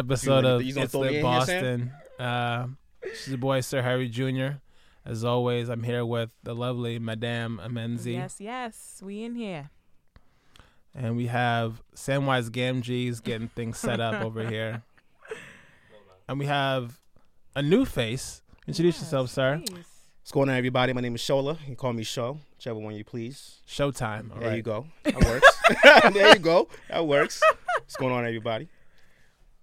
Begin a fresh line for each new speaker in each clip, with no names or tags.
episode
gonna-
of
you gonna
It's
throw me
Lit
in here, Sam?
Boston. Uh, she's your boy, Sir Harry Jr. As always, I'm here with the lovely Madame Amenzi.
Yes, yes, we in here.
And we have Samwise Gamgee's getting things set up over here. And we have a new face. Introduce yourself, sir.
Please.
What's going on, everybody? My name is Shola. You can call me Sho, whichever one you please.
Showtime. All
there you
right.
go. That works. there you go. That works. What's going on, everybody?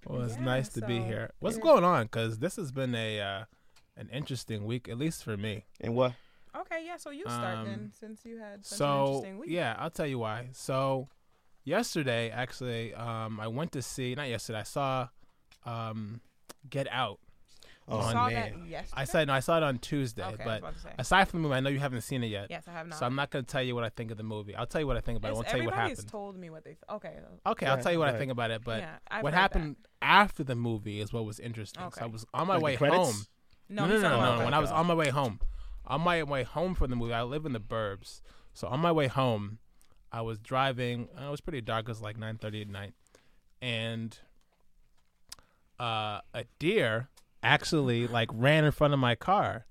Well, it's
Yeah,
nice to be
so
here. What's going on? Because this has been a uh, an interesting week, at least for me.
And what?
Okay, yeah. So you start
Um,
then, since you had such an
so
interesting week.
yeah i'll tell you why so yesterday actually um i went to see not yesterday i saw um get out
Oh
you saw
man.
that yesterday.
i said no i saw it on tuesday
Okay, I was
but
about to say.
aside from the movie i know you haven't seen it yet
yes, I have not.
so i'm not going to tell you what i think of the movie i'll tell you what i think about it i
Yes,
won't tell you what
everybody's
happened
told me what they. okay.
okay i'll
Right,
tell you what i
right.
think about it but
Yeah, I've
what
heard that.
happened after the movie is what was interesting so i
Okay.
was on my
Like the
way
credits?
home
No,
no,
he's
no, no,
talking
no,
about
no. When
like
I was
the-
on my way home, on my way home from the movie, I live in the burbs. So on my way home, I was driving. and It was pretty dark. It was like nine thirty at night, and uh, a deer actually like ran in front of my car,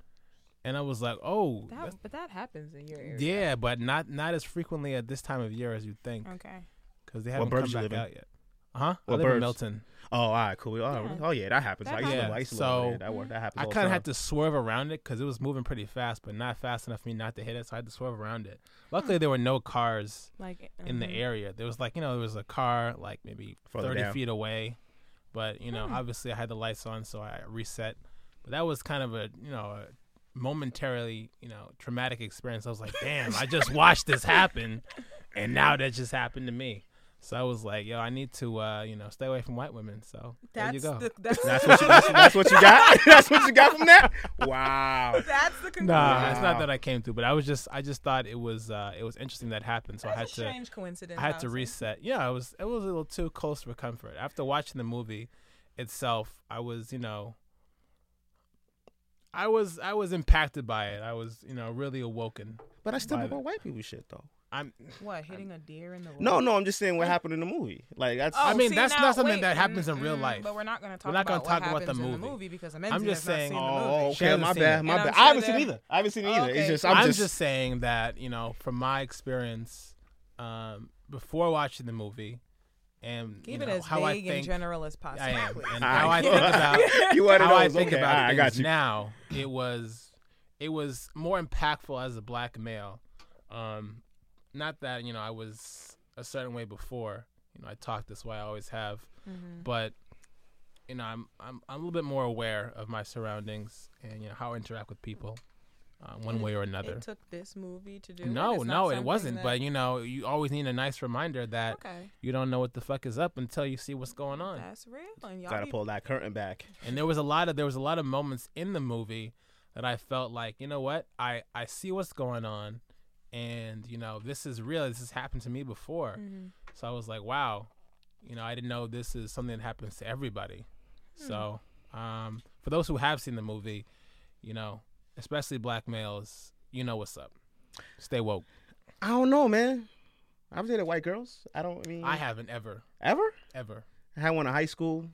and I was like, "Oh,
that, but that happens in your
that's-
area.
yeah," but not not as frequently at this time of year as you'd think
Okay.
because they haven't
burbs
come
you
back
live in?
out yet. Huh? I
What
live in
burbs?
Milton.
Oh, all right, cool. Oh,
Yeah.
oh yeah, that happens.
That
I used to
happens.
live- I used to
Yeah,
live over
so
there. that work. That happens.
I
all the
kind of
time.
had to swerve around it because it was moving pretty fast, but not fast enough for me not to hit it. So I had to swerve around it. Luckily, there were no cars
Like
in the
mhm.
area. There was like you know there was a car like maybe
Further
thirty
down.
feet away, but you
Mm.
know obviously I had the lights on, so I reset. But that was kind of a you know a momentarily you know traumatic experience. I was like, damn, I just watched this happen, and now that just happened to me. So I was like, yo, I need to uh, you know stay away from white women. So there you
That's
go.
the that's,
That's what you. That's, that's what you got. that's what you got from that. Wow.
that's the conclusion.
Nah, it's not
Wow.
that I came to, but I was just I just thought it was uh it was interesting that happened, so I had
That's a
to
strange coincidence.
I had to
honestly.
reset. Yeah, it was it was a little too close for comfort. After watching the movie itself, I was, you know, I was I was impacted by it. I was, you know, really awoken.
But I still
By
about
the-
white people shit though.
I'm
What hitting a deer in the woods?
No, no, I'm just saying what happened in the movie. Like that's.
I mean,
Oh, see,
that's
now-
not something
wait,
that happens in real
mm,
life.
But we're not going to talk.
We're not gonna
about what
talk about the
happens in
movie.
because Amanda
I'm just
has not
saying-
seen the
Oh,
movie.
She
okay.
hasn't
My
seen
bad.
it.
My
And I'm
bad.
sure
I haven't seen
that-
either. I haven't seen it either. It's
Okay.
just
I'm,
I'm,
just, saying that, you know, from my experience, um, before watching the movie and you
Keep it
know,
as
how I
vague and
think
general as possible.
I am
please.
and
All
how I
right.
think about
you wanted
how I
those.
think
okay,
about
all right, Ah, I got
things
you.
now, it was it was more impactful as a black male. Um, not that you know I was a certain way before. You know I talk this way I always have,
Mm-hmm.
but you know I'm I'm I'm a little bit more aware of my surroundings and you know how I interact with people, uh, one way or another.
It took this movie to do.
No,
It's not
no, it
something
wasn't.
that-
But you know you always need a nice reminder that
okay,
you don't know what the fuck is up until you see what's going on.
that's real. And y'all
Gotta
be-
pull that curtain back.
and there was a lot of there was a lot of moments in the movie that I felt like you know what I I see what's going on, and you know this is real. This has happened to me before,
Mm-hmm.
so I was like, wow, you know I didn't know this is something that happens to everybody.
Hmm.
So um, for those who have seen the movie, you know, especially black males, you know what's up. Stay woke.
I don't know, man. I've dated white girls. I don't I mean
I haven't ever
ever.
ever.
I had one in high school.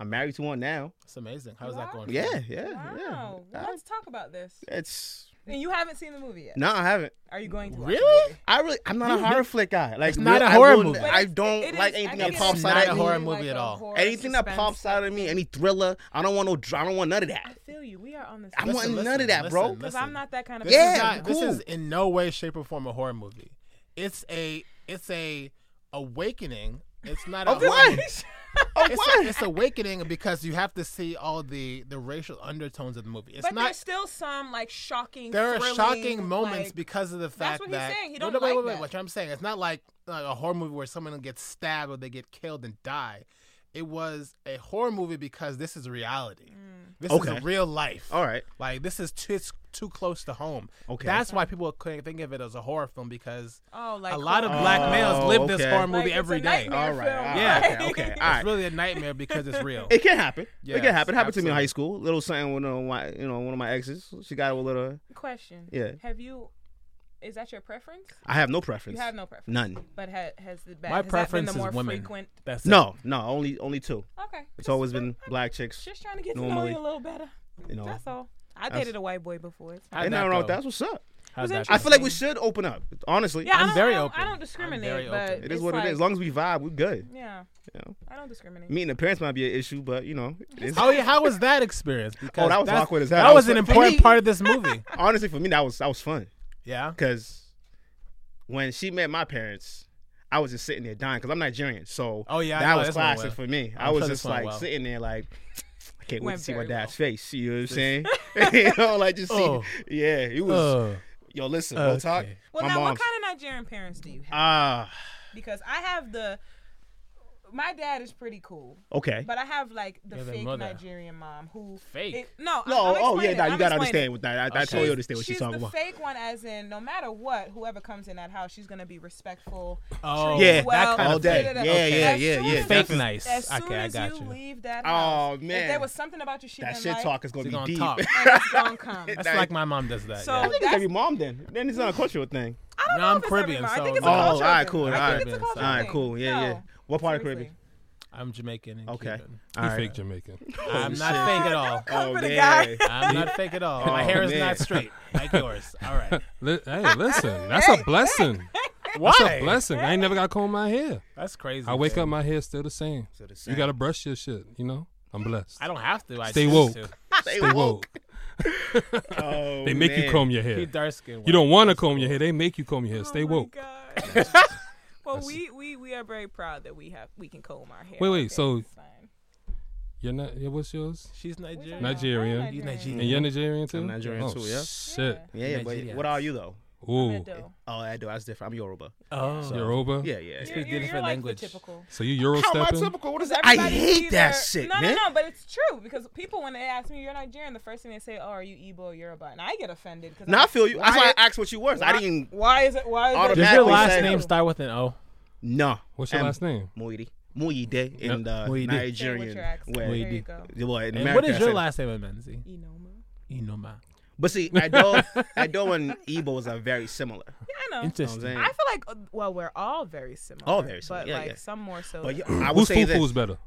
I'm married to one now.
It's amazing. How's that going?
Wow.
for you?
Yeah, yeah, yeah.
Wow,
I-
let's talk about this.
it's
And you haven't seen the movie yet.
no, I haven't.
Are you going to? watch
Really?
the movie?
I really, I'm not a horror flick guy. Like,
It's not
real-
a
I
horror
will-
movie.
I
It's-
don't
it
like
is- I
anything
think
that
it
pops
is
out at
a
me.
horror
really
movie
like
at
a
all.
horror
Anything that
suspense
pops
type
out at me,
thing.
any thriller. I don't want no. dra- I don't want none of that.
I feel you. We are on the
I
same.
want none of that, bro.
Because I'm not that kind of.
This
Yeah,
is
person.
not, this
cool.
is in no way, shape, or form a horror movie. It's a it's a awakening. It's not a
Of
horror
what?
movie.
Of
It's,
what?
it's awakening because you have to see all the the racial undertones of the movie. It's
But
not
there's still some like shocking.
there are
thrilling,
shocking moments
like-
because of the fact
what he's
that
saying. He
No,
don't
no, wait,
like
wait, wait,
that.
What I'm saying, it's not like uh, a horror movie where someone gets stabbed or they get killed and die. It was a horror movie because this is reality.
Mm.
This
Okay.
is a real life.
All right.
Like this is too, it's too close to home.
Okay.
That's why people couldn't think of it as a horror film because
Oh, like
a lot of
horror.
black males live this
Oh, okay.
horror
Like,
movie
it's a
every day.
nightmare
All right.
film.
all
Yeah.
right, Okay. Okay. All right.
It's really a nightmare because it's real.
It can happen. it
Yes,
can happen. It happened to me in
absolutely.
high school. Little something with uh, my, you know, one of my exes. She got a little.
Question.
Yeah.
Have you Is that your preference?
I have no preference.
You have no preference.
None.
But ha- has the
My
ba- has that been
preference is
the more
women.
frequent?
That's it.
No, no, only only two.
Okay.
It's always been black chicks.
Just trying to get to know
normally,
you a little better.
You know,
That's all. I
That's-
dated a white boy before. It's fine.
How'd
ain't
that
nothing wrong with
go?
that. That's what's up.
How's
It was
that?
I
go?
feel like we should open up. Honestly,
Yeah, I
I'm
don't,
very
I don't,
open.
I
I'm
don't discriminate,
very
but
open.
it is
it's
what
like,
it is. As long as we vibe, we're good.
Yeah,
You know,
I don't discriminate.
meeting the parents might be an issue, but you know, it's,
Oh yeah, how was that experience? Because
Oh, that was
that's-
awkward as hell.
That was
For
an important
me-
part of this movie.
honestly for me that was that was fun
Yeah.
because when she met my parents. I was just sitting there dying because I'm Nigerian, so
Oh, yeah, I
that
know,
was
this went
classic
well.
for me. i
I'm
was
sure this
just
went
like
well.
sitting there, like I can't wait
Went
to see my
very
dad's
well.
face. You know what I'm saying? you know, like just see,
Oh.
yeah, it was. Yo, listen, we'll talk.
Okay.
well,
my
now
mom's
what kind of Nigerian parents do you have?
ah
Because I have the. My dad is pretty cool,
okay.
but I have like the
You have a
fake
mother.
Nigerian mom who
Fake?
it-
No,
no, I'm, I'm
oh yeah,
explaining,
now you
I'm
gotta
explaining.
understand what that. I, I
Okay.
totally understand what she's, talking
the
about.
fake one, as in no matter what, whoever comes in that house, she's gonna be respectful.
Oh,
treat you
Yeah, that
well,
kind of
all day.
thing. Yeah, yeah, yeah, yeah,
Fake nice.
As soon
Okay, I
as
got
you
you.
leave that
Oh,
house,
man.
if there was something about you she
That
didn't
shit
like,
talk is
She
gonna
gonna
be deep.
talk.
and it's gonna come.
That's
That-
like my mom does that.
So
yeah.
I think it's every mom then. Then it's not a cultural thing.
I don't
No,
know
I'm
if it's
Caribbean,
everywhere. I
so
think it's
it's
a
all-
Oh,
cultural
alright,
thing.
cool,
I think
alright.
it's a cultural
All right,
thing.
cool. Yeah, yeah.
No,
What part of
seriously.
Caribbean?
I'm Jamaican. And
Okay.
Cuban.
All right.
fake Jamaican. I'm
shit.
not fake at all.
Come for the
Oh, man.
guy.
I'm not fake at all. My
Oh,
hair is
man.
not straight like yours. All right.
Li- hey, listen, that's a blessing.
Why?
That's a blessing. I ain't never got to comb my hair.
That's crazy.
I wake
dude.
up, my hair's still the same.
So the same.
You got to brush your shit, you know? I'm blessed.
I don't have to. I
Stay
choose
woke.
To.
Stay
Stay
woke.
woke.
Oh,
They make you
man.
comb your
He
hair.
dark skinned.
You don't want to comb your hair. They make you comb your hair. Stay
Oh my
woke.
God. well, we, we we are very proud that we have we can comb our hair.
Wait, wait,
like that.
so-
It's fine.
You're not, yeah, what's yours?
She's Nigerian.
Nigerian. Nigeria.
I'm
You
Nigerian.
And you're Nigerian too?
Mm-hmm. Nigerian
oh,
too, yeah.
Shit.
Yeah, yeah, but
Nigerians.
what are you though?
I'm
Ooh.
Edo.
Oh, I do. That's different. I'm Yoruba.
Oh.
Yoruba?
Yeah, yeah.
Speak
You're, you're, you're
different
like
language.
the typical.
So you Euro
How am I
stepping?
typical? What is
'Cause
that? I
everybody's
hate that
either-
shit,
no,
man.
No, no, but it's true because people when they ask me you're Nigerian, the first thing they say, "Oh, are you Igbo or Yoruba?" And I get offended because
Now I feel you. That's why
Why-
I asked what you were. I didn't.
Why is it? Why is
Does
it?
Automatic-
your
Exactly
last
same.
name start with an O?
No.
What's your
M.
last name?
Muidi. Muide in uh,
Muide.
Say with
Nigerian.
your accent.
way.
There
Muide.
you go.
Yeah, well, in
And
America,
what
I
is your
said-
last name, Menzi?
Enoma.
Inoma.
But see, Ido, Ido and Igbos are very similar.
Yeah, I know.
Interesting.
saying?
I feel like uh, well, we're all very similar.
All very similar,
But
yeah,
like
yeah.
some more so.
But
than-
yeah, I would
Whose
say
foo
that
foo is better?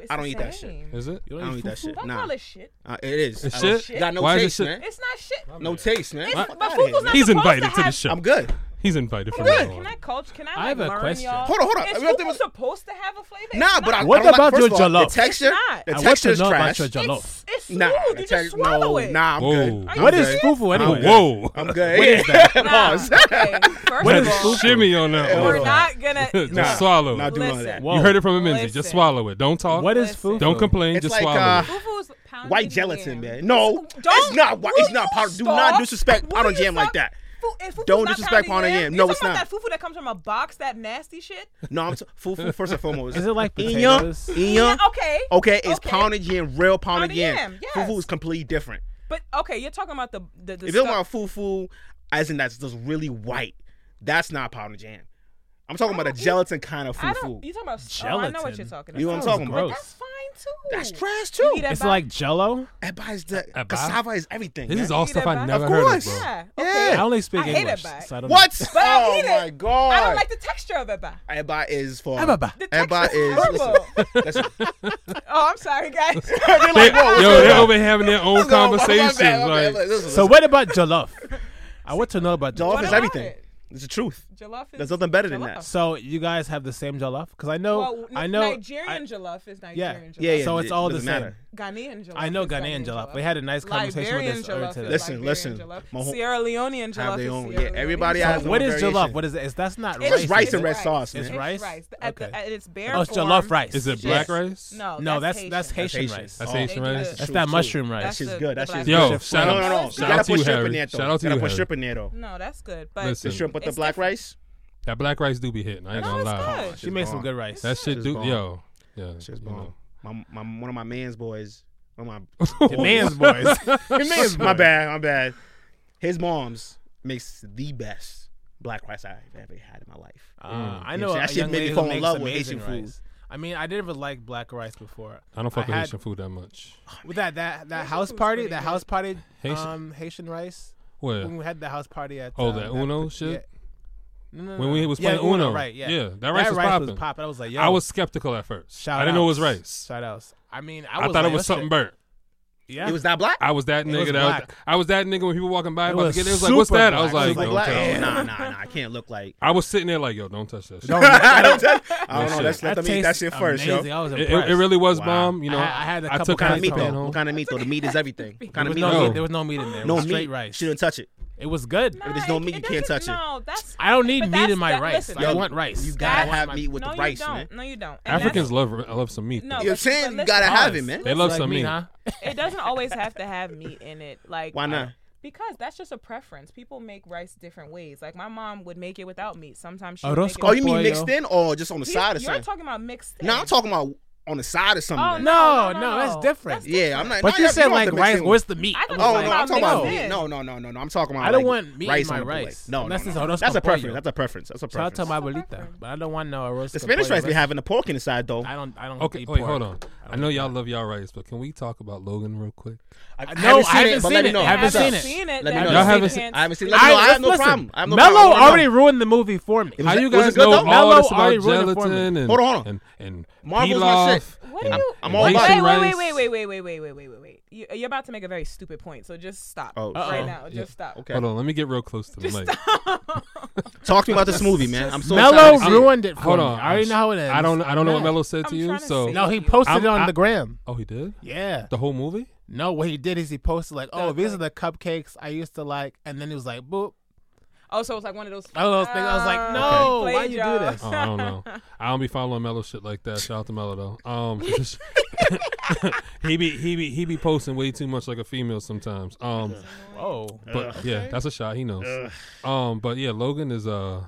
It's
I
the
don't eat that
same.
Is it?
You
I don't eat that
fufu?
shit.
Don't
Nah,
call it shit.
Uh, it is.
It's
I don't-
shit?
You got no
Why is it
taste,
shit?
man.
It's not shit.
No taste, man.
It's-
Fuck
but
outta here,
fufu's
man.
not-
He's
supposed to
invited to the
have-
show.
I'm good.
He's invited from
good.
now
Can
on.
I culture? Can I, like,
I have a
learn,
question.
Y'all?
Hold on, hold on.
Is
We have to-
fufu supposed to have a flavor?
Nah,
it's
but I,
What
I don't
about
like,
your
first of all,
jollof?
The texture,
not.
the
I want
texture
to
is
know about
trash.
your jollof.
It's, it's smooth.
Nah, the
you
tex-
just swallow
no,
it.
Nah, I'm
Whoa.
good.
you
What is
serious?
fufu
I'm
anyway?
good.
Whoa.
I'm good.
What is that?
Nah,
Pause.
okay. First
What
of
is
all,
fufu?
Shimmy on that.
Hold
we're
on.
one.
not gonna.
Just
Nah,
swallow.
Not doing all
Listen.
that.
Whoa.
You heard it from a Menzi. Just
Listen.
swallow it. Don't talk.
What is
Listen.
fufu?
Don't complain.
It's
just
like,
swallow
uh,
it.
Fufu's pounded
White
in
gelatin,
yam.
man. No,
Don't-
it's not. whi-
will
It's not
you
powder. Do
stop?
not disrespect
Will
powder
you
jam like
stop?
that.
Fu- is fufu
Don't
not
disrespect pounded yam.
You
No,
talking
it's
about
not.
That fufu that comes from a box, that nasty shit.
No, I'm t- fufu first and foremost.
Is it like
Inya?
potatoes?
Inya?
Yeah, okay.
Okay, it's
Okay.
pounded yam, real pounded
Pounded
yam.
yam, yes.
Fufu is completely different.
But okay, you're talking about the the. the
If you
stuff-
want fufu, as in that's just really white, that's not pounded jam. I'm talking about a
don't eat-
gelatin kind of
Oh, I don't.
fufu.
You talking about Oh, I know what
Gelatin.
you're talking about.
You know what I'm
Sounds
talking
gross.
about?
That's fine too.
That's trash
You eat
too.
that
It's
by-
like Jello.
Eba is the
Eba?
cassava is everything.
This
man.
is all
eat
stuff
that
I
back?
never
Of
heard of,
course.
bro.
Yeah.
Yeah.
Okay.
I only speak
I hate
English,
it, bye.
so I don't
What?
But I
oh
eat it.
my god!
I don't like the texture of it. Bye.
Eba is for
Eba ba.
The texture
Eba
is horrible.
is listen, listen.
oh, I'm sorry, guys.
They're
They-
like, whoa, what's
yo,
going
they're
on?
over here having their own
What's going on? My bad, my
conversations.
bad, my
Like,
bad. Listen, listen.
So what about Jollof? I want to know about
Jollof
What
is
about
everything.
it?
It's the truth.
Jollof is.
There's nothing better than
jollof.
that.
So you guys have the same Jollof? Because I know,
Well,
I know,
Nigerian
I,
jollof is
yeah.
Nigerian jollof.
Yeah, yeah.
So it's
it
all the
doesn't
same.
matter.
Ghanaian jollof.
I know
is
Ghanaian Jollof. We had a nice conversation
Liberian
with this
jollof.
earlier
is
today.
Listen,
Liberian
listen.
jollof.
My whole-
Sierra Leonean jollof.
their
is
own-
Sierra
yeah,
Leonean
everybody
jollof.
has
what is
variation.
Jollof? What is it? Is that's not
It's
rice?
rice
is
and
it?
red sauce,
It's
man.
rice?
At, the,
Okay.
at its bare
Oh, it's
form.
jollof rice.
is
Yes.
it black rice?
No,
No, that's
Haitian.
that's Haitian,
Haitian.
rice.
That's
Oh,
Haitian
they do
rice.
the-
That's
True,
that
true.
mushroom rice.
That's
shit's
the-
good.
the
That shit's
black
Yo,
rice.
shout
No,
out,
no, no.
shout
You gotta
out to
put
you,
shrimp in
Harry.
there, though.
Shout out to
you.
you,
Gotta put
Harry.
shrimp in there, though.
No, that's good. But
The
Listen,
shrimp with the
It's
black
different.
rice.
that black rice do be hitting. I ain't
No,
gonna
it's
lie.
good.
she made some good rice.
That shit
Shit's
do,
bomb.
yo, yeah.
Shit's
you
bomb.
know.
My, my, one of my man's boys. One of my
Your man's boys. Your man's
my
boys.
bad, my bad. His mom's makes the best black rice I've ever had in my life.
Uh, I
Mm.
know
That
a
shit
young
made me
lady
fall
who
in
makes
love with
amazing
Haitian food.
rice. I mean, I didn't even like black rice before.
I don't fuck
I
with
had-
Haitian food that much.
With that that that
Haitian
house
food's
party,
pretty
that
good.
house party,
Haitian-
um, Haitian rice.
Where?
when we had the house party at
Oh,
um,
that
that-
Uno
yeah.
shit.
No, no,
When
no.
we was
Yeah,
playing Uno,
right? Yeah,
yeah. That
That
rice was
rice was
popping.
popping. I was like, yo,
I was skeptical at first.
Shout
I didn't know it was
outs.
rice.
shout outs. I mean, I,
I,
was
thought
like,
it was
this
something
shit-
burnt.
Yeah,
It was not black.
I was that nigga.
was
that
black.
was, I was that nigga when people walking by
It
about
was
to get there. It was like,
super
what's that? I was
black.
like,
It was
don't
black.
tell.
Yeah, nah, nah, nah. I can't look like.
I was sitting there like, yo, don't touch that shit.
Don't-
I don't. Touch, I
That
don't know.
shit.
Let's let them eat that
tastes
shit first, yo.
amazing. I was
It- it,
impressed.
it really was
Wow.
bomb. You know,
I- I had a
I
couple
took
What kind of
Rice
meat
home.
though? What kind of meat though? The meat is everything. What
There
kind
was
of meat?
no,
though?
meat- there was no meat in there. It
No
was
meat.
straight rice.
She didn't touch it.
It was good.
If there's no meat, you can't touch it.
No, that's
I don't need
But
meat in
that's-
my
that-
rice.
listen,
I
Yo,
want rice.
You
I
gotta
want
have
my-
meat with
no,
the
you
rice,
don't.
man.
No, you don't. And
Africans love love some meat.
No,
You're
but-
saying
but
you gotta
Honest.
have it, man.
They love
Like
some
meat,
meat.
huh?
that's- It doesn't always have to have meat in it. Like
Why not?
Because that's just a preference. People make rice different ways. Like my mom would make it without meat. Sometimes she would make it.
Orozco
Oh, you mean
Pollo.
mixed in or just on the
He's-
side of
You're
something?
talking about mixed. in.
No, I'm talking about on the side of something.
Oh
then.
No,
No,
no,
no,
that's
no.
different.
That's-
Yeah, I'm not.
But
no,
you
yeah,
said
don't have
like
to mix
rice.
in
Where's the meat?
I
I'm
thought
Oh
like,
no, I'm talking
mixed
about
in.
meat. No, no, no, no, no. I'm talking about.
I don't
like,
want meat in
rice
my
on the plate.
rice.
No, no,
Unless
no,
it's
no.
Orozco
That's a
pollo.
preference. That's a preference. That's a
Shout out to
preference.
my
That's a
abuelita,
preference.
but I don't want no arroz.
The Spanish rice be having the pork in the side though.
I don't. I don't.
Okay,
eat
wait,
pork.
hold on.
I
I
don't
know
eat
y'all
that.
love y'all rice, but can we talk about Logan real quick?
I
no, I haven't
but
seen
let me
it.
know.
Haven't
Haven't
seen it.
seen
Let
it.
me
then
know.
Y'all
you
haven't
can't-
I haven't seen. Let me know. I have no
listen,
problem. I have no
Mello
problem. I wanna
already
know.
ruined the movie for me.
It was
How
it-
you
was
guys
it good
know
though?
all
Mello
this about
already ruined it for me.
gelatin and
Hold on, hold on.
and and
Marvel's my shit.
pilaf
What
and-
are you?
I'm
and
all about it.
raisin
wait, wait,
rice?
wait, wait, wait, wait, wait, wait, wait, wait, wait. You, you're about to make a very stupid point, so just stop
Oh,
right
uh-oh.
now. Just
Yeah.
stop.
Okay.
Hold on, let me get real close to the mic.
Talk to me about this movie, man. I'm so
Mello
excited. to see it.
ruined it for
Hold
me.
on,
I already know how it ends.
I don't I don't know what
I'm
Mello said
I'm
to you.
trying to
So
see.
No, he posted
I'm-
it on
I-
the gram.
oh, he did
Yeah.
the whole movie.
No, what he did is he posted like, "Oh,
That's
these are the
like-
cupcakes I used to like," and then he was like, "Boop."
Oh, so it's like one of those.
I was thinking, I was like,
Ah,
"No,
played
why you do
y'all.
this?"
Oh, I don't know. I don't be following Mello shit like that. Shout out to Mello though. Um, he be he be he be posting way too much like a female sometimes. Um,
Whoa.
Ugh.
but yeah, that's a shot. He knows.
Ugh.
Um, but yeah, Logan is uh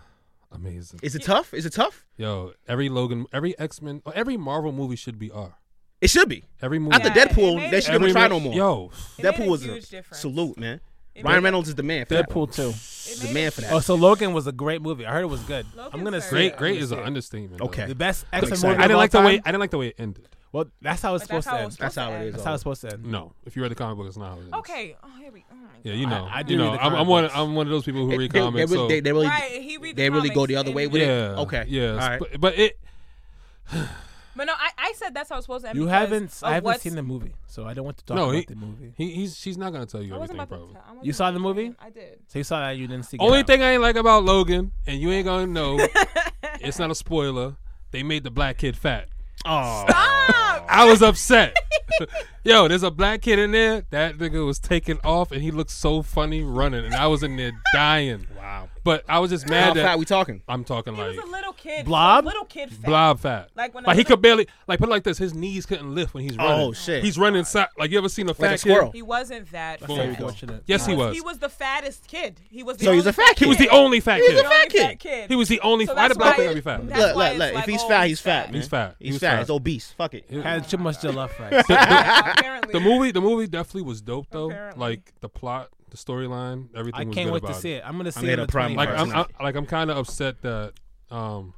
amazing.
Is it tough? Is it tough?
Yo, every Logan, every X Men, every Marvel movie should be R.
It should be.
Every movie.
After
Yeah, it
Deadpool,
made
they
it-
should
every
never try
mo-
no more.
Yo,
It made
Deadpool
a
was a
huge difference.
salute, man.
It
Ryan
made-
Reynolds is the man. For that.
Deadpool too.
it
The
made
man
it-
for that.
Oh, so Logan was a great movie. I heard it was good. I'm
Logan's
gonna
very
say
great,
it.
great
I'm
is an
gonna say
understatement. though.
Okay.
it. the best X Men
excited.
movie.
I
of
didn't
all
like the way.
time?
I didn't like the way it ended.
Well, that's how it's
But
supposed
that's
to
how it
end.
was
That's
supposed to
how it
end.
is.
That's how it's supposed to end.
No, if you read the comic book, it's not. How it ends.
Okay. Oh, here we. Oh my God.
Yeah, you know.
I- I do
you know.
read the
I'm,
comic
I'm one.
books.
I'm one of those people who
They-
read
they-
comics.
They,
so-
really- they, they really,
Right, he read the
they really go
comics
the other
and
way
then-
with it.
yeah.
Okay.
Yeah.
All right.
But, but it.
But no, I, I said that's how it's supposed to end.
You
because
haven't.
of
I haven't
what's-
seen the movie, so I don't want to talk
No,
about
he-
the movie.
He, he's. She's not gonna tell you
I wasn't
everything.
about
Probably.
to tell. I wasn't
You saw
about
the
to
movie?
tell. I did.
So you saw that you didn't see. Get
Only
Out.
thing I ain't like about Logan, and you ain't gonna know. it's not a spoiler. They made the black kid fat.
Oh.
Ah,
I was upset. Yo, there's a black kid in there. That nigga was taking off, and he looked so funny running, and I was in there dying.
Wow.
But I was just
How
mad
fat
that
we talking?
I'm talking
he was
like
a little kid.
Blob?
A little kid. Fat.
blob fat.
Like when a
he
little-
could barely like put it like this. His knees couldn't lift when he's running.
Oh, shit.
He's running so, like you ever seen a fat
Like a
kid?
squirrel.
He wasn't that. fat.
Boom. There you go.
Unfortunate.
Yes, he was.
He was the fattest kid. He was. The
So
only
he's a fat kid.
He was the only fat
He's
kid.
a fat
only
kid.
He was the only.
So
why
that's
did black
why-
people be fat?
that's
Look,
why
look,
it's
look. If
like,
he's
oh,
fat,
he's
he's fat.
fat.
man.
He's fat.
He's
He's
fat.
fat.
It's obese. Fuck it.
It-
Had too much jollof rice.
Yeah, apparently.
the movie, the movie definitely was dope though.
Apparently.
Like the plot, the storyline, everything.
I
was
can't
good
wait to
about
see it. I'm gonna see it.
made a
on the
prime
Like I'm,
21st.
I'm, like I'm kind of upset that um,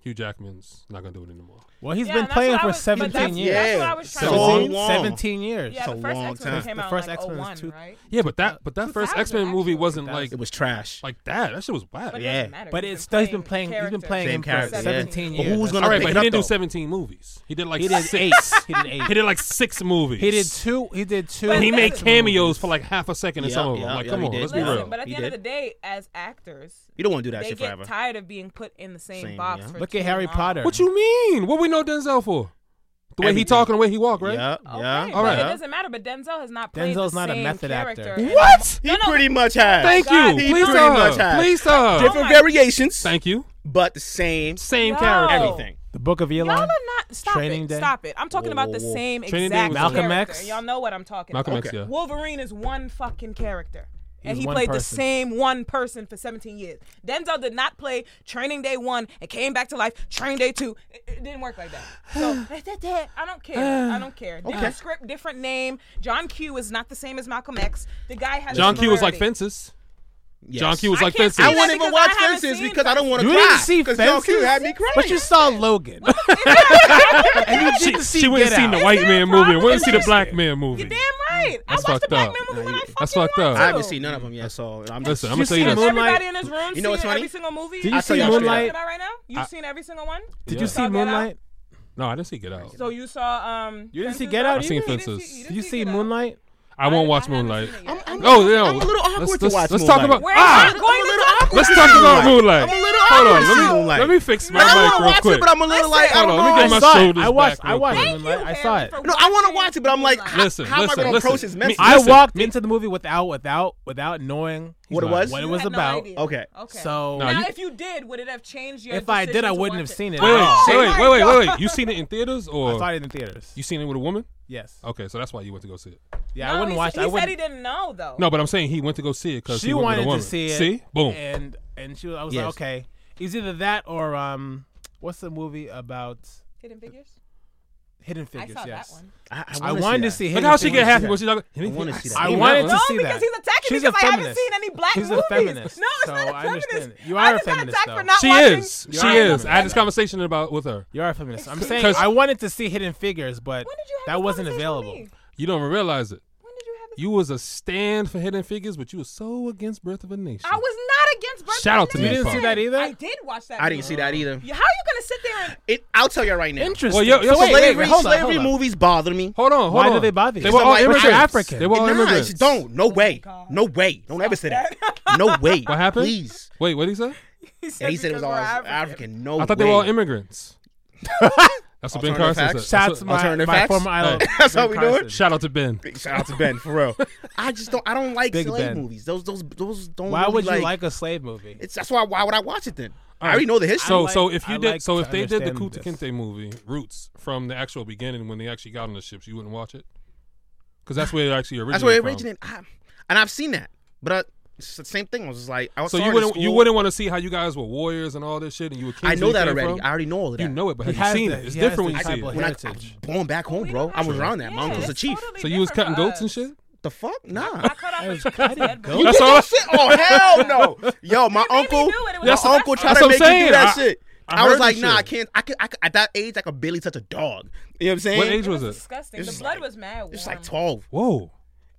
Hugh Jackman's not gonna do it anymore.
well, he's
Yeah,
been
that's
playing
what I
for
was- but
17
that's-
years.
That's what
Yeah.
I was trying
So
to
17,
long.
17 years.
Yeah,
It's
the
a
first
long
X Men
time.
came
The
out
first
in like
X-Men was
01,
two-
right?
Yeah, but that but that
2000
first X Men movie
actually.
wasn't
2000.
like
It was trash.
like that. That shit was whack.
But it
Yeah.
doesn't matter.
But
He's
it's still he's been playing. He's been
characters.
playing
Same
him for
character, yeah.
17
But
years.
who's
That's-
gonna
All right,
pick
but he
it up,
didn't do
though.
17 movies. He did like
He did
six.
eight. He did eight.
He did like six movies.
He did two. He did two.
But
He
Listen.
made cameos for like half a second in
Yeah,
some of them.
yeah,
like,
yeah,
come
he
on,
did.
let's be
Listen,
real.
but at the
He
end of the
did.
day, as actors,
You don't want to do that
they
shit
get
forever.
tired of being put in the same,
Same,
box.
yeah.
For
Look
too
at Harry
long.
Potter.
What you mean? What we know Denzel for? The way he
Everything.
talk and the way he walk, right?
Yeah,
Okay,
yeah.
All right.
right.
It doesn't matter. But Denzel has not played
Denzel's
the
not a
same
method actor.
character. in-
What?
He
No, no.
pretty much has.
Thank
God,
you.
he
Please,
pretty much
sir.
has.
Please, sir.
Different
my-
variations,
Thank you.
but the same
Same
No.
character.
everything.
The Book of
Y'all
Eli.
are not. Stop
Training
it.
Day.
Stop it. I'm talking
Whoa,
about the
whoa, whoa.
same
Training Day
exact
was
Malcolm
character.
X?
Y'all know what I'm talking
Malcolm
about.
X.
Okay.
Yeah.
Wolverine is one fucking character. And
He's
he
one
played the
person.
same one person for 17 years. Denzel did not play Training Day 1 and came back to life Training Day 2. It, it didn't work like that. So, I don't care. I don't care. Different script, different name. John Q is not the same as Malcolm X. The guy has
John Q was like
similarity.
fences.
Yes.
John Q was
I
like
can't
fences.
see
I
that
wouldn't even
because I
watch
haven't
Fences
seen
because I don't want to
You
cry.
didn't see
because John Q
Fences?
had me crying.
But you saw Logan. and you
She,
didn't see
she wouldn't
Get
seen
Out.
the white
there a
man movie.
problem
Wouldn't
with
see the
that?
black man movie.
You're damn right. right.
That's
I watched the
fucked
black
up.
man movie when I fucking
That's fucked up.
want to.
I
I haven't seen none of them yet, so I'm just.
Listen,
You
I'm gonna tell
seen
you this.
Moonlight?
Everybody in this room
You know what's
seen
funny?
every single movie.
Did you
I'll
see
tell you
that we're talking
Moonlight?
about right now? You've
I-
seen every single one.
Did
Yeah.
you see
Saw Get Out?
Moonlight?
No, I didn't see Get Out.
So you saw um.
You didn't see
Fences
Get
Up?
Out
I've seen
You didn't see-
Fences.
you
Did
didn't
you see
Get Out.
Moonlight?
I won't
I- I
watch
haven't
Moonlight.
seen it
I'm,
yet.
I'm,
Oh, yeah.
I'm a little awkward
Let's-
to
let's-
watch.
let's talk
Moonlight.
about-
We're
Ah!
not
I'm
going
a
to
little
talk
awkward.
Let's talk about
Moonlight.
Moonlight.
I'm a little
Hold on,
awkward to see
let me,
Moonlight.
let me fix my
No, I
mic
wanna
real
watch
quick.
it, but I'm a little
Listen,
like I
Hold
don't
on, let me
know.
get my
I saw it.
shoulders
I watched-
back real
I watched
quick.
it.
Thank
Moonlight.
you,
I
Pam,
saw it.
for
No, I want to
watching
watch it, but I'm like,
Moonlight.
how,
Listen,
how am I
listen,
going to
listen.
approach this
Me-
message?
I
I
Listen,
walked
me-
into the movie without without without knowing
what it
lying.
was?
what it
You
was
had no
about.
idea.
Okay.
Okay.
So
No,
now,
you-
if you did, would it have changed your?
if I did,
decision
I
to
wouldn't
watch
have seen it.
Wait,
at all.
wait, wait,
my
wait, wait,
God.
wait, wait. You seen it in theaters
I saw
or
it in the theaters.
you seen it with a woman?
yes.
Okay, so that's why you went to go see it.
Yeah,
No,
I wouldn't
he
watch.
said-
I
He said he
wouldn't.
didn't know though.
No, but I'm saying he went to go see it because
She
he went with a
wanted
woman.
to see it.
See, boom.
And and she, was- I was
Yes.
like, okay, it's either that or um, what's the movie about
Hidden Figures.
Hidden
I
Figures?
saw
yes.
that one.
I,
I wanted to
that.
see.
Look
Hidden
how she
Figures.
get happy
that.
when she like.
I wanna see that.
I
seen
wanted
that
to
one.
see
no,
that.
because he's attacking me
She's a
because I haven't
feminist.
seen any black
She's a
movies.
feminist,
No, it's
so
not a
I
feminist.
understand. You
I
are a
just got
feminist,
attacked
though.
For not
She
watching.
is.
You
She
are
is. I had this
feminist.
conversation about with her.
You are a feminist. I'm saying
'Cause-
I wanted to see Hidden Figures, but
When did you have
that
this
wasn't
conversation
available.
With me?
You don't even realize it.
When did you have this?
You was a stand for Hidden Figures, but you was so against Birth of a Nation.
I was not against. Birth
Shout out to
Nation.
me, You didn't see
that either?
I did watch that.
I didn't
movie.
see that either.
Yeah, How are you gonna sit there and?
It, I'll tell you right now.
Interesting.
Well, yo- yo,
so wait,
slavery,
wait, wait, hold on,
slavery
hold on.
movies bother me.
Hold on, hold
Why
on.
do they bother you?
They were all
Somebody-
immigrants.
They're
African.
They were all
nah,
immigrants.
just don't. No way.
God.
No way. Don't ever say that. No way.
What happened?
Please.
Wait, what did he say?
He
And he said it was
because
all
we're
African. No
I thought
way.
they were all immigrants. That's what Ben
Alternative
Carson said.
facts?
Shout out
That's
to
what-
my,
Alternative
my
facts?
former idol.
Hey.
That's how
Ben
we do it?
Carson.
Shout out to Ben.
Big shout out to Ben for real. I just don't. I don't like
Big
slave
Ben.
movies. Those those those don't.
Why
really
would you
like,
like, a slave movie?
It's that's why. Why would I watch it then? I
right.
already know the history.
So,
like-
so if you
I
did,
like
so
to
if they did the Kuta
understand this.
Kinte movie Roots from the actual beginning when they actually got on the ships, you wouldn't watch it because that's where it actually originated.
that's where it
from.
originated. I, and I've seen that, but I, it's the same thing. I was just like, I was
So you wouldn't, you wouldn't want to see how you guys were warriors and all this shit, and you were. Kings
I know
where
that
you came
already.
from?
I already know all of that.
you know it, but
He
have
has
you seen
the-
it? It's
he has
different when
the
you see
tribal
it.
hair.
when I, I was
Heritage.
born back home, bro. I was around that. My
Yeah,
uncle's a
it's
chief.
totally
So you was
different
cutting
for
goats and
us.
shit.
The fuck?
I
Nah.
cut off
was
his
cutting
head, but-
goats.
You
That's
did
all-
that shit? Oh hell no! Yo, my
made me
uncle,
do it. It was
my
awesome.
uncle tried
That's
to
what
make
I'm
me
saying.
do that
I-
shit.
I
I, was
heard
like,
this
nah,
shit.
I can't. I could, I could. At that age, I could barely touch a dog. You know what I'm saying?
What age was it?
Disgusting.
It's
The
just
blood
like-
was mad. Warm.
It's like twelve.
Whoa!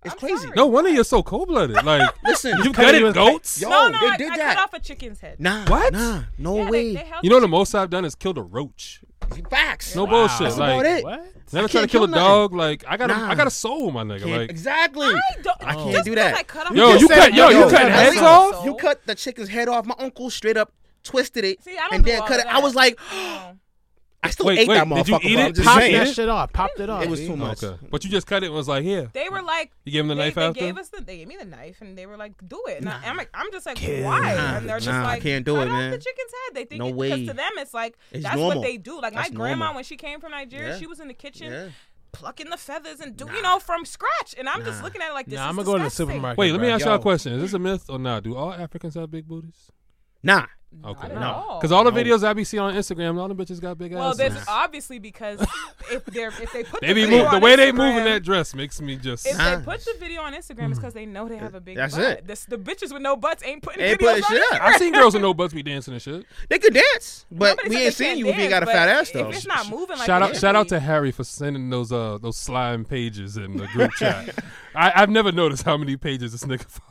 It's
I'm
crazy.
sorry.
No wonder you're so cold blooded. Like
Listen,
you
cut it
gutted
with-
goats.
Yo,
No, no,
they
I,
did
I
that.
cut off a chicken's head.
Nah,
What?
Nah, no
Yeah,
way.
They, they held
You know the most I've done is killed a roach.
Facts.
No
Wow.
bullshit.
That's
like
about it.
Ah, What?
I
never try
can't
to kill
kill
a
nothing.
dog. Like I got, a,
Nah.
I got a soul, my nigga.
Can't-
Like
exactly.
I, don't,
I can't
just
do that.
because I cut off
Yo,
a
just
you
said
cut- yo,
that.
you cut
that's
heads
it.
off?
You cut the chicken's head off. My uncle straight up twisted it
See, I don't
and
do
then
all
cut
of
it. I was
that.
like,
No.
I still
Wait,
ate that
wait, did you
motherfucker.
eat
bro.
it?
I'm just
Popped
Dang.
that
saying.
shit off. Popped it off.
It was
B.
too much.
Oh, okay, but you just cut it and was like, here.
They were like,
You gave him the
they,
knife
they
after?
gave us the, they gave me the knife, and they were like, do it. And I, am like, I'm just like, why?
Nah,
and they're just
nah, I
like,
can't do
cut
it,
off
man.
The chicken's head. They think
No
it,
way.
Because to them, it's like
It's
that's
normal.
what they do. Like
That's
my grandma,
normal.
when she came from Nigeria,
Yeah.
she was in the kitchen
Yeah.
plucking the feathers and do you know from scratch. And I'm just looking at it like this.
Nah,
is
I'm gonna go to the
disgusting.
supermarket.
Wait, let me
bro.
ask y'all a
Yo.
question. Is this a myth or not? Do all Africans have big booties?
Nah.
Okay.
Not at
No.
all.
Because all the
No.
videos I be seeing on Instagram, all the bitches got big
Well,
asses.
there's obviously because if they're if they put
they
the
be
video
move, the
on
way they
Instagram,
moving that dress makes me just.
If
Nah.
they put the video on Instagram, it's because they know they have a big
That's
butt.
it.
This, the bitches with no butts ain't putting
Ain't putting
videos on
shit up.
Instagram.
I've seen girls with no butts be dancing and shit.
They could dance, but
Somebody
we
said
ain't
they
seen
can't
you if you
dance,
got a
but
fat ass though.
If it's not moving, like
shout
it
out,
should
shout out
be.
to Harry for sending those uh those slime pages in the group chat. I, I've never noticed how many pages this nigga. fo-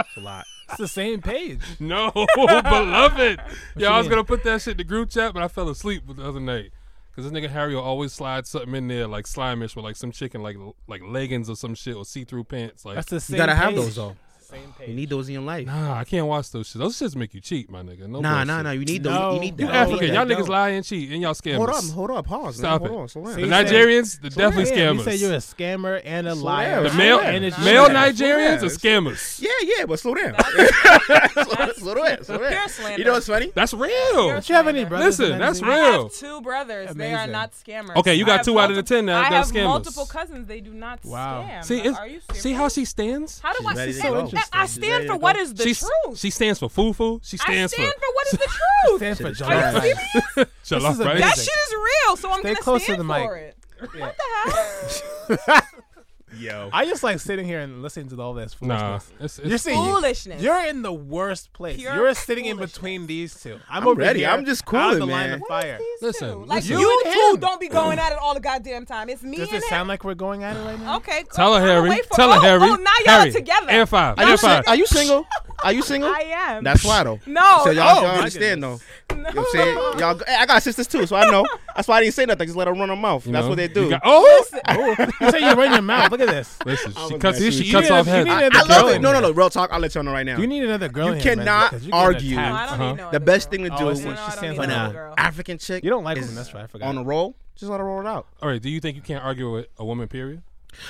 It's a lot.
It's the same page.
No, beloved.
you
Yeah, I was
mean?
gonna put that shit in the group chat, but I fell asleep the other night. Cause this nigga Harry will always slide something in there like slimish with like some chicken like l- like leggings or some shit or see through pants like
That's the same.
You gotta have
page.
those though.
Same page.
You need those in your life.
Nah, I can't watch those shit. Those shits make you cheat, my nigga. No
Nah,
bullshit.
nah, nah. You need those.
No.
You need
You
No,
that.
African,
yeah,
y'all niggas
no.
lie and cheat, and y'all scammers.
Hold on, hold on, pause.
Stop
man.
it.
Hold on, slow down.
See,
The
you
Nigerians, the
Damn,
definitely
He
scammers.
said you're a scammer and a
Slow
liar.
down.
the
Nah,
male,
yeah,
and a cheater.
male
nah.
Nigerians
Yeah.
are scammers.
Yeah, yeah, but slow down. slow down, slow down, slow down.
Pure slander.
You know what's funny?
That's real.
Don't you have any
Listen,
brothers? in
that's
Nigeria?
real.
I have two brothers. They are
Amazing.
not scammers.
Okay, you
I
got
have
two out of the ten now
I
that are
have
scammers.
multiple cousins. They do not
Wow.
scam.
See,
Like,
it's-
are you
see
serious?
how she stands.
How do
She's
I
ready to
stand?
go.
I
She's ready
stand
to
for
go.
what is the
She
truth.
she stands for fufu. She
I
stands
stand
for.
for what is the truth.
Stand for
Shit,
July
it's
Rice.
crazy.
Shut
This
up,
is a
right?
That
Amazing.
shit is real, so I'm
Stay
gonna
close to
stand
the mic.
for it. What the hell?
Yo.
I just like sitting here and listening to all this
Nah,
foolishness.
it's,
You're
it's,
seeing you-
Foolishness.
You're in the worst place.
Pure
you're sitting in
foolishness.
between these two. I'm,
I'm
over
ready.
here
I'm just
out of
cooling,
the line
man.
of
What
fire.
is these
Listen,
two? like
listen.
you
You and
two
him.
don't be going at it all the goddamn time. It's me
Does
and
it
him.
sound like we're going at it right now?
okay,
tell her,
I'm
Harry.
away from-
Tell her,
oh,
Harry.
Oh, now y'all
Harry.
are together.
Air five.
Are
Air
you, sing-
five.
are you single? Are you single?
I am.
That's why though.
No.
So y'all,
Oh,
y'all
my
understand
goodness.
though. You know what I'm saying? Y'all, hey, I got sisters too, so I know. That's why I didn't say nothing. Just let them run her mouth.
You
That's
know?
what they
You
do.
got- oh,
You say you run your mouth. Look at this.
listen. She
was
cuts.
messing
She
with
cuts
you.
off
You need to- you
I,
head.
need to-
I
the
love
girl
it.
in
No, no,
here.
no. Real talk. I'll let y'all know right now.
You need another girl.
You
in here, man,
cannot
because you're getting
argue.
No, I
attacked.
don't
Uh-huh.
need no
the
other
best
girl.
thing to
Oh,
do
I see
No,
what
when,
no,
she
I don't
stands
need
when
for.
another
an
girl.
African chick
You don't like
is
women. That's right. I forgot.
on a roll, just let her roll it out.
All right. Do you think you can't argue with a woman? Period.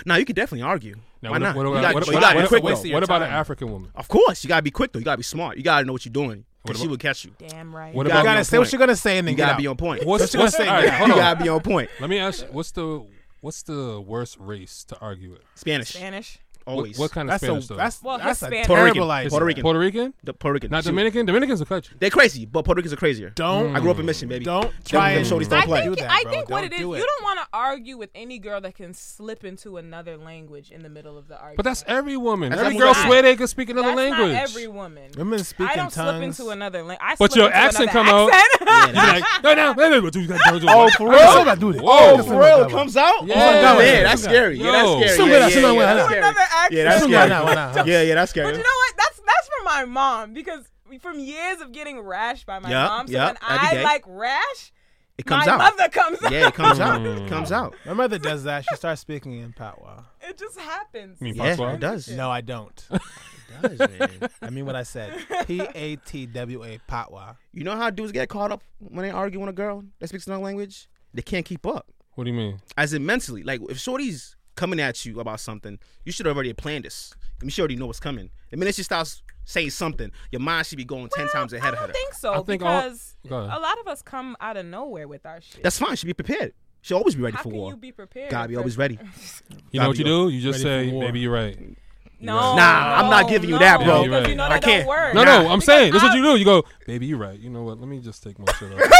Now you could definitely argue.
Now,
Why
what,
not?
What,
You
about-
gotta-
what,
but
about-
you gotta
what,
be
it's
quick
a waste
though.
of
what
your
about an
time.
African woman?
Of course, you gotta be quick though. You gotta be smart. You gotta know what you're doing.
What
Cause she
about-
will catch you.
Damn right.
What
You
You
about?
be
gotta
on
say what
point.
you're gonna say and then
You
get
gotta
out.
be on point.
What's-
What you gonna
what's-
say?
all right,
Get out.
hold
You
on.
gotta be on point.
Let me ask you. What's the What's the worst race to argue with?
Spanish,
Spanish.
always.
What, what kind of
That's
Spanish
a
though?
that's
Well,
that's a
Hispanic.
Puerto Rican.
terrible idea.
Puerto Rican.
Puerto Rican,
The Puerto Rican.
not
Shoot.
Dominican. Dominicans are country.
They're crazy, but Puerto Ricans are crazier.
Don't
I grew up in Mission, baby.
Don't
Them-
try
them
and-
shorties
I
don't
I
Don't
play.
do
think,
that,
I
bro.
think what
Don't
it is,
do it.
you don't want to argue with any girl that can slip into another language in the middle of the argument.
But that's every woman.
That's
every
not-
girl swear they could speak another
That's
language.
Not every woman.
Women speak
I
in
don't
tongues.
slip into another language.
But your accent come out.
out.
You're like, no, no, no, no, no, no, no, no.
Oh, for real?
I'm about to do this.
Whoa.
Oh,
That's
for
not
real?
that
It
one.
comes out?
Yeah.
Oh,
That's
yeah,
not
that's
that
scary. Yeah,
Yo.
that's
Sue
scary.
with
Yeah,
us, Sue
yeah,
with
yeah,
us.
that's
Sue
scary.
Another accent.
Yeah, that's
Sue with
scary.
us. Why not? Why not?
Yeah, yeah, that's scary.
But you know what? That's that's from my mom because from years of getting rashed by my
Yup,
mom. So
yup,
when
every
I
day.
like rash,
It comes
my
out.
mother comes out.
Yeah, it comes out.
Mm.
It comes out.
My mother does that. She starts speaking in patois.
It just happens.
You mean
Yeah,
patois?
it does.
No, I don't.
It does, man.
I mean what I said. P A T W A patois.
You know how dudes get caught up when they argue with a girl that speaks another language? They can't keep up.
What do you mean?
As in mentally, like if Shorty's coming at you about something, you should have already planned this. I mean, she already know what's coming. The minute she starts saying something, your mind should be going ten times
I
ahead of
don't
her.
think so
I think all-
because
Go ahead.
a lot of us come out of nowhere with our shit.
That's fine. She be prepared. She always be ready
How
for
can
war.
you be prepared?
Gotta be
for-
always ready.
You know what you do? You just
Ready
say,
for war.
maybe you're right.
No,
Nah, I'm not
no,
giving you
no,
that,
bro.
because
Right.
you know
I
that
can't.
don't work.
No, no, I'm
Because
saying this is what
I-
you do. You go, baby, you're right. You know what? Let me just take my shit off.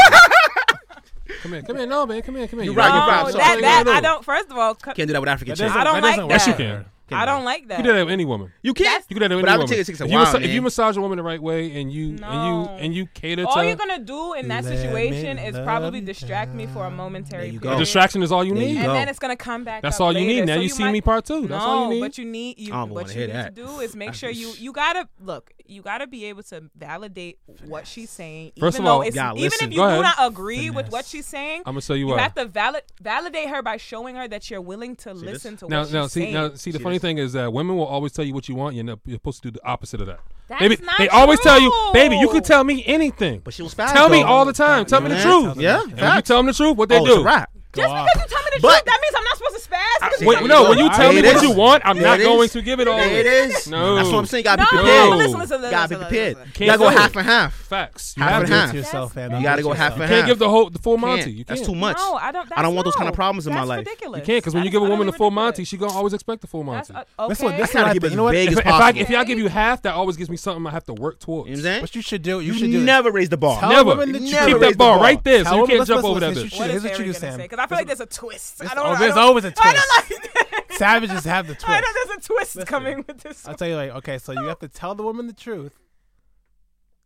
come here, come here, no, man, come here, come here.
You
You're
right,
right.
you're
No,
right. So
that,
what you
that
gonna
I
do?
don't. First of all, cu-
Can't do that with African chicks.
doesn't-
I don't like
doesn't
Yes, you
work.
can.
Can't do
I
that.
don't like that.
You did that with any woman.
You can't.
That's-
You could have done
But
any
I've been
woman.
taking six a
if, you
while,
massa- if you
man.
massage a woman the right way and you and you
No.
and you cater
All
to
you're gonna do in that
Let me
situation is probably
love
distract me
you
for a
down.
momentary
There you go.
a
period.
distraction is all you
There you
need.
go.
and then it's gonna come back.
That's
up
all you
later.
need. Now
So
you, see
might-
me part two. That's
no,
all you need.
but you need you.
I don't
What
wanna
you
hear
need
that.
to do is make sure you you gotta look. You gotta be able to validate what she's saying,
First
even
of all,
though it's,
y'all,
even
listen.
if you
Go
do
ahead.
not agree with what
Finesse.
she's saying.
I'm gonna tell you
you
what.
have to valid validate her by showing her that you're willing to
this?
listen to
now,
what
now,
she's
see,
saying.
now, see. The
She
funny
is.
thing is that women will always tell you what you want. You're, not, you're supposed to do the opposite of that.
That's
baby,
not
they always tell you, baby, you
true.
could tell me anything.
But she was fast.
tell me
though.
all the time. Tell me the
Yeah.
truth.
Yeah.
And when you
Facts.
tell them the truth, what they
oh,
do?
It's a wrap.
just
Go
because you tell me the
But-
truth, that means I'm not supposed to spaz. because you
Wait,
tell me
no,
the
when you
I-
tell me
it
what
is.
you want, I'm
It
not
is.
going to give it all.
There it is.
No.
That's what I'm saying. Gotta
No,
be
no,
prepared.
no,
listen, listen, listen,
Gotta be
listen,
prepared.
listen.
You gotta go
Can't do
half and half.
Facts. You
Half
have
and
Do
to.
it
half.
to yourself,
That's
Anna.
You gotta go
Do it to
half
yourself.
and half.
Can't give the whole the full Monty.
Can't.
You
That's
can't.
too much.
No, I don't. That's,
I don't want those
no.
kind of problems in my
That's
life.
Ridiculous.
You can't because when you
That's
give a woman
utterly
the full
ridiculous.
Monty, she gonna always expect the full
That's
Monty.
uh, okay.
This one, this
Gotta
one,
keep it
you know what?
big
If,
as
if I
possible.
if y'all give you half, that always gives me something I have to work towards.
You know what I'm saying?
What you should do, you,
You
should do
never raise the bar.
Tell
Never.
women that
You
you
never
Keep
raise
that
the
bar
bar.
right there, so
Tell
you
women-
can't
let's-
jump
let's-
over that
let's-
bitch.
let's-
What
Here's
is
what you
Harry
do,
gonna
Sam.
say? Because I feel like there's a twist. I don't.
oh,
know-
there's
I don't,
always a
I
twist.
don't like.
Savages have the twist.
I know there's a twist coming with this.
I'll tell you like, okay, so you have to tell the woman the truth,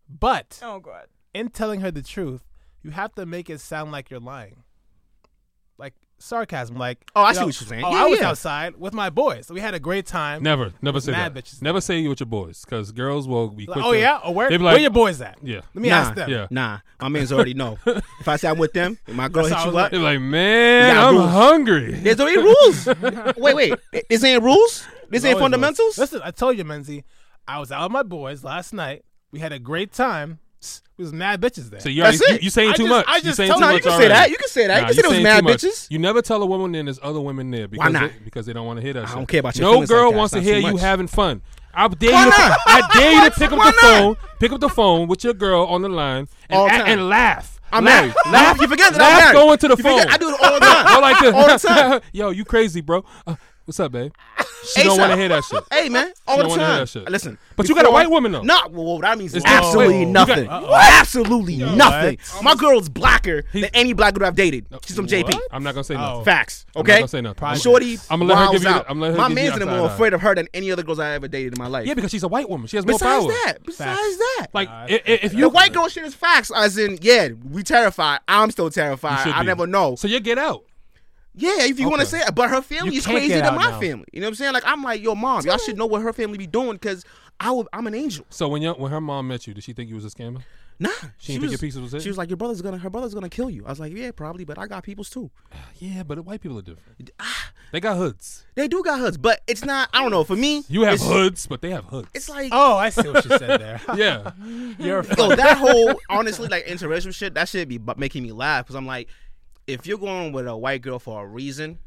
but
Oh God.
in telling her the truth, you have to make it sound like you're lying. Like sarcasm, like
Oh, I
you
see
know,
what you're saying.
Oh,
Yeah,
I was
yeah.
outside with my boys. We had a great time.
Never, never say
Mad
that.
bitches.
Never say you with your boys, because girls will be
Like,
quick.
oh
to-
yeah, oh, where
they be
where
like-
your boys at?
Yeah.
Let me
Nah.
ask them.
Yeah.
Nah, my man's already know. If I say I'm with them, and my girl
That's
hits
how
you
I
up.
was
They're like, man,
got
I'm
rules.
hungry.
There's already rules. wait, wait. This ain't rules. This ain't
Always was.
fundamentals.
Listen, I told you, Menzi, I was out with my boys last night. We had a great time. Psst, We was mad bitches there.
So you already,
That's
you,
it.
you saying
I
too
just-
much.
I
you
just
saying
told
too
you.
no,
much
you can
already.
say that. You can say that.
Nah,
you can say
you
there was
saying
mad
too much.
bitches.
You never tell a woman then there's other women there because
not?
they, because they don't want to hear that.
I
shit.
don't care about your
No
feelings
girl
like that.
wants to
It's not
hear
too
you
much.
having fun. I dare
Why
you. To,
not?
I dare you to pick up
Why
the
not?
phone, pick up the phone with your girl on the line and,
All
a-
time.
and laugh.
I'm
laugh,
married.
Laugh.
You forget that I'm
laugh
married.
going to the
You
phone.
forget- I do it all the time.
Go like this.
All the time.
Yo, you crazy, bro. Uh, What's up, babe? She don't want to
ASAP.
hear that shit.
Hey man, all
don't
the
wanna hear
time.
that shit.
Listen,
But you got a
before-
white woman, though.
Nah, well, well, that means
It's
nothing.
different.
absolutely
You got-
nothing.
Uh-oh.
Absolutely nothing.
what?
My girl's blacker than any black girl I've dated. She's from JP.
What? I'm not gonna say nothing.
Oh.
Facts.
I'm
Okay.
not gonna say nothing.
Probably-
Shorty,
I'ma let her
wows
give you the-
out.
I'ma let her
my
give you
man's
the
in
outside
more
eye.
afraid of her than any other girls I ever dated in my life.
Yeah, because she's a white woman. She has more
besides
power.
that, besides
Facts.
that,
Like
Nah,
i-
that's-
i- if
that's-
you
the white girl shit is facts. As in, yeah, we terrified. I'm still
You
terrified.
should
I
be.
never know.
So you get out.
Yeah, if you want to
Okay.
say it, but her family
You
is
can't
crazier
get
than
out
my
now.
family. You know what I'm saying? Like I'm like, yo, mom, y'all should know what her family be doing because I would, I'm an angel.
So when your when her mom met you, did she think you was a scammer?
Nah,
She didn't think your pieces was it?
She was like, your brother's gonna, her brother's gonna kill you. I was like, yeah, probably, but I got peoples too.
Yeah, but the white people are different. They got hoods.
They do got hoods, but it's not. I don't know. For me,
You have
it's,
hoods, but they have hoods.
It's like.
Oh, I see what you said there.
yeah.
You're a
Yo, that whole honestly like interracial shit, that shit be bu- making me laugh because I'm like, if you're going with a white girl for a reason,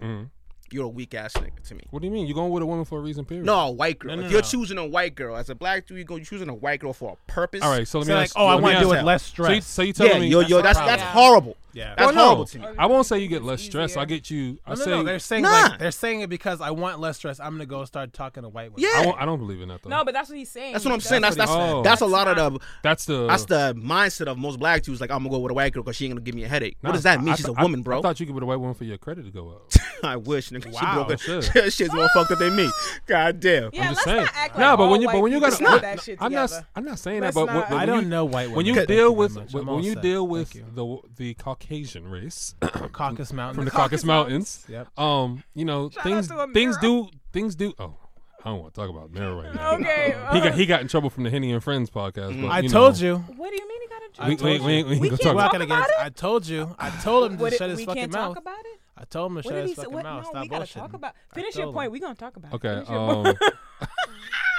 you're a weak ass nigga to me.
What do you mean? You going with a woman for a reason? Period.
No, a white girl.
no,
if you're
no.
choosing a white girl as a black dude, you go you're choosing a white girl for a purpose.
All right. So let me
So like,
ask.
oh, I
let me
want to
ask-
deal with
that.
less
So you,
stress.
so you telling
Yeah,
me?
yo, yo, that's
the
that's
problem.
horrible.
Yeah.
that's
Well, no.
horrible to
Uh,
me.
I won't say you get less
It's
stress. I
easier.
get you. I
No,
say
no, no, they're saying
Nah.
like they're saying it because I want less stress. I'm gonna go start talking to white women.
Yeah,
I, won't, I don't believe in that though.
No, but that's what he's saying.
that's what I'm saying. That's
what
that's
he-
Oh.
that's a lot of the
that's the.
that's the mindset of most black dudes. Like I'm gonna go with a white girl because she ain't gonna give me a headache.
Nah,
what does that mean?
I-
She's a
I-
woman,
I,
bro. I,
thought you could with a white woman for your credit to go up.
wish nigga.
Wow.
She broke
Sure.
her. Shit's more fucked up than me. God damn.
Yeah,
I'm
let's
just saying.
not act like
nah, but
all
when you
white
but when you
people
got
got
no,
that shit
I'm not
together.
I'm not saying
Let's
that, but
not-
when,
I
when
don't
you,
know white women.
when you
Thank
deal
very
with
much.
when,
I'm all
when you
set.
deal with
Thank
the the Caucasian race
you. Caucus Mountain
from the Caucasus Mountains,
Yep.
um, you know
Shout out
things
to Amira.
things do things do. Oh, I don't want to talk about Mara right now.
Okay.
He got he got in trouble from the Henny and Friends podcast.
Mm.
But,
I
you
told
know,
you.
What do you mean he got a job?
I
We,
told
we,
you.
we, we,
We
can
can't
go talk.
talk-
Walking
about
against. I told you. I told him to
What it-
shut his
we
fucking
can't
mouth.
talk about it.
I told him to
What
shut
did
his
he say?
fucking
What,
mouth.
no,
Stop
we gotta talk
bullshitting.
about. Finish
I
your
told
point.
him.
We gonna talk about. it.
Okay.
Finish your point.
Um,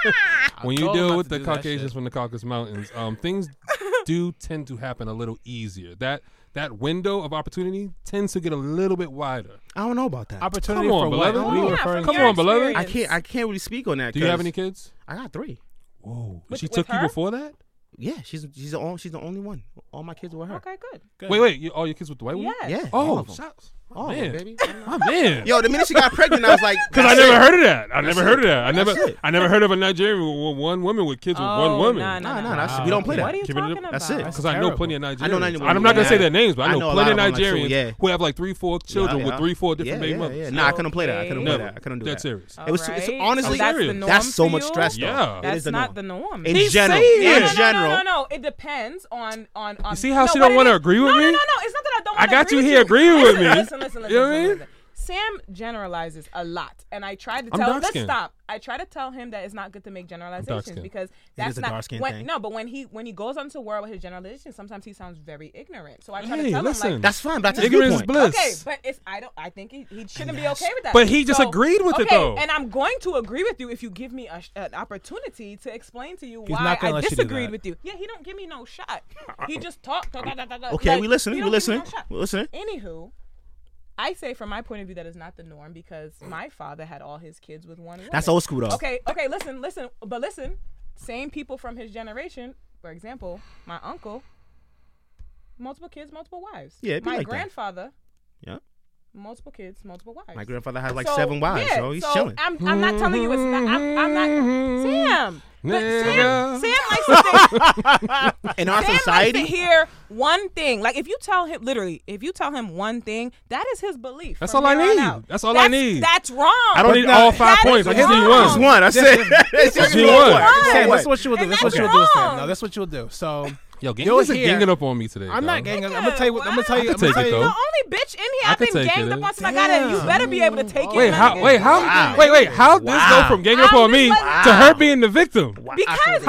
I
when you
told him
deal
not
with
to
the
do that
Caucasians
shit.
from the Caucasus Mountains, um, things do tend to happen a little easier. That that window of opportunity tends to get a little bit wider.
I don't know about that.
opportunity
Come on,
for what?
beloved.
We
Yeah,
were referring
from
to
Come your on, beloved.
I can't I can't really speak on that.
Do you have
'cause
any kids?
I got three.
Whoa!
With-
she
with
took you
her?
before that?
Yeah, she's she's the only, she's the only one. All my kids were her.
Okay, good.
Good.
Wait, wait. You, all your kids with the white woman?
Yes.
Yeah. all
Oh,
of 'em.
shouts.
all of 'em,
man.
baby.
My man.
Yo, the minute she got pregnant, I was like,
Cause I
that's
never
it.
heard of that. I never heard of that. I
That's
never,
it.
I never heard of a Nigerian with one- one woman with kids with one
Oh,
woman.
nah, nah.
Nah, nah,
Wow.
that's, we don't play
What are
that.
you
Keep it
talking
up.
about?
That's it.
Because I know
terrible.
plenty of Nigerians.
I know
I
anyone
am not gonna
who-
say their names, but I
I
know,
know a
plenty of
lot of them, like,
Nigerians
so, yeah.
who have like three, four children
Yeah,
with
yeah.
three, four different
yeah,
baby
yeah,
mothers.
Yeah. Nah, I couldn't play that. I couldn't play
Never.
that. I couldn't do
That's
that.
serious.
It was too- it's
Alright.
honestly-
that's, the
Serious.
norm
That's so
for
much
you?
stress. Though.
Yeah.
It
That's
is the
not
norm.
the norm.
In
He's
general,
saying-
no,
in
no,
general,
no, no, no, It depends on on on.
You see how
no,
she
what
don't
it
wanna
is-
agree with
no, No, no,
me?
no. It's not that I don't.
I
wanna
got you
with
here agreeing with
Listen,
me.
Listen, listen, listen.
You know what I
listen,
mean?
listen. Sam generalizes a lot, and I tried to
I'm
tell. let's
dark-skinned.
stop. I try to tell him that it's not good to make generalizations
dark-skinned.
because that's
a
not
dark-skinned
when,
thing.
no. But when he when he goes onto world with his generalizations, sometimes he sounds very ignorant. So I try
Hey,
to tell him
listen.
like
That's fine. That's his
Ignorance is
viewpoint.
bliss.
Okay, but it's I don't I think he, he shouldn't be okay with that.
But he just agreed with it,
okay,
though.
And I'm going to agree with you if you give me a, sh- an opportunity to explain to you why
not gonna
I
let you do
disagreed
that.
with you. Yeah, he don't give me no shot. He just talked. da- da- da- da- da,
Okay,
like,
we
he
listening. We
don't give me
listening.
no shot.
We listening.
Anywho, I say from my point of view that is not the norm because my father had all his kids with one woman.
That's old school though.
Okay, okay, listen, listen, but listen, same people from his generation, for example, my uncle, multiple kids, multiple wives.
Yeah, it'd be
my
like that.
grandfather,
Yeah.
multiple kids, multiple wives.
My grandfather had like
So,
seven wives,
yeah,
so he's
so
chilling.
I'm, I'm not telling you it's not. I'm, I'm not. Sam. But Sam,
Nigga.
Sam likes to think
In our
Sam likes to
society,
hear one thing. Like if you tell him literally, if you tell him one thing, that is his belief.
That's
from
all I
here on
need.
out.
That's all I need.
That's wrong.
I don't
But
need
now-
all five
That is
points. I just need
wrong.
one.
just one. I said, it's just
Just
one.
one.
Sam,
Why?
this is what you will do.
And
This is what
that's
you will do, Sam.
wrong.
Now, this is what you will do. So,
Yo, gang,
You'll
you
hear-
ganging up on me today.
I'm
yo.
not gang. I'm gonna tell you. I'm gonna tell you. I'm
I
gonna
could take
tell
it,
you.
though.
The only bitch in here
I
I've
could
been
take
ganged
it.
up on since I got it. You better be able to take it.
Wait,
my
how?
nigga.
Wait, how?
Wow.
Wait, wait. How did this go
Wow.
from ganging up
I'm
on me
just letting-
to her being the victim?
Because
That's what they do.
How?
That's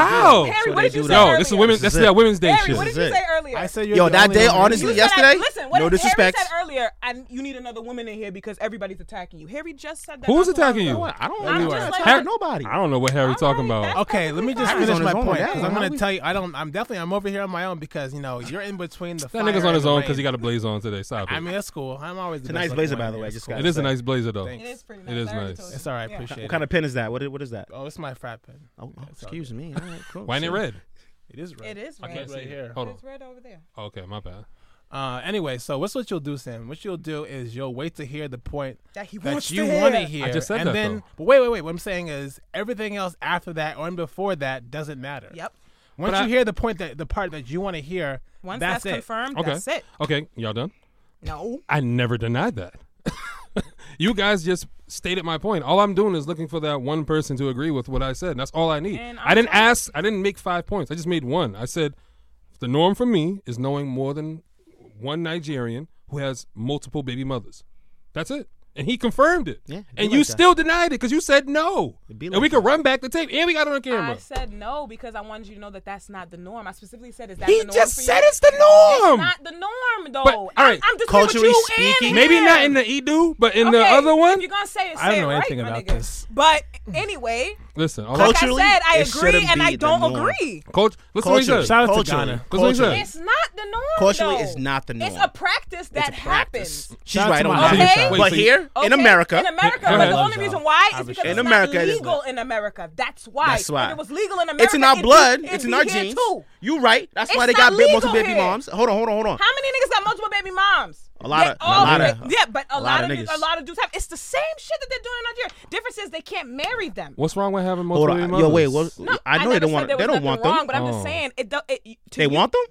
Harry,
what
what
they
did you
do,
say
though.
Yo, this is women. That's
This is
that
it.
Women's Day
Harry,
shit.
what did
This
you
is
say
it.
earlier?
I said you're
Yo,
the
that
only
day,
one.
honestly,
You said I-
yesterday,
listen, what
no
did
disrespect.
Harry said earlier, and you need another woman in here because everybody's attacking you. Harry just said that.
Who's
not too long
attacking
ago.
you?
What? I don't.
I'm
I'm
just
not
like-
talking to nobody.
I don't know what Harry's talking
Alright,
about.
that's
Okay, let me
perfectly
just
fine.
finish
Harry's on
my
his own,
point
yeah.
because I'm
How
gonna
we-
tell you. I don't. I'm definitely. I'm over here on my own because you know you're in between the.
That
fire
nigga's on
and
his
the
own
rain.
because he got a blaze on today. Stop it.
I mean, that's cool. I'm always.
It's a nice blazer, by the way. I just got
it is a nice blazer though.
Thanks.
It is pretty
It
nice.
is
I already
nice.
told you.
It's all right.
Yeah.
Appreciate
What
it.
kind of pen is that? What is, what is that?
Oh, it's my frat pen.
Oh, oh,
It's all
excuse me. All right, cool.
Why ain't it
Shit.
red?
It is red.
It is
I
red.
can't see
right
it.
here.
Hold on.
It's red over there.
Okay, my bad.
Uh, anyway, so what's what you'll do, Sam? What you'll do is you'll wait to hear the point
That he
that
wants
you
to hear.
want to hear,
I just said
and
that,
then
though.
but wait, wait, wait. What I'm saying is everything else after that or before that doesn't matter.
Yep.
Once
But
you
I-
hear the point that the part that you want to hear,
Once
that's,
that's,
it.
confirmed,
Okay.
that's it.
Okay, y'all done?
No.
I never denied that. you guys just stated my point. All I'm doing is looking for that one person to agree with what I said. And that's all I need.
And
I didn't
I'm trying-
ask. I didn't make five points. I just made one. I said the norm for me is knowing more than one Nigerian who has multiple baby mothers. That's it. And he confirmed it.
Yeah, it be
and you
like that.
still denied it because you said no.
be
and
like
we could run back the tape. And we got it on camera.
I said no because I wanted you to know that that's not the norm. I specifically said, is that
He
the norm
just
for you?
said it's the norm.
It's not the norm, though.
But, all right,
I'm, I'm just with
culturally
you
speaking-
and
Maybe
him.
not in the Edu, but in the
Okay,
other
If
one.
you're gonna say it, say
I don't know
it right,
anything
my
about
nigga.
this.
But anyway,
Listen, all
like
right.
Culture- Culturally,
I said, I
it
agree
shouldn't
and
be
I
the
don't
norm.
agree.
Coach, listen to what he
Culture.
said.
Shout out to
Culturally.
Ghana.
That's what he
Culturally.
said.
It's not the norm.
Culturally,
though.
it's not the
It's
norm.
a practice that
It's a practice.
happens.
She's
Shout out
right
to
on
my
that.
Okay. Wait,
But
so
here
Okay?
in America,
in America,
Go
but
ahead.
the only reason why
I
is because
appreciate
it's
it.
In America,
not
it is
legal
not.
in America. That's why.
That's why.
If it was legal in America,
it's in our
it'd be-
blood.
it'd
it's in
be
our
here
genes.
Too.
You right. That's
It's
why they
not
got bit multiple
legal
baby
here.
moms. Hold on, hold on, hold on.
How many niggas got multiple baby moms?
A lot
They
of- a
all-
lot of-
they- yeah, but a, lot, of,
niggas.
a lot of dudes have. It's the same shit that they're doing in Nigeria. Difference is they can't marry them.
What's wrong with having
Hold
multiple
on.
baby
Yo,
mothers?
wait. What?
No,
I know they
never
don't
said
want.
there
They
was
don't
nothing
want
Wrong,
them.
but I'm just
Oh.
saying it. do- it to
They
you-
want them.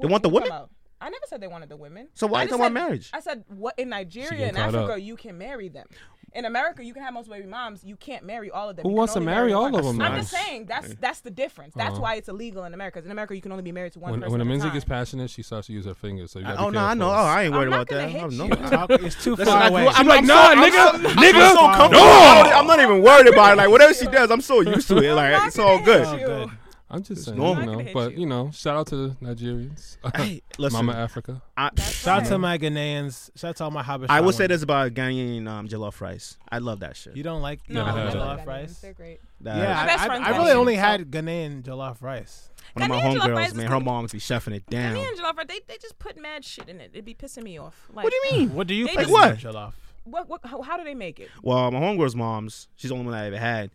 They want the
Who you talking
women.
about? I never said they wanted the women.
So why
I
do they
just
want
said-
marriage?
I said what in Nigeria
getting
and
caught up.
Africa you can marry them. In America you can have multiple baby moms. You can't marry all of them.
Who
You can
wants to
only
marry all
one.
of them,
I'm
though?
just saying that's that's the difference. That's why it's illegal in America. 'cause In America you can only be married to one
When,
person.
when a
at
Menzi
time.
gets passionate, she starts to use her fingers. So you gotta
Oh
be
no, I
careful.
know. Oh, I ain't worried
I'm
about
not
that.
gonna hit
I'm
you.
no.
Talk- it's too
Listen,
far
I
away.
feel- I'm
like,
I'm
nah,
so- I'm
nigga,
so-
nigga,
I'm so comfortable.
no.
with it. I'm not even worried about it. Like whatever she does, I'm so used to it. Like it's all
I'm not
good.
gonna hit you.
I'm just saying,
normal.
you
I'm not
know,
gonna
but
hit you.
you know, shout out to the Nigerians,
Hey, listen.
Mama Africa.
I,
Shout out to my Ghanaians. Shout out to all my Habashas.
I will say this about Ghanaian um, jollof rice. I love that shit.
You don't like
No,
Yeah,
Ghanaian
I
had
love
jollof
Ghanaians.
rice?
They're great.
That-
Yeah,
best
I, I,
friend's
I really
Ghanaian,
only
so-
had Ghanaian jollof rice.
One of my
Ghanaian jollof rice
homegirls,
is
man, her
good.
moms be chefing it
Me
down.
and jollof rice, they they just put mad shit in it. It'd be pissing me off. Like,
What do you mean?
What do you
They
put
just-
in your jollof?
What?
What, what, how, how do they make it?
Well, my homegirl's mom's, she's the only one I ever had.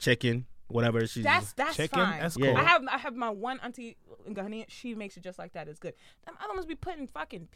Chicken, whatever. She's
That's that's
Chicken?
fine.
That's
Yeah.
cool.
I have I have my one auntie in Ghanaian. She makes it just like that. It's good. Them other ones be putting fucking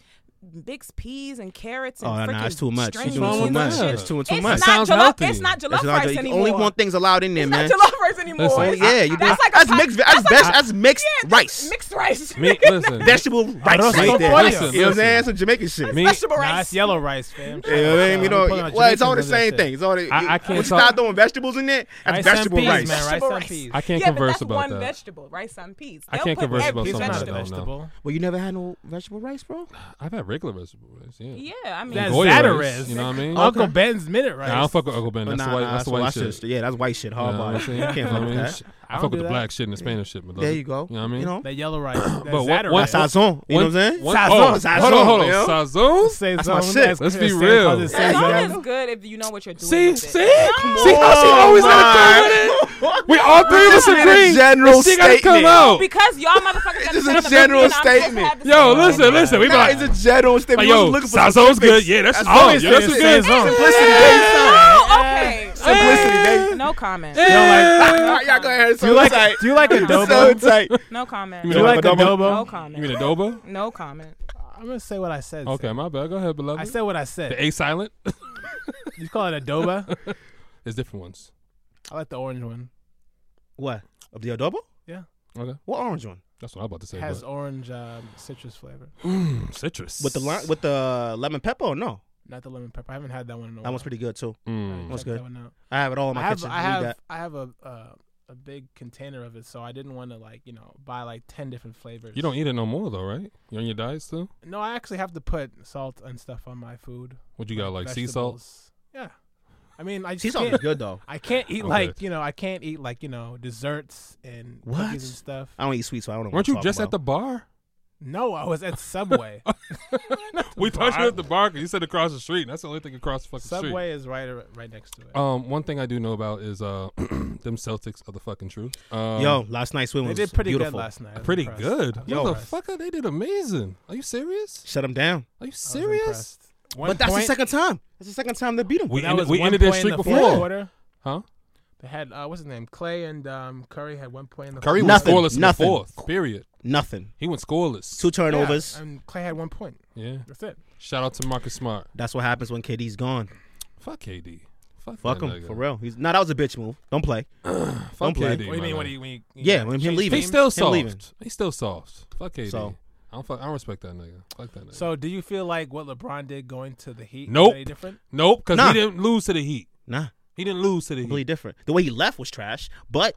mixed peas and carrots and
oh, no,
freaking
nah, it's too much.
string
She's
beans
doing too
and
much.
shit.
It's too, too much.
it's Not
Sounds
jollof,
healthy.
It's not jollof
That's not
rice
the- you
anymore.
only one thing's allowed in there,
It's
man.
not jollof rice anymore.
Listen,
Oh
rice.
yeah, you
that's
do-
like a
that's
pot-
mixed. That's,
that's like
best.
a-
that's mixed
Yeah,
rice.
mixed rice.
Me, listen,
vegetable rice
Arroz
right
con
there.
pollo.
You know what I'm saying?
Listen.
Some Jamaican shit.
me,
vegetable
Nah,
rice.
it's yellow rice, fam.
You know what I mean? You
I'm pulling
know,
out
well, it's all the
Jamaicans over
same
that
thing.
shit.
It's all the,
I- I
you-
can't
When you
talk-
start throwing vegetables in there, that's
Rice and
vegetable
peas,
rice.
man. Rice
Vegetable
and
rice.
peas.
I can't
yeah, but
converse
that's
about
one
that.
vegetable, rice on peas.
I
They'll
can't
put
converse about
every
Peas are
something
not a
that I
vegetable.
don't know.
vegetable.
Well, you never had no vegetable rice, bro.
I've had regular vegetable rice. Yeah,
Yeah, I mean,
That's
Goya
Zata
rice,
rice.
you know what I mean?
Uncle
Okay.
Ben's minute rice.
Nah, I don't fuck with Uncle Ben.
But nah,
That's the white.
nah,
that's the white shit.
Yeah, that's white shit. Hard
You know what I'm
body.
saying?
You can't
You know
fuck
what
with
I mean?
that.
Sh-
I
I
don't
fuck
do
with the
that.
black shit and the Spanish shit, my
There
love.
you go.
You know what I mean?
You know.
That yellow rice. That
But what-
Zata
what-
rice.
what-
Sazon. You know what I'm saying?
One-
Sazon.
oh,
Sazon,
Hold on, hold
yo.
on. Sazon?
Saison,
That's my shit.
that's
Let's be
Saison,
real.
calls it uh,
Saison
Saison.
is good if you know what you're doing.
See,
with it.
see, see how she always gotta come in. it? We all three of us
This is a
agree.
general
but she gotta come
statement.
out.
Because y'all motherfuckers got
This is a
the same
general
opinion, I'm just
statement.
having the
Yo,
same
listen,
man.
listen. We
Nah,
about
it's a general statement.
like
We
yo,
wasn't looking for
Sazon's good.
specifics.
Yeah, that's
That's
oh,
always
yeah, that's
Saison.
good.
Simplicity,
Oh, okay.
Simplicity, baby.
No comment.
All right, y'all go ahead.
Do you like? Do you like
So
adobo?
tight.
No
You
comment.
Do you like
Adobo?
No
adobo?
You mean
comment.
adobo?
No comment.
I'm gonna say what I said. Sam.
Okay, my bad. Go ahead, beloved.
I said what I said.
the A silent.
You call it adoba?
There's different ones.
I like the orange one.
What? Of the adobo?
Okay,
What orange one?
that's what I'm about to say.
It has
but-
orange um, citrus flavor,
Mm, citrus
With the lime, with the lemon pepper? Or no,
not the lemon pepper. I haven't had that one in a while.
that one's pretty good too.
Mm.
That's
Check
good.
that one out.
I have it all in my
I have
kitchen.
I
Need
have
that.
I have a uh, a big container of it, so I didn't want to like you know buy like ten different flavors.
You don't eat it no more though, right? You on your diet still?
No, I actually have to put salt and stuff on my food.
What you got like sea salt?
vegetables. Yeah, I mean I
sea
just
salt
can't,
is good though.
I can't eat
Okay.
like you know I can't eat like you know desserts and cookies
What?
and stuff.
I don't eat sweet, so I don't know.
Weren't you just at the bar?
No, I was at Subway.
We thought you
bar.
were at the bar 'cause you said across the street. and That's the only thing across the fucking street.
Subway is right ar- right next to it.
Um, one thing I do know about is uh, them Celtics are the fucking truth. Um,
Yo, last night's swim
they
was
did pretty
beautiful.
good last night. I was
pretty
impressed.
good.
I was
Yo,
impressed. I was
motherfucker, they did amazing. Are you serious?
Shut them down.
Are you serious?
impressed. One
but that's
point,
the second time. That's the second time they beat them.
We
That
ended,
was
we
one
ended their
point in
streak
the fourth
before,
quarter.
huh?
They had uh, what's his name? Clay and um, Curry had one play in the
Curry
Nothing,
was scoreless
nothing.
in the fourth. Period.
Nothing.
He went scoreless.
Two
Yeah,
turnovers.
and Clay had one point.
Yeah.
That's it.
Shout out to Marcus Smart.
That's what happens when KD's gone.
Fuck KD. Fuck,
Fuck
that
him
nigga.
for real. He's not. Nah, that was a bitch move. Don't play.
Fuck
Don't play.
what
KD.
do you
my
mean? What
guy.
do you mean? you
Yeah,
know,
when him
change
leaving.
They
teams?
still
Him leaving.
soft. They still soft. Fuck KD.
So-
I don't. Fuck, I don't respect that nigga. Fuck that nigga.
So do you feel like what LeBron did going to the Heat? was
Nope.
Any different?
nope, because
Nah.
he didn't lose to the Heat.
Nah,
He didn't lose to the
completely
Heat.
different. The way he left was trash, but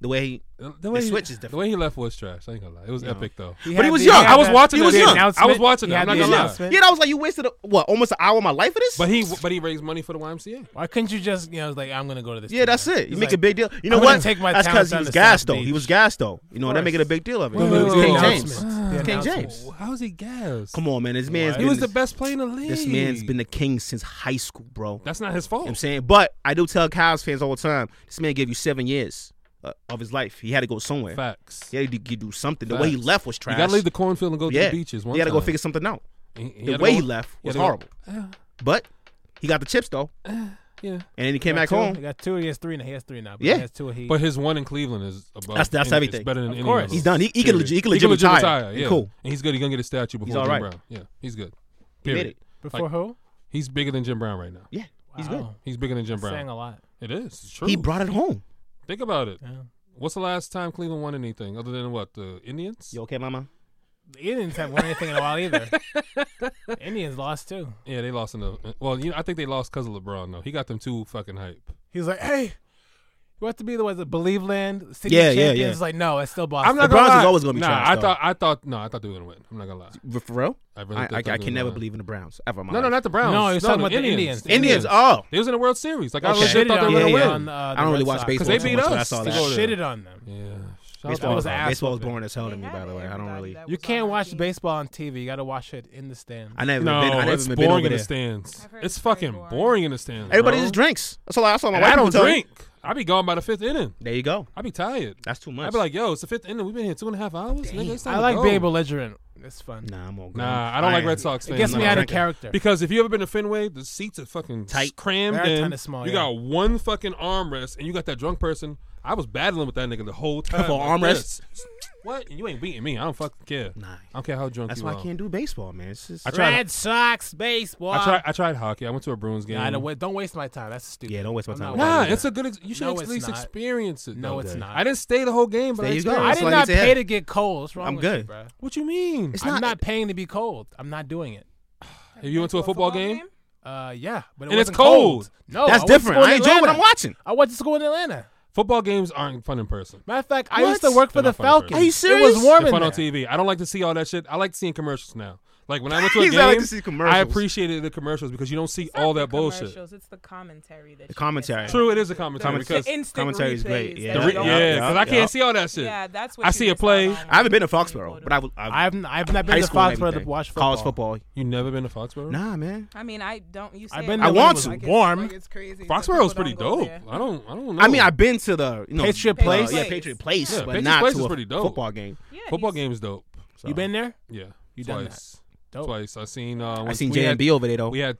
the way he
The, the way
The
he,
switch is different.
The way he left was trash. I ain't gonna lie. It was epic though.
But he
had
was
the-
young.
had
I was
the-
watching
the
it. Yeah,
announcement.
I was watching
He
it.
had
I'm not
the
gonna lie.
announcement.
yeah, that was like you wasted a, what almost an hour of my life for this.
But he but he raised money for the YMCA.
Why couldn't you just you know like I'm gonna go to this?
yeah,
team
that's
now?
it. You
He's
make a
like,
big deal. You know
I'm
what?
gonna take my
that's
talents
he
down
was
to
gassed
South
though. He
Beach.
was gassed though. You know
Of
that make it a
course.
big deal of it.
Wait, wait,
it was
wait,
King
wait.
James.
Announcement. The
King
announcement.
James.
How is he gas?
Come on, man. This man's
He
He
been
was the
this,
best player in the league.
this man's been the king since high school, bro.
That's not his
You know what I'm
fault.
saying, but I do tell Cavs fans all the time, this man gave you seven years uh, of his life. He had to go somewhere.
Facts.
He had to do- do something. The way he
Facts.
left was trash.
You gotta leave the cornfield and go
yeah.
to the beaches. One
he had to go
time.
figure something out.
He- he
The
had to
way
go-
he left
he
was
had to go-
horrible.
Yeah,
But he got the chips though,
yeah.
and then he
He
came
got
back
two.
home.
He got two. He has three now. He has three now. But
Yeah.
he has two. He
But his one in Cleveland is above.
That's- that's
any- it's
everything.
better than
Of
any
course.
Mm. of
He's
those.
done. He, he could legit, he could
He
legit
can
retire. He
Yeah.
cool.
And he's good. He's gonna get a statue before
all
Jim
right.
Brown. Yeah, he's good.
He
Period.
made it.
before who?
He's bigger than Jim Brown right now.
Yeah, he's good.
Wow.
He's bigger than Jim
Saying
Brown.
a lot.
It is. It's true.
He brought it home.
Think about it.
Yeah.
What's the last time Cleveland won anything other than what the Indians?
You okay, Mama?
The Indians haven't won anything in a while either. The Indians lost too.
Yeah, they lost in the. Well, you know, I think they lost because of LeBron though. He got them too fucking hype.
Uh,
He was like, "Hey, you have to be the was it Believe Land City
Yeah, yeah,
of Champions."
yeah.
It's like, no, it's still Boston.
I'm not.
LeBron's
gonna
is
lie.
always gonna be
nah,
trash,
I
though.
thought. I thought. No, I thought they were gonna win. I'm not gonna lie.
For for real?
I really.
I, I,
did think they
I
were
can
gonna
never
win.
believe in the Browns ever. in my
No, no,
life.
not the Browns.
No, he was talking about the Indians. The
Indians. Oh,
They was in the World Series. Like I
Okay.
legit
shitted
thought they
on
were
Yeah,
gonna
yeah.
win.
on, uh, the
I don't really
Red
watch
Sox.
baseball
'Cause they
too
beat
much, but I
us
saw
to
They
go
that.
to-
shitted on them.
Yeah. Shout out to
Baseball
was
was,
ass
baseball was
whooping.
boring as hell to
They
me, by
had
the
it.
way. I don't
Everybody
really.
that
You
was
can't
on that
watch
team.
baseball on TV. You got to watch it in the stand.
I never
No,
been. I never
it's
been
boring
over
in the
there.
stands.
heard
It's
it's very
fucking boring.
boring.
in the stands.
Everybody
bro.
just drinks. That's all I, that's all my
And
wife
I don't
people tell me.
drink. I be gone by the fifth inning.
There you go.
I be tired.
That's too much.
I be like, yo, it's the fifth inning. We've been here two and a half hours. Nigga, it's time
I
to
like
go.
being belligerent. It's fun.
nah, I'm all good.
Nah, I don't like
ain't-
Red Sox
It
fans.
gets
I'm
me
not
out of
drinking.
character.
Because if you ever been to Fenway, the seats are fucking
Tight.
crammed
They're
in.
kinda small,
you
yeah.
got one fucking armrest, and you got that drunk person. I was battling with that nigga the whole time.
For
like
armrest?
this. What? And you ain't beating me. I don't fucking care.
Nah.
I don't care how drunk
That's
you
why
are.
I can't do baseball, man. It's just,
I try-
Red Sox baseball.
I tried. I tried hockey. I went to a Bruins game.
Nah, I don't, wa- don't waste my time. That's stupid.
Yeah, don't waste my
I'm not
time.
Nah,
watching
it's a good. Ex- you should
No,
at
it's
least
not.
experience it.
No,
though.
it's
Okay.
not.
I didn't stay the whole game, but
There
I
you go.
experienced
I
That's
it.
did
why he
not
said-
pay to get cold. What's wrong
I'm
with you,
good.
bruh?
What you mean?
It's
I-
not-
I'm not paying to be cold. I'm not doing it.
Have you went to a football, game?
Uh, yeah, but it
And it's
wasn't
cold.
No,
That's
Oh, I went to
different.
school in
I enjoy what I'm
Atlanta.
watching.
I went to school in Atlanta.
Football games aren't fun in person.
Matter of fact, I
What?
used to work for
They're
the
not fun in person.
Falcons.
Are
you
It
serious?
was
They're
warm in
fun
there.
on TV. I don't like to see all that shit. I like seeing commercials now. Like when I went to a
He
game,
said, "I like to see commercials."
I appreciated the commercials because you don't see all that bullshit.
It's the commentary. That
The commentary.
True, it is a commentary
Commentary.
because
The instant
Commentary is great.
replays
Yeah,
that
the
you
re-
Yeah,
yeah,
don't-
because
yeah,
I
yeah.
can't see all that shit.
Yeah, that's what
I
you
see a
just
play.
Oh.
saw.
I haven't been to
When you
Foxborough,
go
but
to-
I would. I,
I've n- I've not been
high
to
school,
Foxborough to
everything.
watch football.
college football.
You never been to Foxborough?
Nah, man.
I mean, I don't. You say
I've been
I
there when it
want
was
to.
like-
it's-
warm.
like, it's crazy. so
Foxborough was
people
pretty
don't go
dope.
there.
I don't. I don't know.
I mean, I've been to the you know
Patriot
uh,
Place?
yeah, Patriot Place,
Yeah,
but
Patriot
not
Place
to
is
a
pretty dope.
football game.
Yeah,
Football
he's-
game's dope.
So.
You been there?
Yeah,
You done
twice.
that. Dope.
Twice. I seen. Uh,
I
once
seen
we had-
JMB over there though.
We had.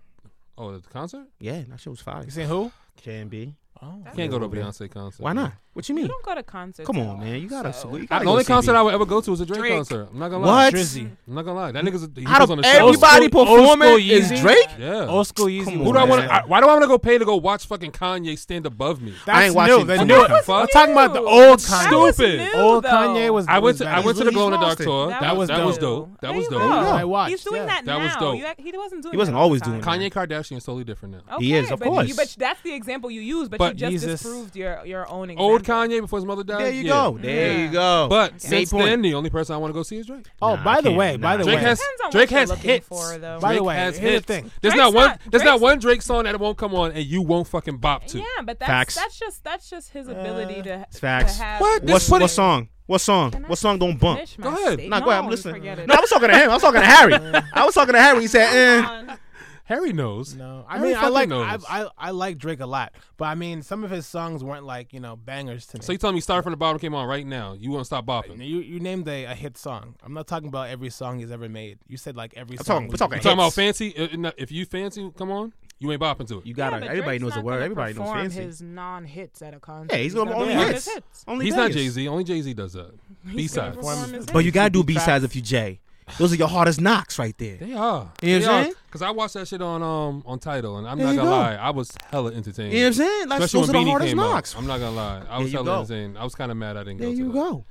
Oh, the concert.
Yeah, that shit was fire.
You seen who?
JMB.
Oh,
That's-
Can't go to a
Yeah.
Beyonce concert.
Why not? What you
You
mean?
don't go to concerts.
Come
at
on,
all.
man. You gotta. salute- you gotta
I, the only
go see
concert
B.
I would ever go to is a Drake,
Drake.
concert. I'm not gonna lie.
What?
Drizzy.
I'm not gonna lie. That nigga's a, he
Out
puts
of
on a show.
everybody Oh,
Old school- old
performing
school
is
Yeezy.
Drake.
Yeah.
Old school Yeezy.
Come
was
on,
Who do I
nice.
want?
man.
to? Why do I want to go pay to go watch fucking Kanye stand above me?
That's
I ain't watching
new. The
fucking
new.
Kanye.
We're talking about the
That
old
was
Kanye.
Stupid.
new,
Old
though.
Kanye was.
I went
was
to
back.
I went to the
He's
Glow in the
really
Dark
lost it.
tour.
That
was
That was that was
dope.
dope. That was
There
dope.
you go.
I watched.
He's doing
yeah.
that now.
That was dope.
You act- he wasn't doing.
He wasn't
that at
always
the
doing
time.
Kanye Kardashian is totally different now.
Okay,
He is, of
but you-
course.
but that's the example you use, but,
But
you just
Jesus.
disproved your your own example.
Old Kanye before his mother died.
There you
Uh, yeah.
go. There you
Yeah.
go.
But
Great
since
point.
then, the only person I want to go see is Drake.
Oh,
Nah, I
by the
can't.
way, by
Nah.
the
Drake
way,
has
Depends on what
Drake
you're
has
looking
hits.
for, though.
By the
Drake
way,
has
here's the
hits.
thing.
There's
Drake's
not one.
not-
there's not
Drake's-
one Drake song that won't come on and you won't fucking bop to.
Yeah, but that's
Facts.
that's just that's just his ability to,
It's facts.
to have.
What? This
What's,
put
what
it-
song? What song? What song don't bump?
Finish my
Go ahead.
state-
Nah, go ahead. I'm
No,
listening.
forget it.
No, I was talking to him. I was talking to Harry. I was talking to Harry. He said, eh.
Come on.
Harry knows.
No, I
Harry
mean I
fucking
like I,
knows.
I I like Drake a lot, but I mean some of his songs weren't like you know bangers to me.
So you telling me start from the bottom came on right now? You won't stop bopping?
you you named a, a hit song. I'm not talking about every song he's ever made. You said like every
I'm
song.
talking- we're
was
talking
like-
Talking about
Hits.
fancy? uh, uh, If you fancy, come on. You ain't bopping to it.
You gotta. everybody knows the word. Everybody knows fancy.
his non-hits at a concert.
yeah, he's gonna
not
only
perform
hits.
his hits.
Only
He's not
bangers.
Jay Z. Only Jay Z does that. B sides.
perform-
Perform his
But
But you
hits.
gotta do B
B-tracks.
sides if you Jay. Those are your hardest knocks right there.
They are.
You know what I'm saying?
Because I watched that shit on um on title, and I'm
There
not
you
gonna
go.
lie, I was hella entertained.
You know what I'm saying? Like
Especially
those are the
when Beanie
hardest
came
knocks.
out. I'm not gonna lie,
There
I was
you
hella
go.
entertained. I was kind of mad I didn't
There
go. to
you
that.
go.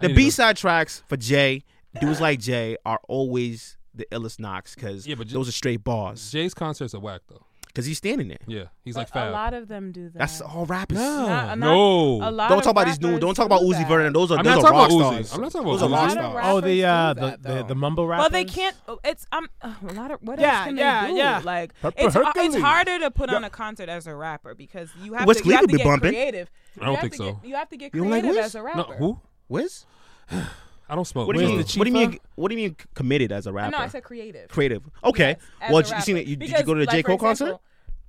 I
The
need to
B side tracks for Jay, dudes like Jay, are always the illest knocks because
Yeah, but J-
those are straight bars.
Jay's concerts are whack though.
Because he's standing there.
Yeah, he's like
A
fab.
lot of them do that.
That's all rappers.
Not- not-
no.
a lot
Don't
of
talk about these new.
rappers
Don't talk
do
about Uzi
that.
Vern. Those are
I'm
those
not
are
talking
rock
about Uzi.
stars.
I'm not talking
Those
about
are
A lot
rock
of
stars.
rappers
Oh, the
do
uh, the,
that,
the
though.
the mumble rappers.
Well, they can't. oh, It's um uh, a lot of what
Yeah,
else can
yeah,
they do?
yeah.
Like
Pepper
it's, uh, it's
Hercules.
harder to put on a concert as a rapper because you have
Wiz
to, you have
Khalifa
to
be
get
bumping.
creative.
I
You
don't
have
think
to
so.
Get, you have to get
You don't like
creative
Wiz?
as a
No,
rapper.
who?
Wiz?
I don't smoke.
What do you
so-
mean?
Wiz the
What do you mean?
Chifa?
What do you mean committed as a rapper?
No, I said creative.
creative. Okay.
Yes, as
well,
a
j- you seen
rapper.
it? You, did you
Because,
go to the J
like, for
Cole concert?
example-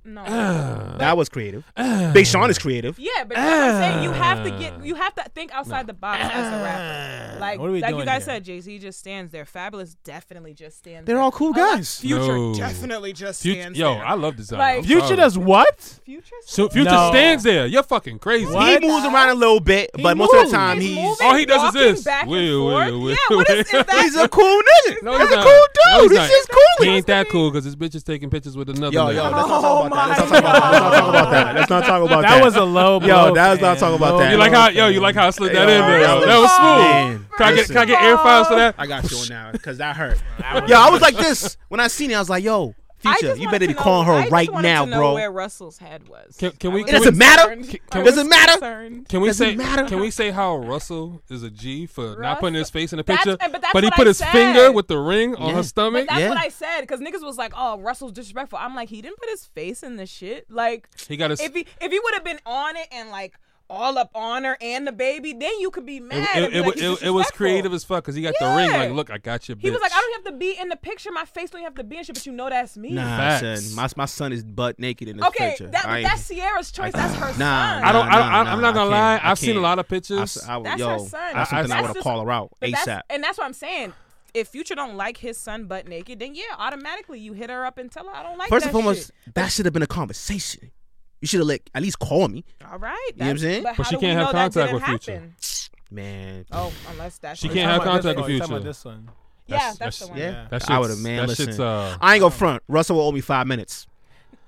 No.
that was creative.
Uh.
Big Sean is creative.
Yeah, but that's what I'm saying. You have to get, you have to think outside the box as a rapper. Like,
What are we
like you
doing
guys
here?
said, Jay Z just stands there. Fabulous definitely just stands.
They're
there.
all cool
I like
guys.
Future
No.
definitely just
Fut-
stands
yo,
there.
I love this.
Like-
Like,
Future does what?
Future.
So Future
No.
stands there. You're fucking crazy.
What?
He moves around a little bit, but most of
moves.
the time
He's
he's
moving,
All he does is
walking
this.
Back and
Wait, wait,
forth.
wait,
yeah, what is, is
wait.
that?
he's a cool nigga.
No, he's
That's a
not.
cool
No,
dude.
he's
This
not.
shit's cool.
He ain't that cool because his bitch is taking pictures with another.
Yo,
nigga.
yo, let's not
Oh
talk about that. Let's
my
not talk about that. Let's not talk about that. Let's not talk about that.
That was a low blow.
Yo, that was not
fam.
talking about
Low
that.
You
blow,
like how yo? You
fam.
like how I slid
Yo,
that in there?
first
Yo,
of
That was
all-
smooth.
Man,
Can I get
listen.
can I get air files
Oh,
for that?
I got you now because that hurt. yo, I was like this when I seen it. I was like, yo,
I
Future,
just
you
wanted
better
to
be
know-
calling
I
her
just
right
wanted
now,
to know
bro.
Where Russell's head was.
Can- can
I
we-
was
It doesn't
matter.
concerned. I
Doesn't
was
matter.
concerned.
Can we
Doesn't
say
matter.
can we say how Russell is a G for not putting his face in the
That's- eh,
picture,
but that's
he
what
put
I
his
said.
finger with the ring on
Yeah.
her
But
stomach?
But that's
Yeah.
what I said because niggas was like, "Oh, Russell's disrespectful." I'm like, he didn't put his face in the shit. Like,
He got his.
if he if he would have been on it and like all up on her and the baby, then you could be mad.
it,
and
it,
be
it,
like,
it-
"He's
it was
disrespectful."
creative as fuck because he got the ring.
Yeah.
Like, look, I got your bitch.
He was like, "I don't have to be in the picture. My face don't have to be in shit, but you know that's me."
Nah,
Facts.
son. My, my son is butt naked in this
Okay,
picture.
that,
I ain't-
that's Sierra's choice. that's her
Nah,
son.
I don't. I
Nah,
don't I-
nah,
I'm
nah,
not gonna
I
lie.
can't. I
I've seen a
can't.
lot of
I,
pictures.
s- I would-
That's
Oh, yo,
her son.
That's something I,
That's
would have
just-
called her out
But
ASAP.
That's, and that's what I'm saying. If Future don't like his son butt naked, then yeah, automatically you hit her up and tell her I don't like
First
that
and foremost,
shit."
that should have been a conversation. You should have like at least call me,
All right,
know what I'm
that's-
saying?
But,
But
how
she
do we
can't have
know that
contact
didn't
with Future.
happen?
man.
Oh, unless that's
She
her
We
can't
son.
have
talking about this
contact
one,
with
we talking
Future.
about this one.
Yeah, that's, the one.
yeah,
That
I
shit's-
would have man.
that
listen,
shit's, uh,
I ain't gonna front. Russell will owe me five minutes.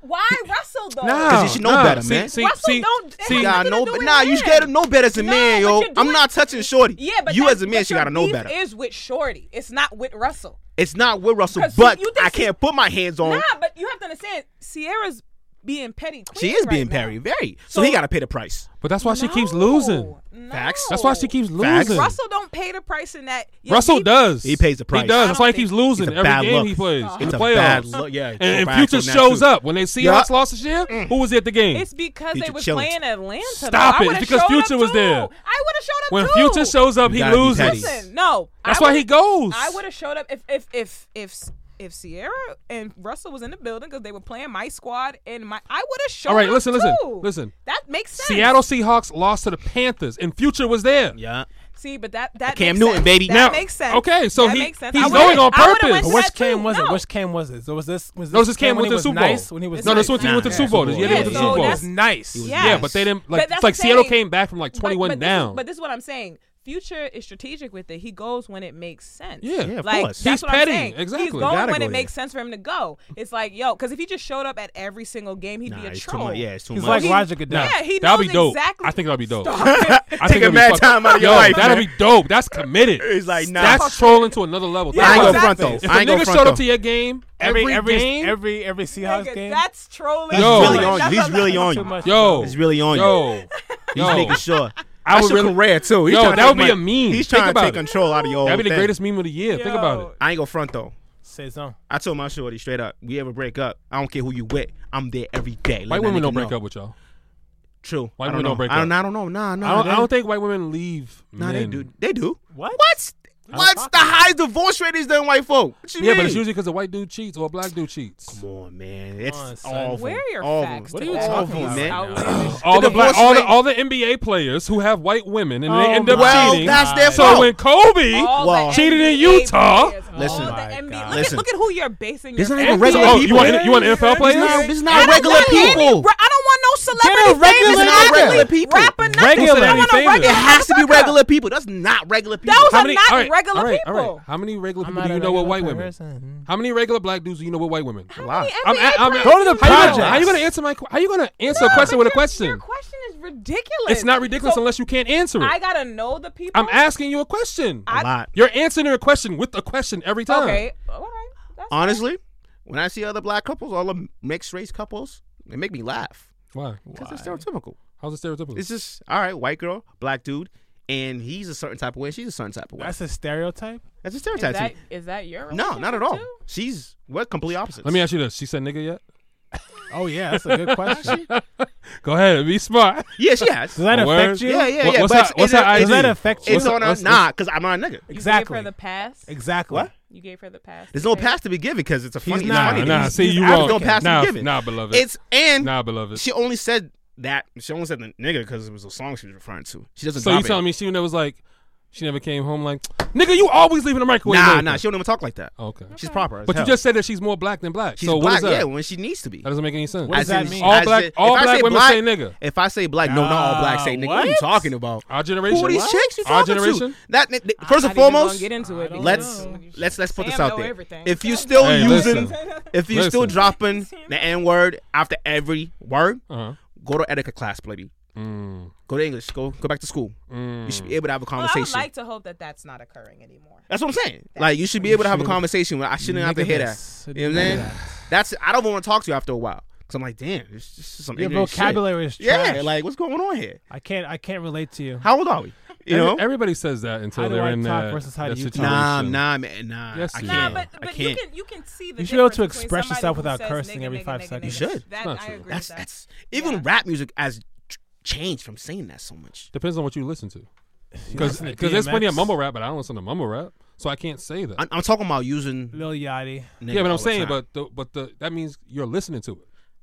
Why Russell though?
Nah. 'Cause he should know better,
see,
man.
See,
Russell
see,
don't-
see,
Nah,
gotta
nothing to
know,
do
but
with
nah, you
him.
gotta know better as a
No,
man,
but
yo.
you're
I'm
doing-
not touching Shorty.
Yeah, but
you
that-
as a man,
but
she
your
gotta know
beef
better.
Is with Shorty. It's not with Russell.
it's not with Russell,
'Cause
but
you- you think
I
she-
can't put my hands on.
Nah, but you have to understand, Sierra's being petty. Queen
she is
right
being
now.
Perry, very. So, he gotta pay the price.
but that's why she keeps
No,
losing.
no.
Facts.
That's why she keeps
Facts.
losing.
Russell don't pay the price in that. Your
Russell
beef-
does.
He pays the price.
He does.
I
That's why he
don't
keeps losing
It's a
every
bad
game
look.
he plays.
It's
in
It's
the
a
playoffs.
bad look. Yeah,
And,
Joe
and Future
Biden on that
shows
too.
up when they see
Yeah.
Hawks lost this year. Who was at the game?
It's because
Future
they was
chilling.
playing Atlanta. though.
Stop
I
it.
would've
It's because
showed up
Future was
too.
there.
I would have showed up
when
too.
Future shows up,
You
he
gotta be petty.
loses.
Listen, no.
That's
I
why he
would've-
goes.
I would have showed up if if if if if Sierra and Russell was in the building because they were playing my squad and my. I would have showed.
All right,
up
listen, listen,
too.
listen.
That makes sense.
Seattle Seahawks lost to the Panthers, and Future was there.
Yeah.
See, but that that
Cam
makes
Newton,
sense.
baby.
That
Now-
makes sense.
okay, so
that
he-
makes sense.
he's
I would've-
going on
I would've
purpose.
went to
But
But which
that too.
cam was it?
No.
Which cam was it? So was this was this
No, this cam went
when
to
he
the
was
Super Bowl.
nice when he was
No, this
nice?
was when he went to the
Nah.
Super Bowl. Yeah,
Yeah,
he went to the
so
Super Bowl.
that's-
He was nice.
Yeah.
Yeah, but they didn't. Like,
that's
it's like
the thing.
Seattle came back from like
But-
twenty-one
but this is-
down.
but this is what I'm saying. Future is strategic with it. He goes when it makes sense.
Yeah. Yeah,
of
like,
course.
That's
He's
what
petty.
I'm saying.
Exactly.
He's going
Gotta
when
go
it
there.
makes sense for him to go. It's like, yo, because if he just showed up at every single game, he'd
Nah,
be a
it's too
troll.
much. Yeah, it's too
He's
much.
like Roger Goodell.
Nah,
Yeah, he
that'll
knows
be dope.
exactly-
I think that'll be dope.
Stop it.
I think
Take a
it'll be
mad
fuck-
time out of your
Yo,
life,
That'll
man.
be dope. That's committed.
He's like, nah.
That's trolling to another level.
I
Yeah,
ain't
That's
gonna
what-
front
exactly.
though.
If a
I ain't gonna
nigga showed
front though.
up to your game every,
every every
game,
every every Seahawks
Nigga,
game.
That's trolling.
He's
Yo.
really
Yo.
on you. He's really on
too
you.
much.
yo,
He's really on you.
yo,
He's
yo.
making sure.
I
That's
would
your
really.
career too. He's
Yo,
trying to
that
take
would be
my-
a meme.
He's
Think
trying to
about
take
it.
control out of your.
That'd be
whole
the
thing.
greatest meme of the year. Think about it.
Yo.
I ain't gonna front though.
Saison.
I told my shorty straight up, we ever break up, I don't care who you with, I'm there every day. Let that
White women
nigga
don't break
know.
up with y'all.
True.
White
I don't
women
know.
don't break
I don't,
up.
I don't know. Nah, nah.
I don't, I
they-
don't think white women leave.
Nah, they
men.
do. They do.
What?
What? What's the highest divorce rate is than white folk? What you
Yeah, but
mean?
it's usually because a white dude cheats or a black dude cheats.
Come on, man. It's
on, son.
awful.
Where are your
awful.
facts
What are you
Awful,
talking about?
man.
Outlandish.
All the,
The
black,
divorce
all, the,
rate-
all the NBA players who have white women and they
Oh
end up
my
Well,
cheating.
that's their
So
fault.
so when Kobe,
All
Wow.
the
Cheated in
NBA
Utah?
players, all
Listen.
the
My
NBA
God.
Look,
Listen.
At, look at who you're basing
This
your
not even
NBA
regular
oh,
people.
you want you want NFL
It's not,
players?
it's not
I
regular
don't want
people.
Any, I don't want no
Get a
celebrity
regular
famous
nigga.
athlete,
Regular people.
rapper, nothing.
Regular
I want a
famous.
regular
It has to be
motherfucker.
regular people. That's not regular people.
Those
How
are
many?
not
all right,
regular
all right,
people.
All right. How many regular
I'm
people
not
do
a
you know with white
regular
women?
person.
How many regular black dudes do you know with white women?
How
Wow.
many
I'm,
NBA
a- I'm, a-
players
Go to the
do you
how you
know?
gonna- How you gonna answer my? que- How you gonna answer a
No, but
question with a
your-
question?
Your question is ridiculous.
It's not ridiculous
So
unless you can't answer it.
I gotta know the people.
I'm asking you a question.
I-
A lot.
You're answering a question with a question every time.
Okay, all right. That's
Honestly, when I see other black couples, all the mixed race couples, they make me laugh
Why?
because it's stereotypical.
How's it stereotypical?
It's just all right, white girl, black dude, and he's a certain type of way, and she's a certain type of way. That's,
That's a stereotype.
a
Is
stereotype. to
that,
me.
is that your?
No, not at
relationship
all.
too?
She's we're complete opposites.
Let me ask you this. She said nigga yet?
Oh yeah, that's a good question. Does
Go ahead. Be smart.
Yeah, she has.
that
A word?
affect you?
Yeah, yeah,
What-
yeah.
what's
but
that-
it's- it's-
what's that
Does
ID?
that affect you?
It's
What's
on
that-
her.
what's-
Nah, because I'm not a nigga.
You
exactly.
Gave her the pass.
exactly.
What?
You gave her the pass.
There's no
Say-
pass to be given because it's a funny.
He's
it's
not.
funny.
Nah, nah,
He's-
see
he's
you
African.
wrong.
There's no pass to
nah,
be given.
nah, beloved.
It's and
nah, beloved.
she only said that. She only said the nigga because it was a song she was referring to. She doesn't.
so
drop
you
it.
telling me she never was like, she never came home like, nigga, you always leaving the microwave.
Nah,
open."
nah. She don't even talk like that.
Oh, okay.
She's proper. as
But
hell.
you just said that she's more black than black.
she's
so what
black.
is that?
Yeah, when she needs to be.
that doesn't make any sense.
What does
As
that
in-
mean?
All
as
black-
in-
all
if I
black
say
women say nigga.
If I say black, no, not all black say nigga. What, are you
what?
talking about?
Our generation.
Who are these chicks you
Our
talking
generation?
to? That, that-
I'm
first and
not even gonna
foremost,
get into it.
let's
because-
let's let's put this
Oh, Sam
out
know
there.
everything.
If you still
Hey,
using,
listen.
if you still
Listen.
dropping the N word after every word,
Uh-huh.
go to etiquette class, baby.
Mm,
Go to English. Go go back to school. You should be able to have a
Well, Oh, I
conversation.
would like to hope that that's not occurring anymore.
That's what I'm saying. Like you should be able to have a conversation. Where I shouldn't have to hear
Nigga-ness.
that. You know what I'm saying? That's I don't want to talk to you after a while because I'm like, damn, this this is some
Your
ignorant shit.
vocabulary is trash.
Yeah, like what's going on here?
I can't. I can't relate to you.
How old are we? You
Every-
know?
everybody says that until
How do
they're
I
in
talk
that,
versus how
that
do you talk?
situation.
nah, nah, man, nah.
Yes,
I
you
can't.
Yeah.
Nah, but,
I
but you
can't.
can you can see the
You should be able to
difference between
express
somebody
yourself
who
without
says
cursing
nigga,
every
nigga,
five
nigga,
seconds.
You
nigga.
should.
That,
That's
I
true.
agree
That's
with that.
that's even
Yeah.
rap music has ch- changed from saying that so much.
Depends on what you listen to.
You
Because
listen to
there's plenty of
DMX,
mumble rap, but I don't listen to mumble rap, so I can't say that.
I'm, I'm talking about using.
Lil Yachty.
nigga
yeah, but
all
I'm
the
saying,
time.
but the, but the that means you're listening to it.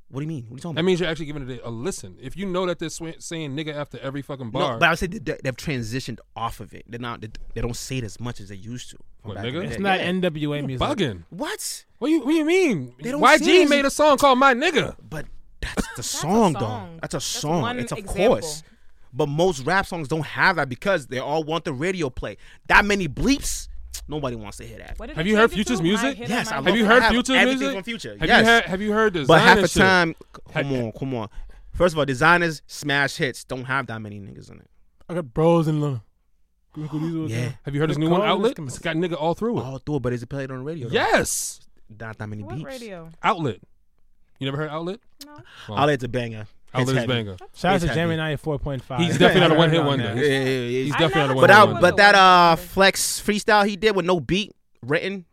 what do you mean? What are you talking
That
about?
means you're actually giving it a, a listen. If you know that they're sw- saying nigga after every fucking bar,
no, but I would say that they- they've transitioned off of it. They're not. They, they don't say it as much as they used to. from
What,
back in
nigga?
the
It's
It's
day.
not
Yeah.
NWA music.
bugging.
What?
What you what you mean?
They don't see it
YG
as-
made a song called My Nigga.
But that's the song,
song.
though. That's a
That's
song.
one
it's a
example.
chorus. But most rap songs don't have that because they all want the radio play. That many bleeps, nobody wants to hear that.
What did
Have
they
you
change
heard
it to?
Future's
I
music?
hit
Yes,
on
I
my
Have you
it.
heard
have
Future
everything
music?
from Future,
Have
yes.
you heard Have you heard designer
But half the
shit?
time, c-
Had-
come on, come on. First of all, designers smash hits don't have that many niggas in it.
I got bros in love.
Yeah.
Have you heard his
The
new one
call is
Outlet?
coming.
It's got nigga all through it.
All through, it, but is it played on the radio? though?
Yes,
Not that many
What
beats.
radio?
Outlet. You never heard Outlet?
No.
I'll let the banger. It's
Outlet is
heavy.
Oh. banger.
Shout out
It's
to
heavy.
Jamie 94.5.
He's definitely not a one-hit
Right on
wonder.
there.
Yeah, yeah, yeah, yeah.
He's
I
definitely
never
not a
But
thought
one.
that,
it was
but
a
that
one-hit
uh
wonder.
flex freestyle he did with no beat written,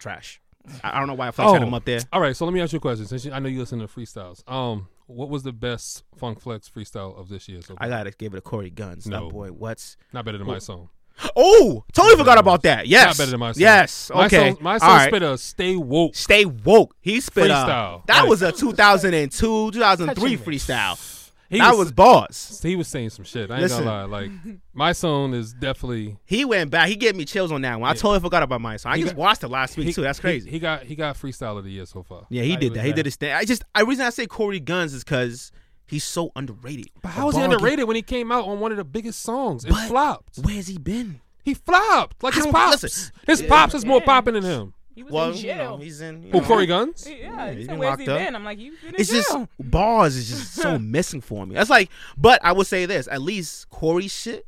trash. I, I don't know why flex had him up there.
Oh. All right, so let me ask you a question. Since you, I know you listen to freestyles, um, what was the best Funk Flex freestyle of this year? So
I gotta give it to Corey Guns.
No.
That boy, what's?
not better than my song.
Oh, totally forgot about that. Yes,
Not better than my song.
Yes,
My
okay.
song, my
All
song
right.
spit a stay woke.
Stay woke. He spit uh,
Freestyle.
That
Right.
was a 2002, 2003 freestyle.
He
that was bars.
he was saying some shit. I ain't
Listen.
gonna lie. Like my song is definitely
He went back. He gave me chills on that one. I totally forgot about my song. I just watched it last week
he-
too. That's
he-
crazy.
He, got he got freestyle of the year so far.
yeah, he
Thought he
did
was
that. He
better.
did his thing. I just I reason I say Corey Guns is because he's so underrated.
But how was he underrated when he came out on one of the biggest songs? It
But-
flopped.
Where's he been?
He flopped. Like
I
his
don't-
pops.
listen.
His
Yeah.
pops is more popping than him.
He was
Well,
in
you know,
jail.
he's in. You
Who
know.
Corey Guns?
yeah,
he's
he
been
said, where's he
locked up.
been? I'm like, you've been in
It's just
jail.
bars is just so missing for me. That's like, but I will say this: at least Corey shit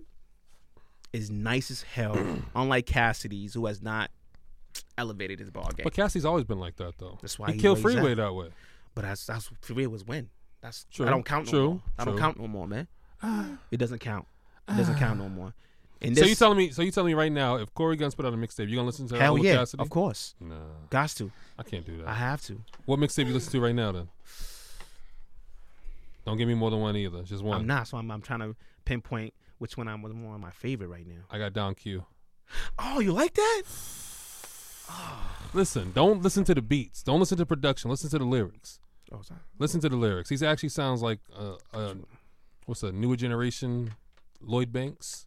is nice as hell. unlike Cassidy's, who has not elevated his ball game.
But Cassie's always been like that though.
That's why
he,
he
killed
where he's
Freeway
at.
that way.
But that's that's what Fury was win. That's
True,
I don't count no
true,
more. I don't
true. Ah.
count no more, man. It doesn't count. It doesn't count no more. And this,
so you telling me? So you telling me right now? If Corey Guns put out a mixtape, you gonna listen to that
hell
with
yeah,
Cassidy?
of course,
Nah,
got to.
I can't do that.
I have to.
What mixtape you listen to right now then? Don't give me more than one either. Just one.
I'm not. So I'm, I'm trying to pinpoint which one I'm more my favorite right now.
I got Don Q.
Oh, you like that?
Listen, don't listen to the beats. Don't listen to production. Listen to the lyrics.
Oh, sorry.
Listen to the lyrics. He actually sounds like a, a what's a newer generation Lloyd Banks,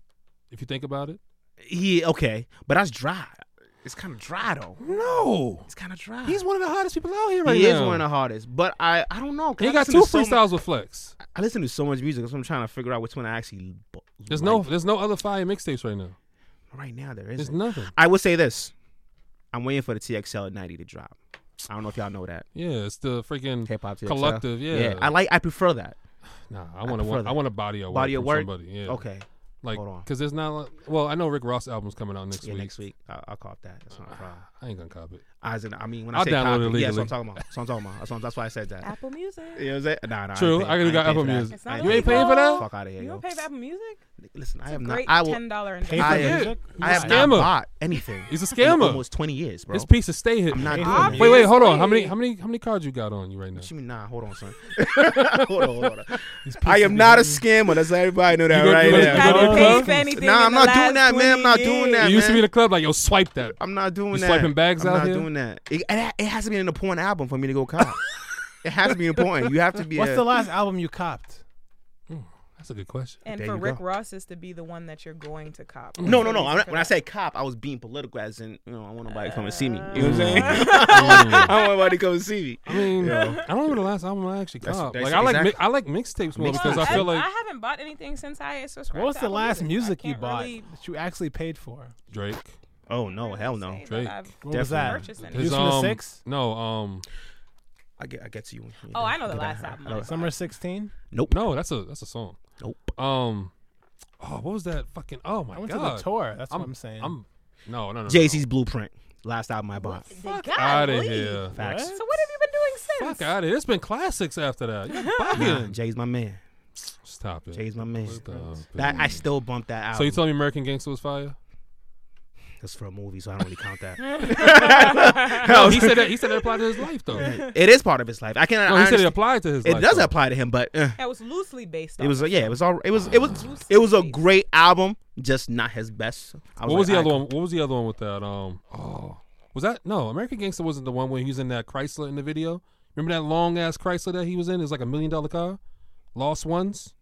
if you think about it.
He okay, but that's dry. It's kind of dry though.
No,
It's kind of dry.
he's one of the hottest people out here right
he
now.
is one of the hardest, but I I don't know. 'cause
He
I
got
listen
two
to so mu-
freestyles with Flex.
I listen to so much music, so I'm trying to figure out which one I actually. b-
There's
like.
no, there's no other fire mixtapes right now.
right now there
There's
isn't.
nothing.
I will say this: I'm waiting for the TXL 90 to drop. I don't know if y'all know that
Yeah, it's the freaking
hip hop TXL.
collective. Yeah,
I like. I prefer that.
nah, I want to,
prefer
I
that.
want a body of work.
Body of
from
work?
Somebody. Yeah.
Okay,
Like,
Hold on.
because there's not. Like, well, I know Rick Ross album's coming out next
yeah,
week.
next week I'll, I'll cop that. That's not a problem.
I ain't gonna cop it.
As in, I mean, when I
I'll
say
download
copy,
it
yeah, that's what
legally.
I'm talking about. That's what I'm talking about. That's, what- that's why I said that.
Apple Music.
You know what I'm saying? Nah, nah. I ain't
True,
paying-
I could've
ain't
got
paying
Apple
for that.
Music.
It's not
I
You ain't paying for
illegal.
that?
Fuck out of here,
You
yo.
don't pay for Apple Music?
Listen, I have not.
Great
I
ten
will.
dollar
Pay
investment.
I
for
am-
music?
I have not
Scammer.
bought anything.
He's a
in
scammer.
almost 20 years, bro.
His piece of stay hit.
I'm not
Hey,
doing
for
that.
Wait, wait, hold on.
Obviously.
How many, how many, how many cards you got on you right now?
What you mean, nah, hold on, son. hold on, hold on. I am not a scammer. That's everybody know that
You gonna-
right
you gonna
now.
do
Haven't
Yeah.
paid for anything.
Nah,
in
I'm
the
not
last
doing that, man. I'm not
20
doing that.
years.
You used to
man.
be in the club like, yo, swipe that.
I'm not doing
You
that.
swiping bags
I'm
out
not
here?
doing that. It, it, it has to be in a porn album for me to go cop. it has to be important. You have to be.
What's
a,
the last album you copped?
That's a good question.
And
There
for
you
Rick
go.
Ross is to be the one that you're going to cop.
No, no, no.
Reason
I'm not,
for
when I
that.
say cop, I was being political, as in, you know, I want nobody to come and see me. You know what I'm saying? I want nobody to come and see me.
I mean, I don't remember the last album I actually
That's-
copped.
that's
Like, I like, mi-
exactly-
I like mixtapes more
Mixtapes.
because I
Well,
feel like
I haven't bought anything since I subscribed.
What was
to
the
Apple
last
Music. I
music you
can't
bought
really
that you actually paid for?
Drake.
Oh no, hell no.
say that
Drake.
I've
What was that?
purchased anything.
His-
His,
from the
um,
Six?
No, um,
I get, I get to you. when-
Oh, I know the
Did
last
have-
album
I know-
I
Summer '16.
Nope.
no, that's a that's a song.
Nope.
Um, oh, what was that fucking? Oh my
I went
god,
to the tour. That's
I'm,
what I'm saying.
I'm no, no, no.
Jay Z's Blueprint. Last album I bought.
Fuck
out of here.
Facts.
So what have you been doing since?
Fuck out of here. It's been classics after that. You
Nah,
bugging.
Jay's my man.
Stop it.
Jay's my man.
Stop it.
That I still bump that album.
so you tell me American Gangster was fire?
That's for a movie, so I don't really count that.
No, he said that. He said that applied to his life though. No,
it is part of his life. I can't.
he
I
said
understand-
it applied to his.
it
life,
does
though.
apply to him, but eh.
That was loosely based.
it was uh,
off of
yeah, it was all. It was it was it was a great album, just not his best. I
What was
like,
the other
I-
one? What was the other one with that? Um, oh, was that no? American Gangster wasn't the one when he was in that Chrysler in the video. Remember that long ass Chrysler that he was in? It was like a million dollar car. Lost ones.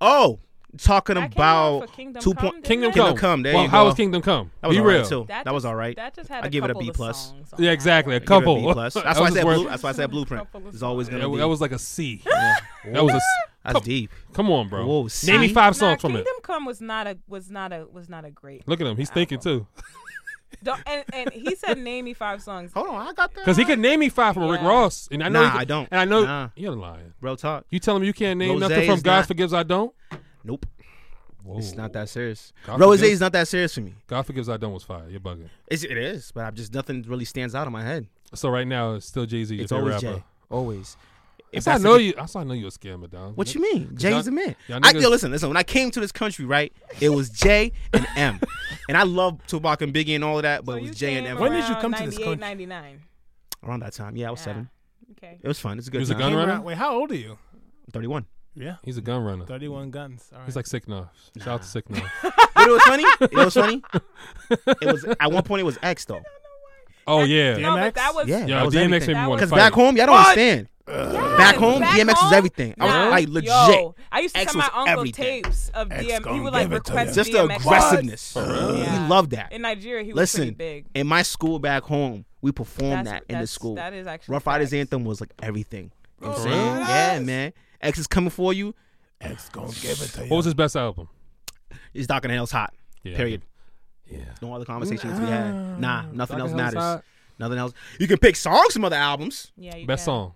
Oh, talking
That came out
about
for Kingdom
two
Come,
point.
didn't
Kingdom
it?
Kingdom
Come.
Come, there
well,
you
how
go.
was Kingdom Come?
That was
Be
all right,
real.
too. That, was
just-
all right.
That just had
I
a
give it a
couple
B
of
plus.
songs on
Yeah,
that
exactly. A
one.
I give it a
couple.
B plus. That's
That
why I
was
said
his word.
blue. That's why I said blueprint.
Couple of
It's always
That,
gonna be.
that was like a C.
Yeah.
That was a. C.
That's deep.
Come on, bro.
Whoa,
Name me
C?
five
Nah,
songs from
Kingdom
it.
Come was not a was not a was not a great.
Look at him. He's thinking too.
Don't- and, and he said, "Name me five songs."
Hold on, I got that.
Because he could name me five from Rick
Yeah.
Ross, and I know.
Nah,
he could-
I don't.
And I know
Nah.
you're lying.
real talk.
You telling me you can't name
Rosé
nothing from
is
God
not-
forgives I don't?
Nope,
Whoa.
it's not that serious.
God
Rose
forgives-
is not that serious for me.
God forgives I don't was fire. You're bugging.
It's, it is, but I'm just nothing really stands out in my head.
So right now it's still Jay Z.
It's
favorite
always
rapper.
Jay. Always.
If
that's
I
the
know
ca-
you, I saw I know you a scammer, dog.
What you mean?
y'all-
Jay's the man.
y'all
I,
niggas-
yo, listen, listen. When I came to this country, right, it was J and M, and I love Tupac and Biggie and all of that, but
So
it
you
was J and
came
M
When did you
around
come to this
98,
country?
99.
around that time. Yeah, I was
Yeah.
seven.
Okay.
It was fun. It's a good.
You was a
time.
gun
Came
runner?
around- Wait, how old are you?
Thirty-one.
Yeah,
He's a gun runner.
31 guns. All right.
He's like sick knife. Shout out to sick knife.
You know what's funny? You know what's funny? It was at one point it was X though.
Oh yeah,
No,
DMX?
but that was
Yeah,
yo,
that was
DMX made me
That
want to
Because
fight.
back home, y'all don't understand. back home,
back
DMX
home?
is everything. I was
Nah.
like legit.
Yo, I used to
X
tell my
was
uncle
everything.
tapes of DM. He
gonna
would like
give it to
request
Just the
DMX.
aggressiveness.
Yeah.
We love that.
In Nigeria, he was
Listen,
pretty big.
in my school back home, we performed
That's-
that in the
that's-
school.
that is actually
Rough Riders
facts.
anthem was like everything. You know what I'm
For
saying?
real?
Yeah, man. X is coming for you.
X gonna give it to you.
What was his best album?
It's Doc and Hell's hot.
Yeah.
Period.
Yeah.
No other conversations we
Ah.
had. Nah, nothing
Dr.
else
Hell's
matters.
Hot.
Nothing else. You can pick songs from other albums.
Yeah, you
Best
can.
song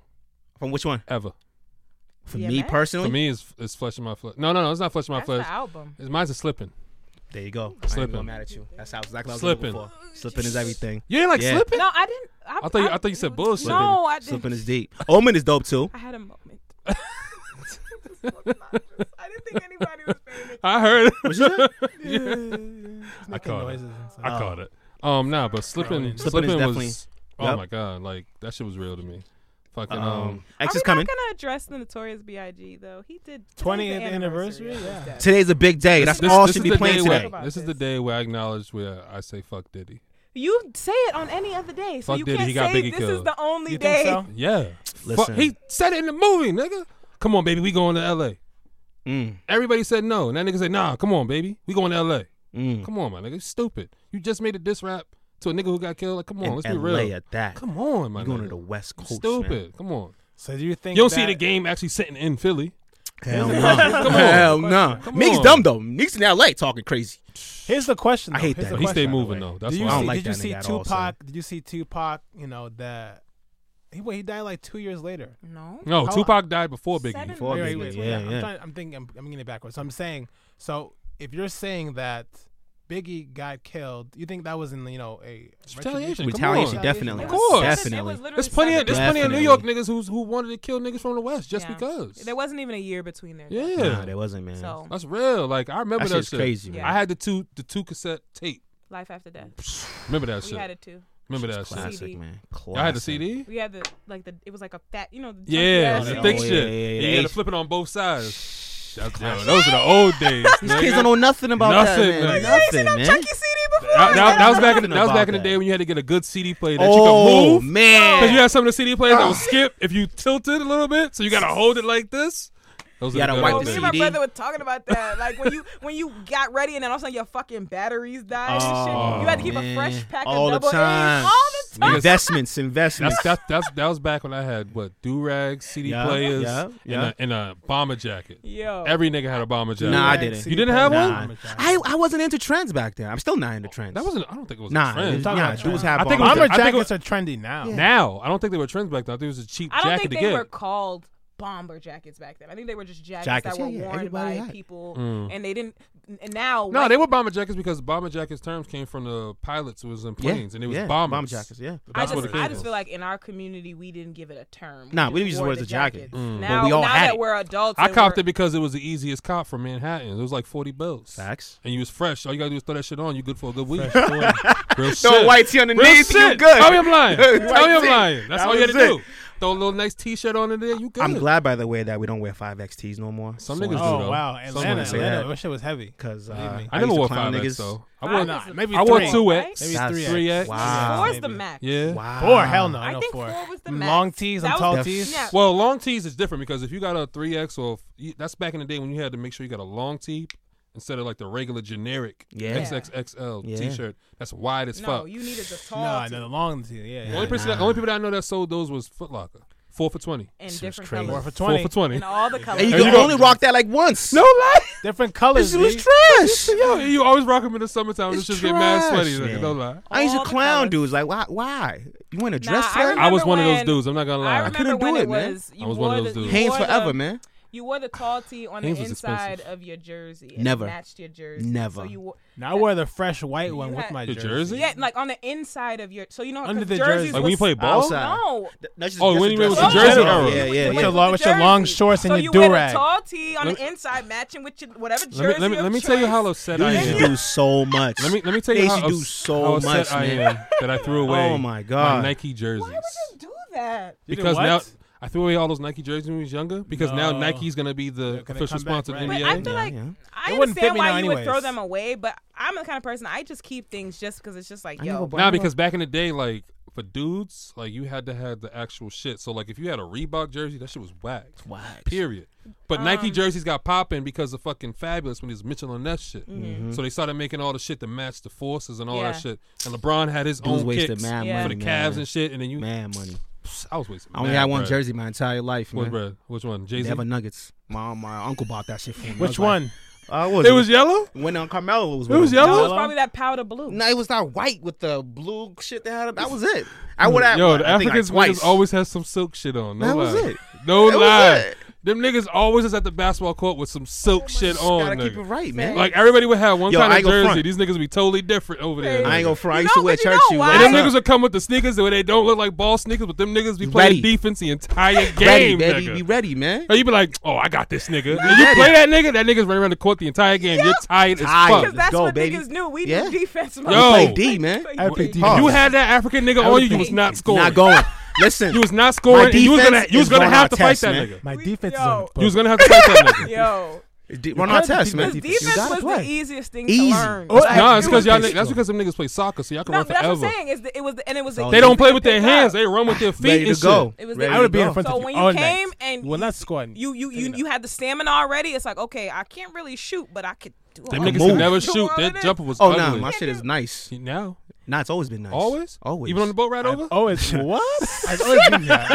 From which one?
ever
For me
DMX?
personally,
for me is is Flesh of My Flesh. No, no, no, it's not Flesh of My
That's
Flesh.
the album.
It's mine's a slipping.
there you go. I ain't
Slippin'.
even mad at you. That's how exactly what I was
Slippin'.
looking for. Slipping is everything.
You ain't like
Yeah.
slipping?
No, I didn't. I,
I thought you- I thought you said bullshit.
No, I didn't.
Slipping is deep. Omen is dope too.
I had a moment. I didn't think anybody was paying attention.
I heard. It.
What you say?
I
Making
caught it.
noises and stuff.
I caught it. Um, nah, but
Slippin'
slipping,
is
slipping was.
definitely-
Oh
Yep.
my god, like that shit was real to me. Fucking um,
X
Are
is
we
coming.
not gonna address the Notorious B.I.G. though? He did today's the
20th anniversary,
of his
yeah.
death.
Today's a big day. That's
this,
all
this
should
is
be
the
playing
day
today.
Where,
About
this is the
this.
day where I acknowledge where I say fuck Diddy.
You say it on any other day, so
Fuck
you
Diddy,
can't
he got
say
Biggie
this is
killed.
the only
You
day.
think so?
Yeah.
Listen.
Fuck, he said it in the movie, nigga. Come on, baby, we going to L.A.
Mm,
Everybody said no, and that nigga said, "Nah, come on, baby, we going to L.A."
mm.
Come on, my nigga, you stupid. You just made a diss rap to a nigga who got killed. Like, come on,
In
let's be
LA
real.
at that.
Come on, my
You're
nigga.
going to the West
You
Coast.
stupid.
Man.
Come on.
So do you think
You don't
that,
see the game actually sitting in Philly.
Hell no.
Come on.
Hell no.
Come
Meek's
on.
dumb though. Meek's in LA talking crazy.
Here's the question.
I
Though.
hate
Here's
that.
the
He
question.
stayed moving though. That's
Did you
why.
I don't
see,
like
did you
that
see
nigga at all,
Tupac? Did you see Tupac? You know that he well, he died like two years later.
No.
no,
How-
Tupac died before Biggie.
Seven-
Before
Wait, wait,
Biggie.
wait, wait,
yeah,
I'm,
yeah.
trying, I'm thinking. I'm, I'm getting it backwards. So I'm saying. So if you're saying that Biggie got killed, you think that was in you know a
Retaliation. Come on.
Retaliation, definitely.
Of
course.
Definitely.
There's plenty of there's plenty of New
Definitely.
York niggas who's who wanted to kill niggas from the West just
Yeah.
because.
There wasn't even a year between there.
yeah.
Nah, there wasn't, man.
So
That's real. Like I remember
that
that,
shit's
shit.
crazy,
Yeah.
man.
I had the two the two cassette tape.
life after death.
Remember that
We
shit.
had it too.
remember that shit.
Classic,
CD.
man.
I
Classic.
had the CD.
We had the like the it was like a fat you know the chunky
Yeah,
ass
the
Oh,
thick
yeah,
shit.
yeah, yeah,
And
yeah.
you had to flip it on both sides. That's- yo, those are the old days.
These
nigga.
kids don't know nothing about
Nothing,
that, man.
nigga.
You ain't seen no
Nothing, man.
chunky CD before.
That, that- that was back in the,
Nothing
that was back in the
about
day
that.
when you had to get a good CD player that you could
Oh
move.
man,
Because you had some of the CD players that
Ah.
would skip if you tilted a little bit, so you gotta hold it like this. Those
You
are the
gotta
good
wipe
Oh,
old
the
me
days.
and my
CD.
brother were talking about that. Like when you when you got ready and then all of a sudden your fucking batteries died and shit. You had to keep a
Oh, man.
fresh pack
All the
of double A's
time.
all the time.
investments, investments.
That's, that's, that's, that was back when I had what do rags, CD
Yeah,
players,
yeah, yeah.
And, a, and a bomber jacket.
Yo.
Every nigga had a bomber jacket.
Nah, I
Like,
didn't.
CD
You didn't have
player?
Nah, I, I wasn't into trends back then. I'm still not into trends.
that wasn't. I don't think it was
nah,
a trend.
it- nah.
about
Dudes
trends.
have
I think it was
on.
a-
Bomber
I think it was-
jackets are trendy now.
Now, I don't think they were trends back then. I think it was a cheap
I don't
jacket
think
to
they
get.
were called bomber jackets back then. I think they were just jackets,
Jackets,
that were
yeah, yeah,
worn
everybody
by
had. Mm.
people, and they didn't. And now,
no,
white-
they were bomber jackets because bomber jackets terms came from the pilots who was in planes, and it was
yeah,
bombers.
bomber jackets. Yeah,
I
That's
just,
what it
I
came
just
from.
feel like in our community we didn't give it a term.
Nah, we just
wore
wore it
the
as a jacket.
jackets.
Mm. But
Now,
we all
now
had
that
it.
we're adults,
I
and
copped
we're-
it because it was the easiest cop from Manhattan. It was like forty bills.
Facts.
And you was fresh. All you gotta do is throw that shit on. You good for a good week. Real shit.
Throw a white tee
Real
underneath, you
shit.
good.
Tell me I'm lying. Tell me
White
I'm
tee.
lying. That's
That
all you gotta
was
do.
it.
Throw a little nice t-shirt on in there. You good.
I'm glad, by the way, that we don't wear 5XTs no more.
Some
So- uh,
niggas do.
Oh
though.
wow,
Someone
Atlanta,
say
Atlanta,
that.
that shit was heavy.
Cause uh,
Believe me.
I
used
never
to
wore
clown
five X
niggas.
though.
I
I wore.
was-
Nah, maybe
I wore
three.
two X.
Maybe
That's-
three
three
X.
X.
Wow.
Four's the
Maybe.
max.
Yeah.
Wow.
Four? Hell no,
I
I know
think
four.
four was the max.
Long tees and
That
tall
was-
tees.
Yeah.
Well, long tees is different because if you got a three X or if- that's back in the day when you had to make sure you got a long tee instead of like the regular generic
Yeah.
XXXL
Yeah.
t-shirt. That's wide as
No,
fuck.
you needed the
No,
tall
I
tee
know the long tee. Yeah,
The
yeah.
only person, that, only people that I know that sold those was Foot Locker. Four for twenty.
and
This is
different
crazy.
Four
colors
for twenty.
Four for twenty.
and all the colors.
And you
And
could
you
only rock that like once.
No lie.
Different colors.
this was
B.
trash.
Yo, you always rock them in the summertime. It's
It's
just get mad
trash,
sweaty. Like,
man.
no lie.
I used to
All the
clown
colors.
dudes. Like, why? Why? You want a
Nah,
dress
I
for
remember
I was one of those
when-
dudes. I'm not gonna lie.
I remember
couldn't do
when
it, man.
was. You
I was
wore
one of those
the, you
dudes.
Hanes
wore the-
forever, man.
You wore the tall tee on
Hanes
the
was
inside
expensive.
of your jersey. And
Never.
It matched your jersey.
Never.
So you wore,
Now I wear the fresh white one
You
with
had-
my
The
jersey.
jersey?
yeah, like on the inside of your. So you know,
Under
'cause
the jersey.
jerseys
Like when you
was-
play ball.
Outside.
No,
That's just,
Oh,
that's
when
a
you were with
dress
the
up.
jersey
Yeah,
era.
Yeah, yeah,
With
yeah.
your long- with your long shorts and
so
your
you wear
do-rag.
a tall tee on
Let
the inside, matching with your whatever jersey.
Let me let me,
of
let me tell you
choice.
how upset
You
I
used
am.
to do so much.
Let me let me tell
They
you
used
how,
to do
ups-
so
how upset
much,
I
man.
am that I threw away.
Oh, my God.
Nike jerseys.
Why would you do that?
You did
because
what?
now I threw away all those Nike jerseys when we was younger. Because now
No.
Nike's gonna be the
gonna come
official
back,
sponsor
right.
of the
But
NBA.
I
Yeah,
feel like
yeah.
It
I
wouldn't fit
understand
me
why
now
you would throw
anyways.
them away, but I'm the kind of person I just keep things just because it's just like,
I never
yo,
bought-
Nah, because back in the day, like for dudes, like you had to have the actual shit. So like if you had a Reebok jersey, that shit was whack.
Whack.
Period. But
Um,
Nike jerseys got popping because of fucking fabulous when it was Mitchell and that shit.
Mm-hmm.
So they started making all the shit that matched the forces and all
Yeah.
that shit. And LeBron had his
Dudes
own
wasted
kicks
mad
for
money,
the Cavs
man.
and shit. And then you,
Mad money.
I was wasting.
I only
mad
had one
bread.
jersey my entire life,
What
man.
bread? Which one? Jay Z.
Never Nuggets. My my uncle bought that shit for me. I
Which
was like-
one?
Uh, what was
It was yellow.
when uh, Carmelo was.
It was
no,
yellow.
it's probably that powder blue.
No, it was that white with the blue shit they had. That was it. I would have.
Yo,
Yo,
the
I think
Africans
like twice.
niggas always has some silk shit on. No
That
lie.
was it.
No
That was
lie.
it.
Them niggas always is at the basketball court with some
Oh
silk shit on.
gotta keep
nigga.
it right, man.
Like everybody would have one
Yo, I
kind
ain't
of
gonna
jersey.
front.
These niggas would be totally different over there.
I ain't gonna front. I used
You
to
know,
wear
but you
church
know
shoes.
why?
and
What's
them
up?
niggas would come with the sneakers where they don't look like ball sneakers, but them niggas be
Ready.
playing defense the entire game.
ready, baby.
nigga.
Be ready, man.
And you be like, oh, I got this nigga.
Be
And you
ready.
play that nigga, that nigga's running around the court the entire game. You're tired as
Tired.
fuck.
Because that's
go,
what
baby.
niggas knew. We
Yeah.
did defense.
Yo.
Play D, man.
I picked
If you
Pause.
had that African nigga
I would
on you, you
think
was not scoring.
Not going. Listen,
You was not scoring. and You was gonna.
defense
You was
is
gonna
going
have
on
to fight
test,
that
man.
nigga.
My
We-
defense is
yo.
on
You was gonna have to fight that nigga.
Yo,
D- run our
gotta
test,
be
man.
good
his
defense. You
defense
gotta
was
play.
the easiest thing
Easy.
to learn.
Oh,
Like,
Nah,
I
it's
do
because y'all.
think
That's
so.
because them niggas play soccer, so y'all can
no,
run
but that's what
forever.
I'm saying. Is that it was the, and it was the
They don't
easiest
play
thing
with
to
their
pick
hands.
up.
They run with their feet
Ready
and
to go.
It was
Ready
the-
I would be
to
in
go.
front
So
of
when
you
you
all
came
night.
and
well,
you-
not squatting.
You you you you had the stamina already. It's like okay, I can't really shoot, but I could do.
Them
all
niggas
move.
can never
Shoot
shoot.
all
Their
of it.
jumper was
Oh
ugly.
nah, my shit is nice.
Now,
Nah, it's always been nice.
always,
always.
even on the boat ride
I've
over.
always what? I've always been that.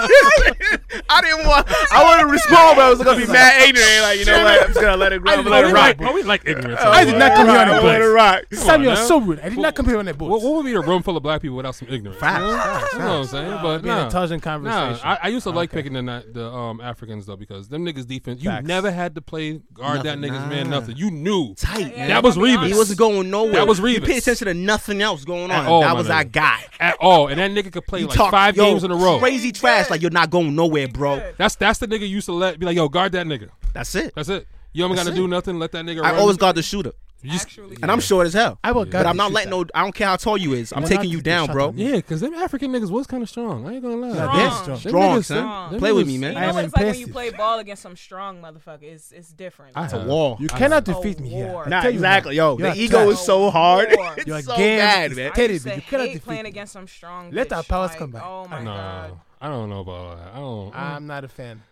I didn't want. I wanted to respond, but I was gonna be mad ignorant. Like you know what? I'm just gonna let it grow. I'm gonna let it rock.
we like ignorance.
I did not come here on
I
that
let it
bus.
rock.
on
Sam, you're
now.
so rude. I did not come here on that
What, what
bus.
would be a room full of black people without some ignorance?
Facts,
You know,
facts,
you know what I'm saying? but
Be an
nah.
intelligent conversation.
Nah, I, I used to like picking the na- the um, Africans though because them niggas defense. You
Facts.
never had to play guard
Nothing,
that niggas
nah.
man nothing. You knew
Tight.
Yeah,
Man.
that was
I'll be
Revis.
honest.
He wasn't going nowhere.
That was
He
Revis.
paid attention to nothing else going
At
on.
all,
that
my
was our
nigga.
guy.
at all, and that nigga could play
He
like
talked-
five
yo,
games in a row.
Crazy trash. Like you're not going nowhere, bro.
good.
That's that's the nigga used to let be like, yo, guard that nigga.
That's it.
That's it. You don't gotta
it.
do nothing. Let that nigga.
I
run.
always guard the shooter,
You just-
Actually,
and I'm short as hell.
I will
But
guard
I'm
the
not
shooter.
letting no. I don't care how tall you is. I'm
Well,
taking
not
you
the
down,
shot
bro.
on
Yeah, cause them African niggas was kind of strong. I ain't gonna lie.
Yeah,
they're
Them
strong.
Strong,
niggas-
son.
them
Play with
niggas-
me, man.
You
I
know
am
what it's like when you
impressive.
play ball against some strong motherfucker. It's it's different.
I
Like,
have.
Wall.
You
I
cannot
have.
defeat me here.
war.
I
Nah,
tell you
exactly.
that.
Yo,
You're
the
a
ego
trash.
is so hard.
War.
it's
Your
so
game
bad,
is
man.
I
Teddy,
used to
but you cannot
hate
defeat
playing
me.
against some strong.
Let
bitch.
our powers
Like,
come back.
Oh my god.
Nah, I don't know about all that. I don't.
I'm not a fan.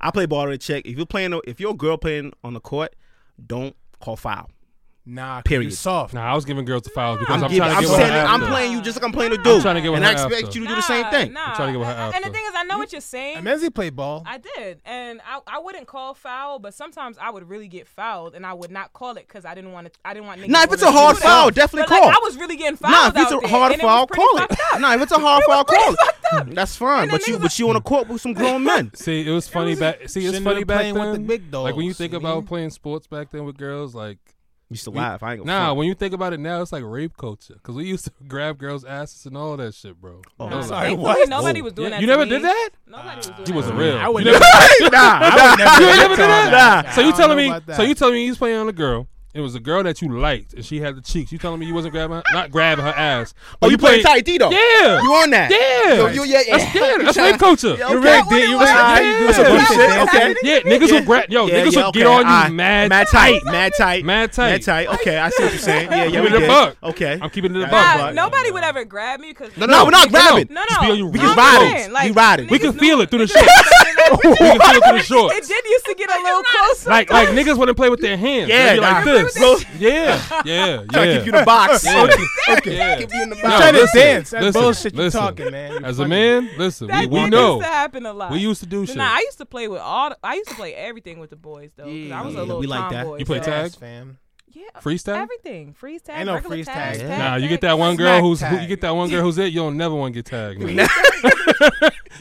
I play ball to the check. If you're playing, if your girl playing on the court, don't call foul.
Nah, 'cause You're
Period.
soft.
Nah, I was giving girls the fouls because
I'm,
I'm,
giving,
trying to
I'm,
get
what
saying,
one
I'm
after.
playing you just like I'm playing a dude.
trying to get what
and I
I have
expect
to.
you to do the same
Nah,
thing.
Nah.
trying to get what I
And- And the
after.
thing is, I know what you're saying.
Menzi played ball.
I did, and I, I wouldn't call foul, but sometimes I would really get fouled, and I would not call it because I didn't want to. I didn't want. niggas
Nah, if
to
it's a hard
do that.
foul, definitely
But, like,
call.
I was really getting fouled.
Nah, if it's
out
a
there,
hard
and it was
foul,
pretty
call
fucked up.
it. Nah, if it's a hard foul, call it. That's fine.
And
But
the
you,
niggas-
but you on the court with some grown men.
See, it was funny back. See, it's
shouldn't
funny
have
back
playing with
then.
the big
like when you
dogs,
think
you
about
mean?
playing sports back then with girls, like
Used to laugh. I ain't gonna.
nah. When you think about it now, it's like rape culture because we used to grab girls' asses and all that shit, bro.
Oh,
That was
sorry.
like-
Thankfully,
what?
Nobody was doing
Yeah,
that.
you
to
never
me.
did that.
Nobody was doing
He
that.
wasn't real.
I
You
would
never-
never.
nah, nah.
You ain't
I
never
would
did
never-
that?
Nah.
So
I
you
don't
telling
know
me?
about that.
So you telling me you was playing on a girl? It was a girl that you liked, and she had the cheeks. You telling me you wasn't grabbing, her, not grabbing her ass?
Oh,
but
you playing tight D though?
Yeah.
You on that?
Yeah.
Yo, you- yeah, yeah.
That's yeah.
You
That's
tryna-
rape culture.
Yeah,
You
okay.
really did. You really
That's how
did.
you
You
do it.
did.
That's
Bullshit.
how you do it.
Yeah, niggas will grab. Yo,
Yeah,
niggas
yeah,
will
okay.
get on you
Alright.
mad,
mad tight, mad tight,
Mad tight.
mad tight. Okay, I see what you're saying. Yeah, yeah,
Keep
we
it a
did.
buck.
Okay,
I'm keeping it above.
Nah,
Nah,
But-
nobody would ever grab me because
No, no, we're not grabbing.
No,
Just be
no,
on your
We
We can
ride it. We ride it.
We can feel it through the shorts. we can feel it through the
It
shorts.
did used to get a little closer.
Like like niggas wouldn't play with their hands.
Yeah,
They'd be like
nah.
this.
Bro,
Yeah, yeah,
trying to
yeah.
keep you in the box.
Yeah.
Okay, okay.
Yeah.
Keep you in the
Nah,
trying to
box.
listen,
dance. That's
listen,
bullshit you
listen.
talking, man. You
As a
funny.
man, listen, we,
that
we
did
know.
used to happen a lot.
We used to do shit.
Nah, I used to play with all. The, I used to play everything with the boys though. 'cause I was
Yeah,
a little
we like that.
tomboy,
You play
so-
tag?
Yes, fam.
Yeah,
Freeze tag?
Everything. Freeze tag.
Ain't no
regular
freeze
tag.
tag.
tag,
Yeah.
Nah, you
tag,
get that one girl
Smack
who's who,
tag.
you get that one girl who's it. You'll never want to get tagged. man.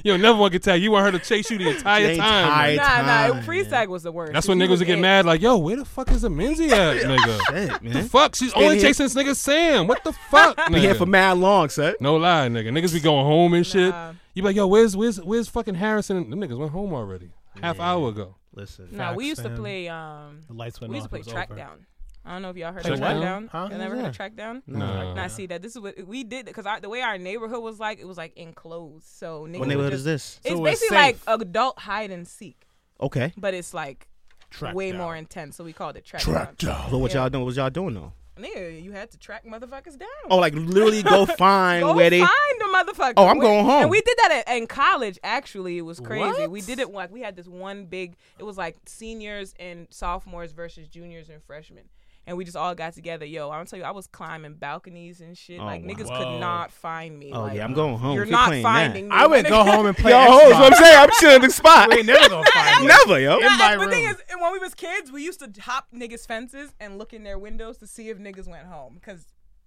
You'll never want to get tagged. You want her to chase you the entire
The
time. man.
entire
Nah, nah.
time,
Freeze tag was the worst.
That's when
You
niggas
was
would get
it.
mad. Like, yo, where the fuck is the Menzi at, nigga?
Shit,
The
man.
fuck? She's only
here.
chasing this nigga Sam. What the fuck?
Be here
nigga?
for mad long, son.
No lie, nigga. Niggas be going home and shit.
Nah.
You be like, yo, where's where's where's fucking Harrison? Them niggas went home already. Half hour ago.
Listen,
Nah, we
Facts,
used to
fam.
play. Um,
The lights went
we used to
off.
play
It was
track
over.
down. I don't know if y'all heard
Play
of
what?
track down.
Huh?
Y'all never
Who's
heard of
that?
track down?
Nah.
Now see that this is what we did because the way our neighborhood was like, it was like enclosed. So niggas
what
would
neighborhood
just-
is this?
It's
So it's
basically
safe.
like adult hide and seek,
Okay.
but it's like
Track
way
down.
more intense. So we called it track.
Track
down.
down.
Oh, So what
Yeah.
y'all doing? What y'all doing though?
Nigga, you had to track motherfuckers down.
Oh, like literally go find
Go
where they.
find the motherfucker.
Oh, I'm
We-
going home.
And we did that at, in college. Actually, it was crazy.
What?
We did it like we had this one big. It was like seniors and sophomores versus juniors and freshmen. And we just all got together. Yo, I'm telling you, I was climbing balconies and shit.
Oh,
like
wow.
niggas
Whoa.
could not find me.
Oh
like,
yeah, I'm going home.
You're
If
not
playing
finding
That.
me.
I would
my
go
nigga.
home and play.
Yo,
Xbox.
hoes, what I'm saying, I'm chilling the spot.
We ain't never gonna find me.
Never, yo.
in my
and the thing
room.
is, and when we was kids, we used to hop niggas' fences and look in their windows to see if niggas went home because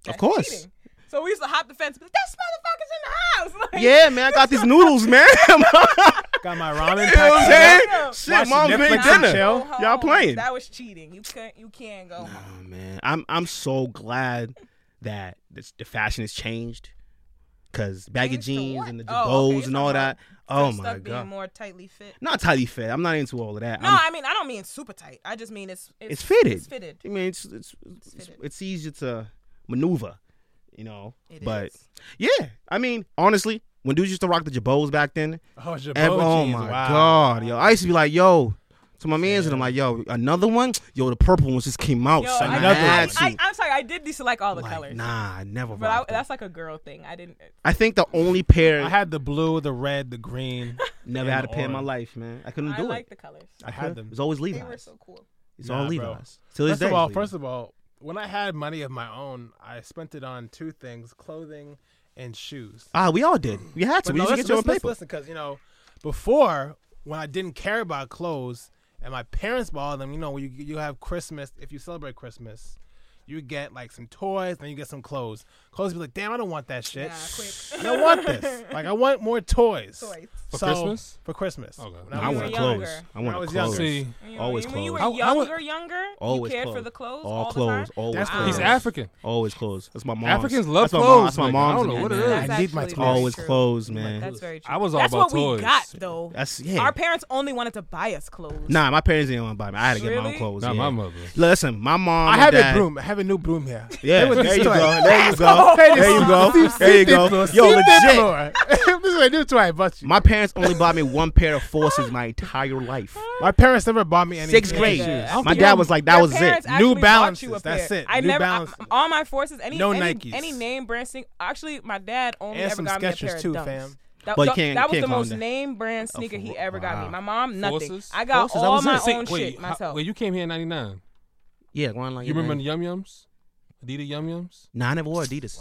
Of course.
cheating. So we used to hop the fence, but this motherfucker's in the house. Like,
Yeah, man, I got these noodles, man. you know what
Got my ramen.
I'm
packed
saying?
up.
Yeah.
Shit,
Watching
mom's made
Netflix
Nah,
and
dinner.
chill.
go home.
Y'all playing.
Oh, That was cheating. You can't. You can go home.
Oh, man, I'm I'm so glad that this, the fashion has changed. Cause baggy
Changed to
jeans
what?
and the
Oh, okay,
bows
you're
and
talking
all
about
that. Oh
From
my
stuff
god,
Being more tightly fit.
not tightly fit. I'm not into all of that.
No,
I'm-
I mean I don't mean super tight. I just mean it's it's,
it's fitted.
It's fitted.
I mean, it's it's, it's,
fitted.
it's easier to maneuver. you know.
It
but
is.
yeah, I mean, honestly, when dudes used to rock the Jabos back then,
Oh, Jabot
ev- oh
jeans,
my
wow.
god, yo, I used to be like, yo, to my man's, and I'm like, yo, another one, yo, the purple ones just came out.
Yo,
so
I,
Another
I,
one.
I, I, am sorry, I did dislike all the colors.
Nah, I never.
But I,
rocked them.
that's like a girl thing. I didn't.
I think the only pair
I had the blue, the red, the green.
never
and
had a pair in my
orange.
life, man. I couldn't
I
do
like
it.
the colors.
I
couldn't.
had them.
It was always
They
Levi's.
were so cool.
It's
Nah,
all
bro.
Levi's. Till this
First
day.
of all,
it's
first
Levi's.
of all, when I had money of my own, I spent it on two things: clothing and shoes.
ah, we all did. We had to.
But
we
no,
used to
listen,
get your own
listen,
paper.
listen, because you know, before when I didn't care about clothes and my parents bought them, you know, you you have Christmas if you celebrate Christmas, you get like some toys, then you get some clothes. Clothes be like, damn, I don't want that shit.
Nah, quick.
I don't want this. Like I want more toys.
Toys.
For
So-
Christmas?
For Christmas.
Okay.
When
No,
Nah,
I
I
you
was
want
were
younger.
to clothes.
younger.
I
When I
want
was
to
younger.
clothes.
See,
You know,
Always
when you were
clothes.
I- I would-
younger, younger,
Always
you cared for
clothes.
the clothes all,
All
the
clothes.
time.
Always
That's
clothes.
He's
clothes.
African.
Always clothes. That's my mom.
Africans love
that's My mom,
clothes,
that's my
nigga.
mom's.
I don't know
name,
what it
man.
is.
I need my
actually
toys.
very
Always
true.
clothes, man.
That's very true.
I was all
That's
about
what we
toys.
got though.
That's yeah.
Our parents only wanted to buy us clothes.
nah, my parents didn't want to buy me. I had to get my own
Really?
clothes.
Not
yeah.
my mother.
Listen, my mom.
I
and
have
dad,
a broom. I have a new broom here.
Yeah,
Look at
there
this
you
toy.
go. There you go. There you go. There you go. Yo, legit.
legit. this is a new toy I bought you.
My parents only bought me one pair of forces my entire life.
My parents never bought me any
Sixth
fancy
grade.
shoes.
Yeah.
My dad was like, that
Your
was it.
parents actually
New
bought you
Balances,
a pair.
that's it.
I
New
never. I,
Balances.
all my forces. Any
No
any,
Nikes.
Any name brand sneak. Actually, my dad only
And
ever
some
got me
Skechers
a pair
too,
of Dunks.
fam.
That,
But you
that-
can't-
that was
can't
the
call
most
them that.
name brand sneaker he
for-
ever got me.
wow.
My mom, nothing.
Forces?
I got
Forces, that
all
was
my
it.
Say-
own
wait,
shit
how-
myself.
wait, you came here in 99.
Yeah, going like
You remember the Yum Yums? Adidas Yum Yums?
Nah, I never wore Adidas.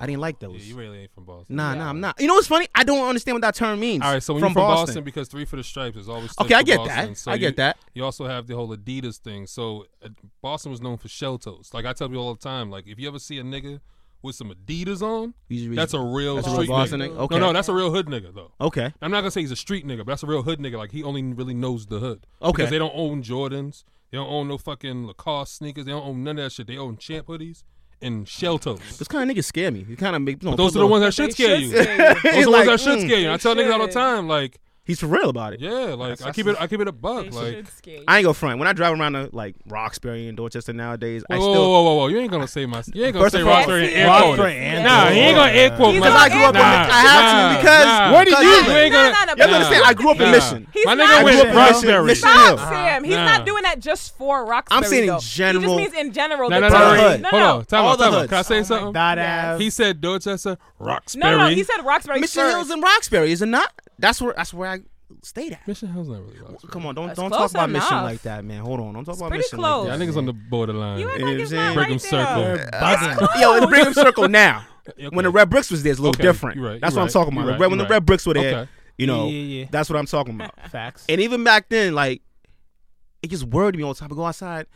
I didn't like those.
Oh. Yeah, you really ain't from Boston.
Nah,
Yeah.
nah, I'm not. You know what's funny? I don't understand what that term means.
All right, so when
from
you're from Boston.
Boston.
because three for the stripes is always stood
Okay, I
for
get
Boston.
that.
So
I get
you-
that.
You also have the whole Adidas thing. So uh, Boston was known for shell toes. Like I tell people all the time, like if you ever see a nigga with some Adidas on,
Usually-
that's a real
That's a
street
real Boston
nigga.
nigga? Okay.
No, no, that's a real hood nigga though.
Okay.
I'm not gonna say he's a street nigga, but that's a real hood nigga. Like he only really knows the hood.
Okay.
Because they don't own Jordans. They don't own no fucking Lacoste sneakers. They don't own none of that shit. They own champ hoodies and shell toes.
Those kind of niggas scare me. You kind of make.
Those are the ones that should scare you. Those
you.
are the
Like,
ones that should
mm.
scare you. I tell niggas all the
should.
time, like,
He's for real about it.
yeah, like I
That's-
keep it, I keep it a buck.
They
Like,
should scare you.
I ain't go front. When I drive around to like Roxbury and Dorchester nowadays,
whoa,
I
whoa,
still
whoa, whoa, whoa, you ain't gonna say my, you ain't gonna
First
say
of all-
Roxbury and air
Roxbury
quote. it.
and
Nah, he ain't gonna air quote
He's
my.
because I grew up in.
Nah,
nah,
I had
nah,
to because
nah.
where did you?
You ain't
No,
gonna.
no, no,
You have to
nah.
understand. I grew up in
Nah.
Mission.
He's
My
not-
nigga went
I grew up in
Roxbury.
Mission
Stop,
Hill.
Sam. He's
Nah.
not doing that just for Roxbury.
saying in
though.
general-
He just means in general.
No, no,
the
no,
All the
no.
hoods.
wait, Hold on, time
All
out,
the
time out.
hoods.
Can I say
Like
something?
that
Yes.
ass.
He said Dorchester,
No,
Roxbury.
no, he said Roxbury
Mission
first.
Hills and Roxbury, is it not? That's where that's where I stayed at.
Mission Hill's not really Roxbury.
Come on, don't
That's
don't
close
talk about Mission
enough.
like that, man. Hold on, don't talk about
pretty
Mission
close.
Yeah, I
like that.
think it's on the borderline.
You act
Yeah,
like it's
see?
not
Brigham
right
Circle.
there.
They're buzzing.
Yo, in the Brigham Circle now.
Okay.
When the red bricks was there, it's a little
Okay,
different.
you're right,
that's what
you're
I'm
right,
talking about.
you're
The red-
right,
when the
you're
red bricks were there,
Okay.
you know,
Yeah, yeah, yeah.
that's what I'm talking about.
Facts.
And even back then, like, it just worried me all the time. I go outside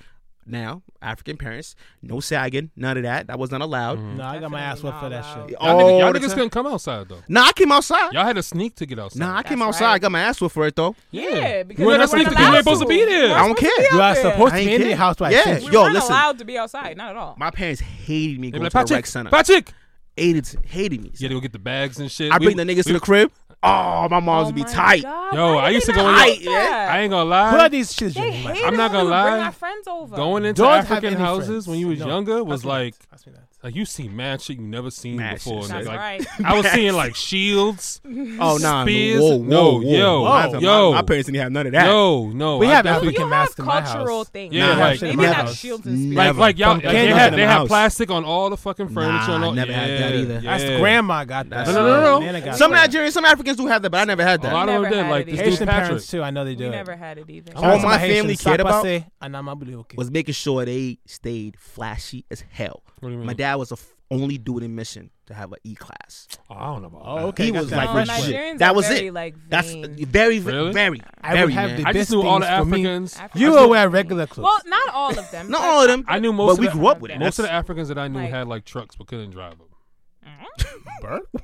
now, African parents, no sagging, none of that. That was not allowed.
no, I got my ass
Definitely
whipped for that
not
shit.
allowed.
Mm-hmm. Y'all, niggas,
All
y'all
the
niggas
time.
couldn't come outside though.
Nah, I came outside.
Y'all had to sneak to get outside.
Nah, I came
That's
outside. I
right.
got my ass whooped for it though.
Yeah, because
You
we
ain't
weren't
supposed to be-
allowed
you ain't supposed to be there.
We
I don't
weren't supposed to
care.
be
You
out
are
there.
supposed
I
to
ain't
be in the
kidding.
house by
Yeah.
two.
We
Yo,
weren't
listen.
allowed to be outside. Not at all.
My parents hated me
They
going
be like,
to the rec
Patrick,
center.
Patrick.
Hated, hated me.
You had to go get the bags and shit.
I
We-
bring the niggas
we-
to the crib. Oh, my
Oh
moms would be
my
tight.
God,
Yo,
why
I
would
used
they
to go
not
in-
like
Tight, yeah.
that?
I ain't gonna
Who are
lie.
these children?
They
in my
hate
house?
I'm not
it when
gonna
we Bring
lie.
our friends over.
Going into
Don't have
African
any
houses
friends.
when you was
No,
younger was
I'll see
like,
that. I'll see that.
like you seen mad shit you never seen
Mad
before.
shit,
nigga.
that's
Like,
right.
I was seeing like shields.
Oh nah,
Spears?
no, whoa,
No,
whoa, whoa.
yo,
My-
yo.
My, my parents didn't have none of that.
No, no.
We
I
have
definitely-
African-
you have
mask in my house.
cultural things.
Yeah,
Nah,
like-
maybe
never.
not shields and spears.
Never.
Like, like y'all,
From
like,
Kenya
they
to
had,
the
they had
mouse.
plastic on all the fucking furniture.
Nah,
and all,
never
yeah,
had that either.
That's
yeah.
grandma got that.
No,
no, no, Oh, no, no.
Nana got
Some
that.
Nigerians, some Africans do have that, but I never had
A
that.
lot of
Never
them did.
had
Like
it
this
either.
dude
Haitian
Patrick.
parents too. I know they
We
do.
never had it either.
All
Shout out
my
to Haitians.
family cared about-
Sapase, Anamabulioke.
was making sure they stayed flashy as hell.
What do you mean?
My dad was the f- only dude in mission to have an E class.
Oh, I don't know about
Oh,
that.
okay.
he
got
was
that.
like
Oh,
legit.
Nigerians
That
are
was
very,
it.
like,
That's
vain.
very,
Really?
very,
I
very.
would have the
man.
I
best
just knew all
things
the
for me.
Africans.
African-
You will wear regular clothes.
Well, not all of them.
Not all of them.
I knew most.
But
of
we
the-
grew up with it.
Most of the
That's-
Africans that I knew
Like-
had like trucks but couldn't drive them,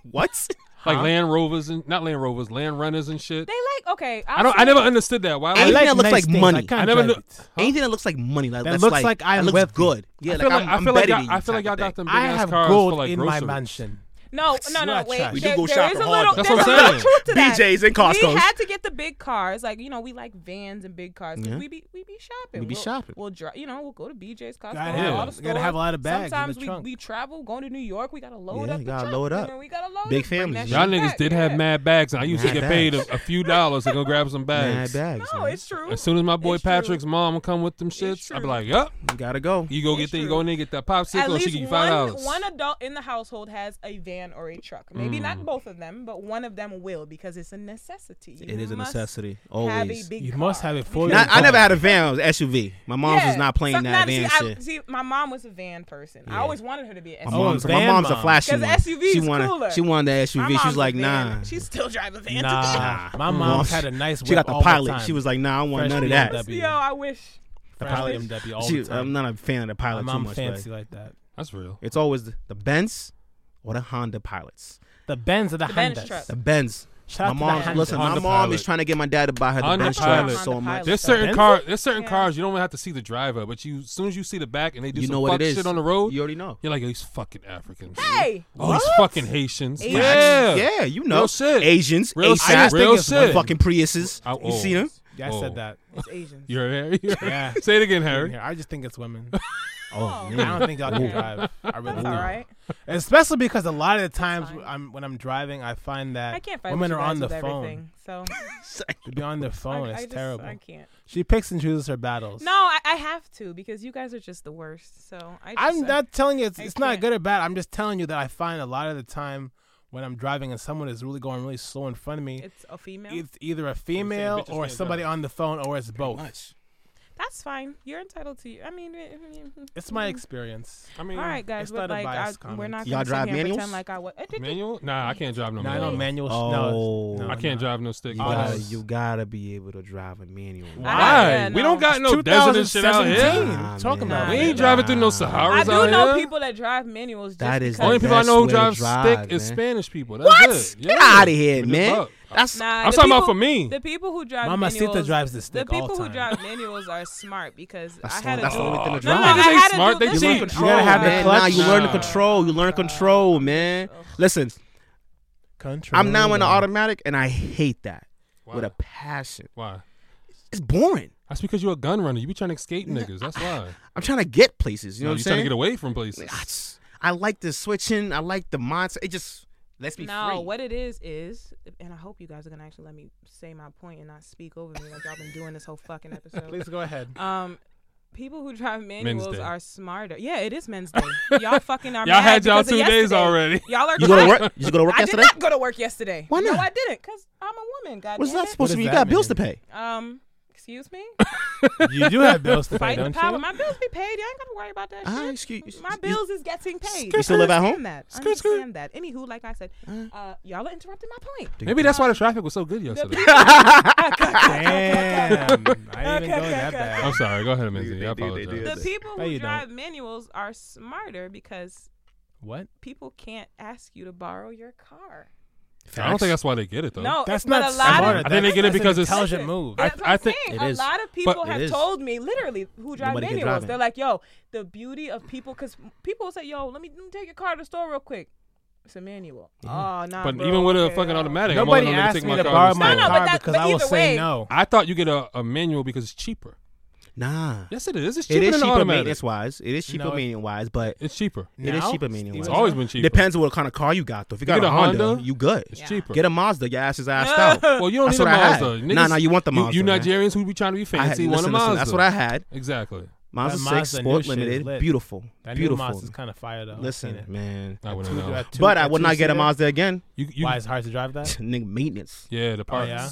what?
like Land Rovers and not Land Rovers, Land Runners and shit.
They like okay. I'll
I don't.
see
I never
it.
understood that. Why?
I like
Anything
Like,
that looks
nice
like
things.
money.
I, can't
I never
drive
knew.
it.
Anything that looks like money, like
That
that's
looks
like,
like I'm
that looks
wealthy.
good. Yeah,
I feel like,
I'm,
I
I'm
feel like
better
y'all,
than you
I feel
type
like y'all
of
got
thing.
them big
I
ass
have
cars
gold
for like
in my
groceries.
mansion.
No, no, no,
not
wait.
trash.
We do
there,
go
there
shopping
is a
hard,
little,
though.
That's what
there's
I'm
a little
saying.
truth to that.
BJ's and Costco's.
We had to get the big cars, like you know, we like vans and big cars. 'cause
Yeah.
We be we be shopping.
We be
will
shopping.
We'll drive. You know, we'll go to BJ's, Costco,
Gotta
have
all
it.
the
Gotta have a
stores.
lot of bags in
Sometimes
the
we,
trunk.
we travel, going to New York. We gotta load
Yeah,
up.
you
the
gotta
truck,
load
and
up.
then we gotta load
Big
it, bring that
families.
shit
Y'all niggas
back,
did
yeah.
have mad bags, and I used to
Mad
get paid
bags.
a, a few dollars to go grab some
Mad
bags.
bags.
No,
man.
it's true.
As soon as my boy
It's true.
Patrick's mom would come with them shits, I'd be
true.
like, "Yup,
You gotta go.
you go
It's
get there, you
true.
go in there, get that popsicle,
At
and she
least
give you five
one,
dollars."
one adult in the household has a van or a truck. Maybe
Mm.
not both of them, but one of them will because it's a necessity. You
It is a
must
necessity.
Have a
Always.
big
You must
car.
have it for
Not,
your
I
car.
never had a van. It was SUV. My mom's was
Yeah.
not playing
Some-
that
nah,
van
see, I-
shit.
see, my mom was a van person. I always wanted her to be an
my
SUV.
Oh,
mom's, my
van
mom's a
mom.
flashy
'Cause
one.
SUV
she
is
wanted,
cooler.
She wanted that
My
SUV. She
mom's
was
a
like,
van.
nah.
She still drives a van today.
Nah, my mom had a nice.
She got
whip
the
all
pilot.
time.
She was like, nah, I don't want
Fresh
none of
milk,
that.
W.
Yo, I wish.
the
Fresh
pilot
milk.
MW all
She-
the time.
I'm not a fan of the
my
pilot too
mom
much.
fancy
but
like that.
That's real.
It's always the, the Benz or the Honda pilots.
The Benz of the,
The Benz
Hondas.
truck.
The Benz.
Shout out to
my
the
mom,
Hondas.
listen, my
Honda
mom
Pilot.
is trying to get my dad to buy her the
Honda
Benz
Pilot.
truck so
Honda
much.
Pilot.
There's certain
Benz?
car, there's certain
Yeah.
cars you don't even have to see the driver, but you as soon as you see the back and they do
You
some
know what
fuck
it is.
shit on the road,
You already know.
you're like, "Yo, he's fucking Africans.
Hey,
oh, he's fucking Haitians.
Asians.
Yeah,
Yeah, you know.
Real shit.
Asians,
Real shit.
ASAP,
Real shit.
fucking Priuses.
How
you see
old?
them?
Yeah, I
Oh.
said that.
it's Asians.
You're Harry.
Yeah.
Say it again, Harry.
Yeah, I just think it's women.
Oh,
I don't think y'all can
Okay.
drive. I really
That's
don't.
all right.
Especially because a lot of the times
fine.
I'm, when I'm driving, I find that
I can't fight
women
with
are
you guys
on the
with
phone.
everything. So
To be on their phone
I, I
is
just,
terrible.
I can't.
She picks and chooses her battles.
No, I, I have to because you guys are just the worst. So I just,
I'm
I-
not telling you it's,
I
it's not
can't.
good or bad. I'm just telling you that I find a lot of the time when I'm driving and someone is really going really slow in front of me,
It's a female.
it's either a female
bitches
or
can't
somebody
drive.
on the phone or it's both.
Much.
That's fine. You're entitled to. I mean, it-
It's my experience.
I mean,
All right, guys,
It's
but
not a
like I,
biased
we're
comment.
not
Y'all
gonna sit
drive
here and
manuals?
pretend like I was. I did-
manual? Nah, I can't drive no
No, I
manual.
don't manual. sh-
Oh.
no, no,
I can't
no.
drive no stick.
You
Honda.
gotta,
Hondas.
you gotta be able to drive a manual.
Why?
yeah,
We
no.
don't got no desert and shit out here.
2017. What you talking
Nah,
about?
man.
We ain't
Nah.
driving through no Sahara.
I
Cars out
do know
here?
people that drive manuals. Just
That is
because-
the
Only people I
Best
know
way to
drive,
drive,
stick is
man.
Spanish people. That's
What?
it.
Get
Yeah.
out of here,
With the
man.
buck.
That's
Nah,
I'm
the
talking about
people-
for me.
The people who drive
Mamacita
manuals,
drives the stick
The people
all
who
time.
drive manuals are smart because I
That's
had
the-
a
that's the
dude-
only thing to
No,
drive.
no,
Niggas
I
ain't
had a
smart,
dude-
they
listen,
cheat.
You
You
learn control,
gotta have the
man.
clutch.
Nah, you learn to
Nah.
control. You learn control, man. Listen,
Control.
I'm now in the automatic, and I hate that with a passion.
Why?
It's boring.
That's because you're a gun runner. You be trying to escape niggas. That's why.
I'm trying to get places. You know
No,
what I'm
you trying to
saying?
get away from places.
I just- I like the switching. I like the mindset. It just lets me
No,
free.
what it is is, and I hope you guys are gonna actually let me say my point and not speak over me like y'all been doing this whole fucking episode.
Please go ahead.
Um, people who drive manuals
Day.
are smarter. Yeah, it is Men's Day. Y'all fucking are.
Y'all
mad
had y'all
because of
two days
yesterday.
already.
Y'all are.
You go to
tired.
work? You go to work
I did
yesterday?
not go to work yesterday.
Why
No,
not?
I didn't, cause I'm a woman. God
What's
damn
that
it.
supposed
What
to mean? You
does
got
that
bills to
mean?
pay.
Um, excuse me.
you do have bills to pay,
Fight the
don't
power.
you?
My bills be paid. Y'all ain't gotta worry about that
Ah,
shit.
excuse-
My
you-
bills is getting paid.
You still live at
Understand
home?
That.
Skirt, skirt. Ah.
Understand that. Anywho, like I said, uh, y'all are interrupting my point.
Maybe that's why the traffic was so good yesterday.
Damn. I didn't even go that
I'm
bad.
sorry. Go ahead,
They
Mizzy. I
do, they do.
apologize.
The people
No,
who
you don't.
drive manuals are smarter because
What?
people can't ask you to borrow your car.
I don't think that's why they get it though.
No,
That's
it- but
not
a lot
smart.
Of,
I think they get it
That's an
because it's-
intelligent move.
That's what
I
I'm
think-
saying.
It
a
is.
lot of people
It
have
is.
told me, literally, who drive
Nobody can drive
manuals.
it.
They're like, "Yo, the beauty of people," because people will say, "Yo, let me, let me take your car to the store real quick." It's a manual. Oh, nah.
But
bro,
even with a
okay,
fucking
no.
automatic,
Nobody
I'm only gonna
asked
take
me
my
to
car
borrow
to the
my
No, no,
store.
but
car
that-
because
but
I will
either
say
way-
no.
I thought you get a, a manual because it's cheaper.
Nah.
Yes, it is. It's cheaper
It is
than an
cheaper
automatic.
maintenance wise. It is cheaper
No, it-
maintenance wise, but
It's cheaper.
it is
Now?
cheaper maintenance wise.
It's
It's always been cheaper.
Depends on what kind of car you got though. If you, got
get
a,
a
Honda,
Honda,
you good.
It's
Yeah.
cheaper.
Get a Mazda, your ass is assed out.
well, you don't
That's
need a
what I had.
Mazda. Niggas,
Nah, nah, you want the
you- You,
Mazda, man.
Nigerians who be trying to be
I had,
fancy want a
listen, listen,
Mazda.
that's what I had.
Exactly.
Mazda
That
six
Mazda new
Sport
shit is
Limited,
lit.
beautiful,
That new
beautiful.
Mazda's kind of fire though. I've seen
Listen,
it.
man.
I wouldn't
Two-
know.
that two-
But I
that
would not get
two-seater.
a Mazda again.
You, you,
Why it's hard to drive that?
Nigga, maintenance,
yeah, the parts.
yeah?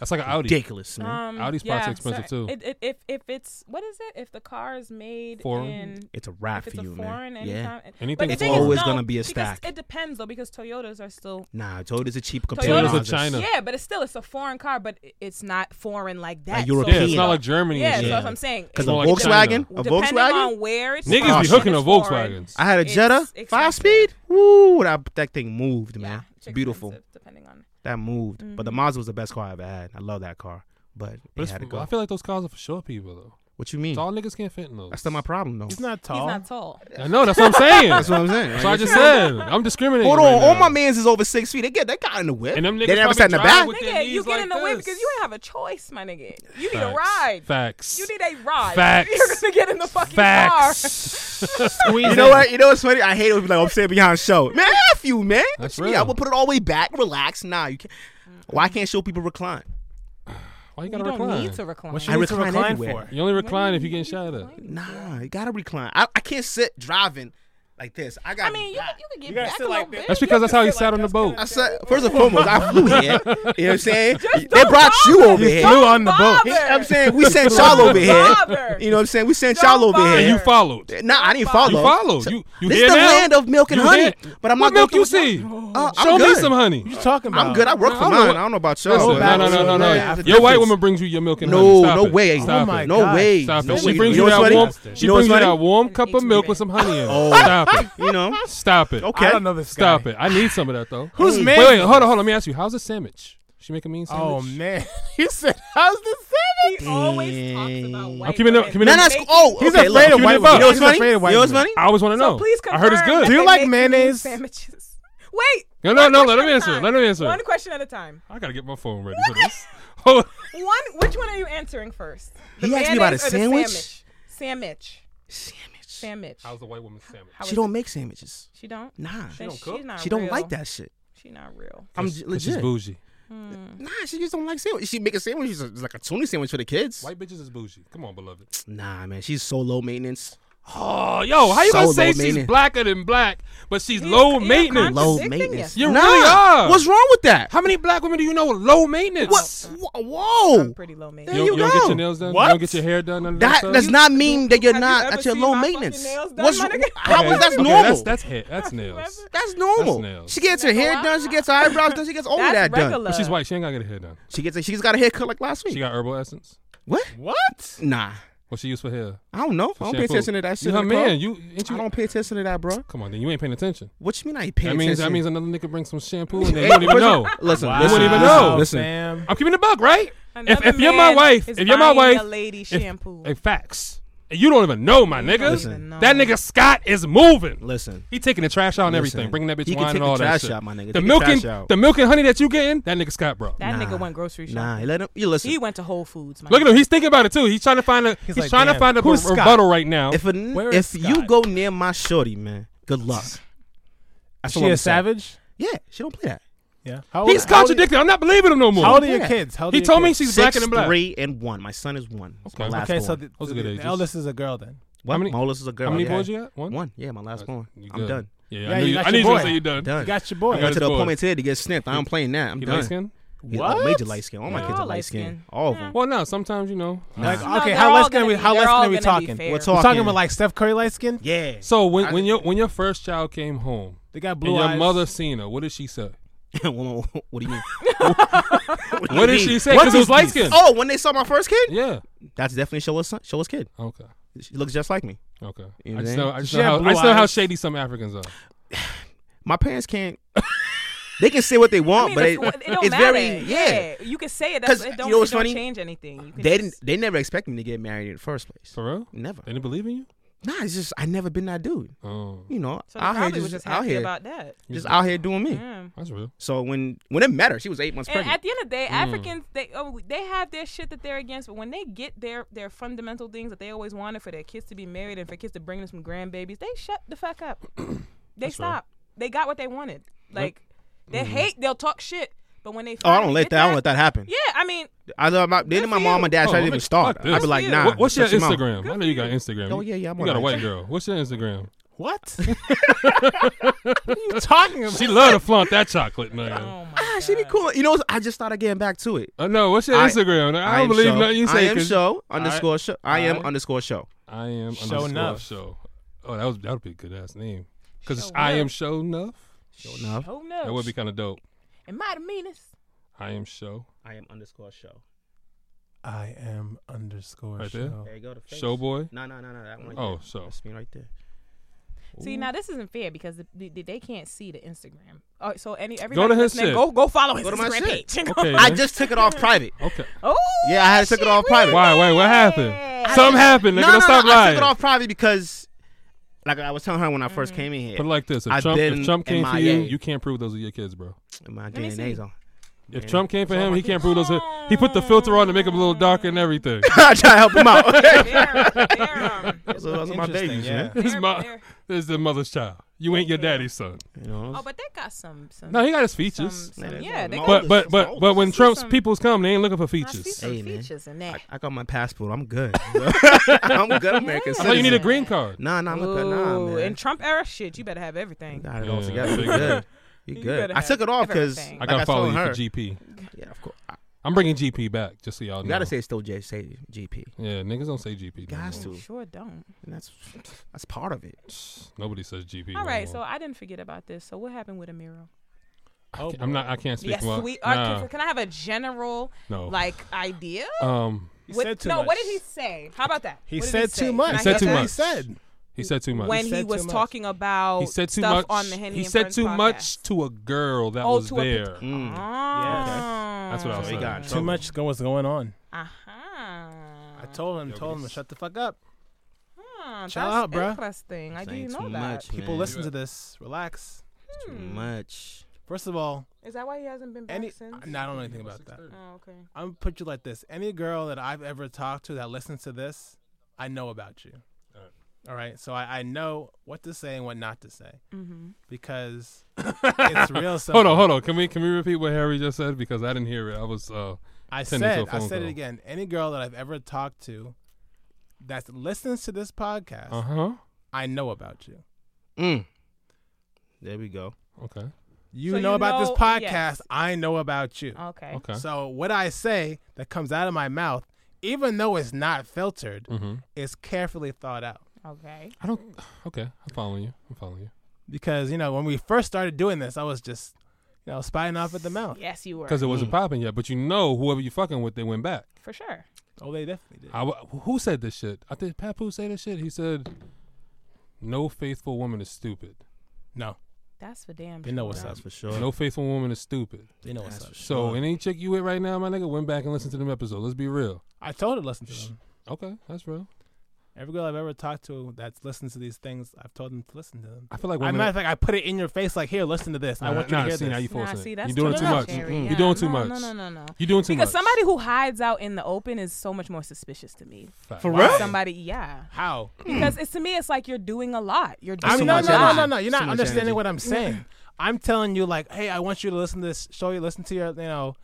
That's like an Audi.
ridiculous, man.
Um,
Audi
yeah,
parts are expensive,
so
too.
It, it, if if it's what is it? If the car is made
Foreign?
in
it's a wrap
if it's
for
a
you,
foreign
man. Yeah.
anytime, and-
Anything
but the
is
thing
foreign.
Always
is, no,
gonna be a
because
stack.
It depends though because Toyotas are still
Nah, Toyota's a cheap compared
Toyota's
to
a
Mazdas.
China. No.
yeah, but it's still it's a foreign car, but i- it's not foreign like that.
European.
Yeah, it's
Yeah.
not like Germany.
Yeah,
and
so
shit.
that's what I'm saying.
Because a
It-
more like
Volkswagen,
China.
a
depending
Volkswagen.
on where it's
Niggas be
Caution.
hooking up
up
Volkswagens.
I had a
It's
Jetta, five
expensive.
speed. Woo, that, that thing moved, man. It's beautiful.
Depending on
That moved.
Mm-hmm.
But the Mazda was the best car I ever had. I love that car. But,
But
it had to
it's-
go.
I feel like those cars are for short people though.
What you mean?
Tall niggas can't fentanyl.
That's not my problem, though.
He's not tall.
He's not tall.
I know. That's what I'm saying.
That's what I'm saying.
So I just said I'm discriminating.
Hold on,
right
all
now.
my mans is over six feet. They get they got in the whip.
And them
they
niggas
never
probably
sat in the
drive
back.
with- their
Nigga, you
knees
get in the
like
way
this.
because you ain't have a choice, my nigga. You need a
Facts.
ride.
Facts.
You need a ride.
Facts.
You're gonna get in the fucking car.
Facts.
Squeeze
You know what? You know what's funny? I hate it. when people Like I'm sitting behind show. Man, f you, man.
That's
yeah,
real.
I will put it all the way back. Relax. Nah, you can't.
Mm.
Why can't show people recline?
Why you
You
gotta
don't
recline?
need to recline.
What
I
you need to
recline
recline
everywhere.
for?
You only recline if you getting shot at.
Nah, you gotta recline. I, I can't sit driving like this. I got.
I mean, you, could- you could get
gotta
back a
sit
little
like
bit.
that.
That's because that's how he sat on the boat.
I said, first and foremost, I flew here. You know what I'm saying? They
don't
brought you
bother.
over
You
here.
flew on the boat.
You know what I'm saying we sent y'all over here.
Bother.
You know what I'm saying? We sent
Don't
y'all over
bother.
And you
here.
followed.
Nah, I didn't follow.
bother.
You followed. You you
this
here
is the
now?
land of milk and
You
honey.
here?
But I'm
what
not
milk
going
you
through-
see. Oh,
Uh, I'm
Show me
good.
some honey.
You talking about?
I'm good. I work
No,
for
I don't know
mine.
what-
I don't know about y'all.
Listen,
Oh,
but-
no,
back
no,
to
no, no,
the
no.
man.
Your white
Difference.
woman brings you your milk and honey.
No,
Stop
no
it.
way.
Stop
Oh my
it.
no
God.
way.
Stop
no
it.
way.
She
know
brings you
what's
that
funny?
warm.
You
She
know what's
brings you that
funny?
warm cup of milk with some honey in it. Stop it.
You know.
Stop it.
Okay.
I don't know this guy.
Stop it. I need some of that though.
Who's
wait,
man?
wait, hold on, hold on. Let me ask you. How's a sandwich? She make a mean sandwich.
Oh man, he said, "How's the seven?
He always talks about white
keeping it up,
women.
keeping it
No,
up.
no. it's- Oh,
He's
okay,
afraid
look.
of white
You
women.
know what's
He's
funny?
afraid of white
You know what's
women.
funny?
I always want to
So
know.
please confirm.
I heard it's
that
Do
good.
you
they
like
make
mayonnaise?
Sandwiches. Wait.
No, no,
one
no,
question
let him
at a
answer,
time.
let him answer.
One question at a time.
I gotta get my phone ready for this. Hold-
One. Which one are you answering first? The
He asked me about
mayonnaise
a
or the
sandwich?
Sandwich.
Sandwich.
Sandwich.
How's the white woman sandwich?
How
She
is
don't
it?
make sandwiches.
She don't.
Nah.
Then
don't cook?
She's not
She don't
real.
like that shit.
She not real.
I'm
Cause-
j-
'cause she's
legit.
bougie.
Nah, she just don't like sandwiches. She make a sandwich it's a- it's like a tuna sandwich for the kids.
White bitches is bougie. Come on, beloved.
Nah, man, she's so low maintenance.
Oh, yo, how you
So
gonna say
low
she's
maintenance.
blacker than black, but she's
He's-
low
he's
maintenance?
unconscious.
Low
Contradicting
maintenance.
you. You really are.
What's wrong with that?
How many black women do you know are low maintenance?
What? Wh- Whoa.
I'm pretty low
You,
There
maintenance.
don't-
you
you don't get
go.
your nails done. You
What?
don't get your hair done. None of that,
That
stuff?
does not mean that you're
Have you
not
ever
at your
seen
low
my fucking
maintenance.
nails done,
What's
my
wrong-
nigga?
how
Okay,
is that
okay,
normal?
That's that's, hair, that's nails.
That's normal.
nails.
she gets her hair done. She gets her eyebrows done. She gets all of
That's
that done.
regular.
She's white. She ain't gotta get her hair done.
She gets. She's got a haircut like last week.
She got herbal essence.
what?
What?
Nah.
What she used for hair?
I don't know. I don't pay
Shampoo.
attention to that shit.
You her
in the club.
man. You ain't
I
you?
don't pay attention to that, bro.
Come on, then you ain't paying attention.
What you mean I ain't paying
That means that
attention?
means another nigga brings some shampoo and they
Hey,
don't even
listen,
know.
Listen,
Wow.
listen,
wouldn't even
listen,
know.
Listen,
Sam.
I'm keeping the buck, right? If,
Another
if you're my
man
wife,
is
if you're my
buying
wife,
a lady
if-
shampoo.
Hey, facts. And You don't even know, my nigga.
Listen.
even
that
know.
nigga Scott is moving.
listen.
He taking the trash out and
Listen,
everything, bringing that bitch
he can
wine
take
and
the
all that
trash
shit.
out, my nigga.
The
Take the
milk and
trash out.
the milk and honey that you getting, that nigga Scott bro.
That
Nah.
nigga went grocery shopping.
Nah, let him. You listen.
He went to Whole Foods. My
Look at
nigga.
him. He's thinking about it too. He's trying to find a he's,
He's like,
trying to
damn,
find a
who's
re-
Scott?
rebuttal right now.
if a, n-
Where
if
is
you
Scott?
go near my shorty, man, good luck. That's all
She
I'm
a
saying.
savage?
Yeah, she don't play that.
Yeah. How old-
he's
how old-
contradicting. I'm not believing him no more.
How old are your
Yeah.
kids? How old are
he
your
told me
kids?
she's
Six,
black and black.
three, and one. My son is one. It's my
Okay.
last
Okay, so
born.
the,
Those are
the-
good
the
ages.
eldest is a girl then.
what?
how many-
my oldest is a girl.
How many
yeah.
boys you got? One.
One. Yeah, my last born.
You
I'm
good.
done.
Yeah,
Yeah,
I, knew
you
you,
got
I
your
need you to
boy.
say you done.
You
Done.
got your
I
boy.
got
went to the
his boy.
appointment today to get snipped. I don't play in that. I'm
You
done.
light skin?
Yeah,
What?
all major light skin. All my
They're
kids
all
are light
light
skin.
skin.
All of
Yeah.
them.
Well, no. Sometimes you know.
Like,
No,
okay,
they're
how
all
light skin
gonna
we
be-
how
they're
light
all
skin are we
gonna be
talking?
fair.
We're
We're
We're
talking.
talking about like Steph Curry light skin?
yeah.
So when,
I-
when your when your first child came home
They got
and
blue
your
eyes.
mother seen her, what did she say?
what do you mean? what do you
What did
mean?
she say? Because it was light skin.
Oh, when they saw my first kid?
Yeah.
That's definitely Shola's son. Shola's kid.
Okay.
She looks just like me.
Okay.
You
I just
think?
know. I just
She
know,
had
how, I
blue
just know how
eyes.
shady some Africans are.
My parents can't. they can say what they
I
want,
mean,
but
it's,
it,
it don't
it's
matter.
very yeah.
You can say it.
'Cause
That's, it don't,
you know what's
it don't
funny?
change anything. You can
They didn't.
just-
They never expected me to get married in the first place.
For real?
Never.
They didn't believe in you.
Nah, it's just I never been that dude.
Oh,
You know,
So they
out here
probably
just,
was just
out
happy
here,
about that. Mm.
just out here doing me.
Yeah.
that's real.
So when when it met her, she was eight months
And
pregnant.
at the end of the day,
Mm.
Africans they oh, they have their shit that they're against, but when they get their their fundamental things that they always wanted for their kids to be married and for kids to bring them some grandbabies, they shut the fuck up. they
fair.
stop. They got what they wanted. Like they hate, they'll talk shit, but when they
Mm. oh, I don't
finally
let
get
that. I don't let that happen.
Yeah, I mean,
I love my. Then
Good
my
for
mom
you.
and dad
Oh,
tried to
I'm
even
like,
start.
fuck
I'd be
this.
like,
Yeah.
nah.
What, what's your
Ah, shut mouth.
Instagram? I know you got Instagram.
Oh, yeah, yeah, I'm
you
on
got a
that.
white girl. What's your Instagram?
What?
Oh
what are you talking about?
She love to flaunt that chocolate, nigga.
oh my
Ah,
god,
she be cool. You know, I just started getting back to it.
I know. What's your
I-
Instagram? nigga? I, don't believe
show.
nothing you say.
I am
'cause
show underscore show. I am
Alright.
underscore show.
I am
Show
underscore
enough.
show. Oh, that was that would be a good ass name. Because
Show
I am
enough.
show enough.
Show enough.
Oh
That
no,
would be kind of dope.
am I the meanest?
I am show.
I am underscore show.
I am underscore
Right there?
show.
you go. The
Show boy.
No, no, no, no. That one.
Oh, so
That's me right there.
See, now this isn't fair because the, the, they can't see the Instagram. Oh, so any
Go
everybody
to his
listening,
shit.
go go follow his
Go to my
Instagram
shit.
page.
Okay.
I just took it off private.
Okay.
oh,
Yeah, I had to take it
shit,
off
we-
private.
Why? Wait. What happened? Something happened. Nigga,
No,
don't
no,
stop
no, I
lying. Mm.
took it off private because, like I was telling her when I first came in here,
Put it like this: if
I've
Trump,
been
if Trump came for you,
MIA.
you can't prove those are your kids, bro.
my
me
DNA's
see.
on.
If Trump came for
So
him,
my
he can't prove those. are- He put the filter on to make him a little darker and everything.
I try to help him out.
Damn, damn.
so those are my
Interesting,
babies,
yeah.
man.
This is my,
There-
this is the mother's child. You ain't your daddy's son.
You know,
Oh, but they got some. some
No, he got his
some,
features.
some,
Yeah,
yeah, they
my
got
But but but but when
This is
Trump's
some-
peoples come, they ain't looking for
I see
features.
some
Hey, man.
features in that.
I got my passport. I'm good. I'm good American
I
citizen.
thought you need a green card.
Nah, nah, I'm good. Nah,
Ooh,
man.
in Trump era shit, you better have everything.
Got it all
Yeah,
together. You
figure.
good. You
You
good.
better
I took it off because
everything.
I
like
gotta follow
told
you
her,
for GP.
Yeah, of course. I,
I'm bringing GP back, just so y'all know.
you gotta say it's still J. Say GP.
yeah, niggas don't say GP. no
Guys
more.
to. And
Sure don't.
that's that's part of it.
Nobody says GP. no
All right, so
more.
I didn't forget about this. So what happened with Amiro?
Oh,
I'm not. I can't speak.
Yes,
about-
we are.
nah, Oh.
Can I have a general
no.
like idea?
um,
He
What-
said too
no,
much.
what did he say? How about that?
He
What did
said
say?
too much.
Can I
He said
get
too
that?
That's what
much.
He said.
he said too much.
When
He
he,
said
was
too much.
talking about
he said too
stuff
much.
on the Henny
he
and
said
Friends
too
podcast.
much to a girl that
Oh,
was
to a
there.
Mm.
Ah.
That's what I was
So he
saying.
got in
Too
trouble.
much go- was going on.
Uh-huh.
I told him,
Yo,
told
but
him to
it's-
shut the fuck up.
Huh,
Shout
that's
out, bruh.
Interesting. I
Saying
didn't know
too
that.
much,
People
man.
listen to this. Relax.
Too
Hmm.
much.
First of all,
Is that why he hasn't been back
any
since?
I- no, I don't know anything about that.
Oh, okay.
I'm gonna put you like this. Any girl that I've ever talked to that listens to this, I know about you. All
Alright.
right. So I, I know what to say and what not to say
Mm-hmm.
because it's real simple.
Hold on, hold on. Can we can we repeat what Harry just said because I didn't hear it. I was uh
I
Send it to
said,
a
I
phone
said
call.
it again. Any girl that I've ever talked to that listens to this podcast,
uh huh.
I know about you.
Mm. There we go.
Okay.
You
So
know
you
about
know-
this podcast.
yes.
I know about you.
Okay.
Okay.
So what I say that comes out of my mouth, even though it's not filtered,
mm-hmm.
is carefully thought out.
Okay.
I don't. Okay, I'm following you. I'm following you.
Because you know when we first started doing this, I was just you know spying off at the mouth.
Yes, you were.
Because it wasn't
Mm.
popping yet, but you know whoever you fucking with, they went back.
For sure.
Oh, they definitely did.
I w who said this shit? I think Papu said this shit. He said, "No faithful woman is stupid.
No,
That's for damn
They know
sure.
what's up.
That's for sure.
No faithful woman is stupid."
they know what's
That's
up.
for
So
sure.
any chick you with right now, my nigga, went back and listened to them episode. Let's be real.
I told her to listen to them.
Okay, that's real.
Every girl I've ever talked to that's listened to these things, I've told them to listen to them.
I feel like
As a
women.
matter of fact, I put it in your face, like, here, listen to this. I
Nah,
want you
Uh, nah,
to hear
see,
this.
now you
Nah,
forcing it.
see, that's
You're doing
too,
too
much.
much.
Jerry.
Mm-mm.
Yeah,
You're doing too
no,
much.
No, no, no, no.
You're doing too
Because
much.
somebody who hides out in the open is so much more suspicious to me.
Fact.
For real?
Somebody, yeah.
How?
Because it's to me, it's like you're doing a lot. You're doing
I mean,
a
no,
lot.
no, no, no, no. You're
So
not
much
understanding
energy.
what I'm saying. I'm telling you, like, hey, I want you to listen to this. Show you, listen to your, you know,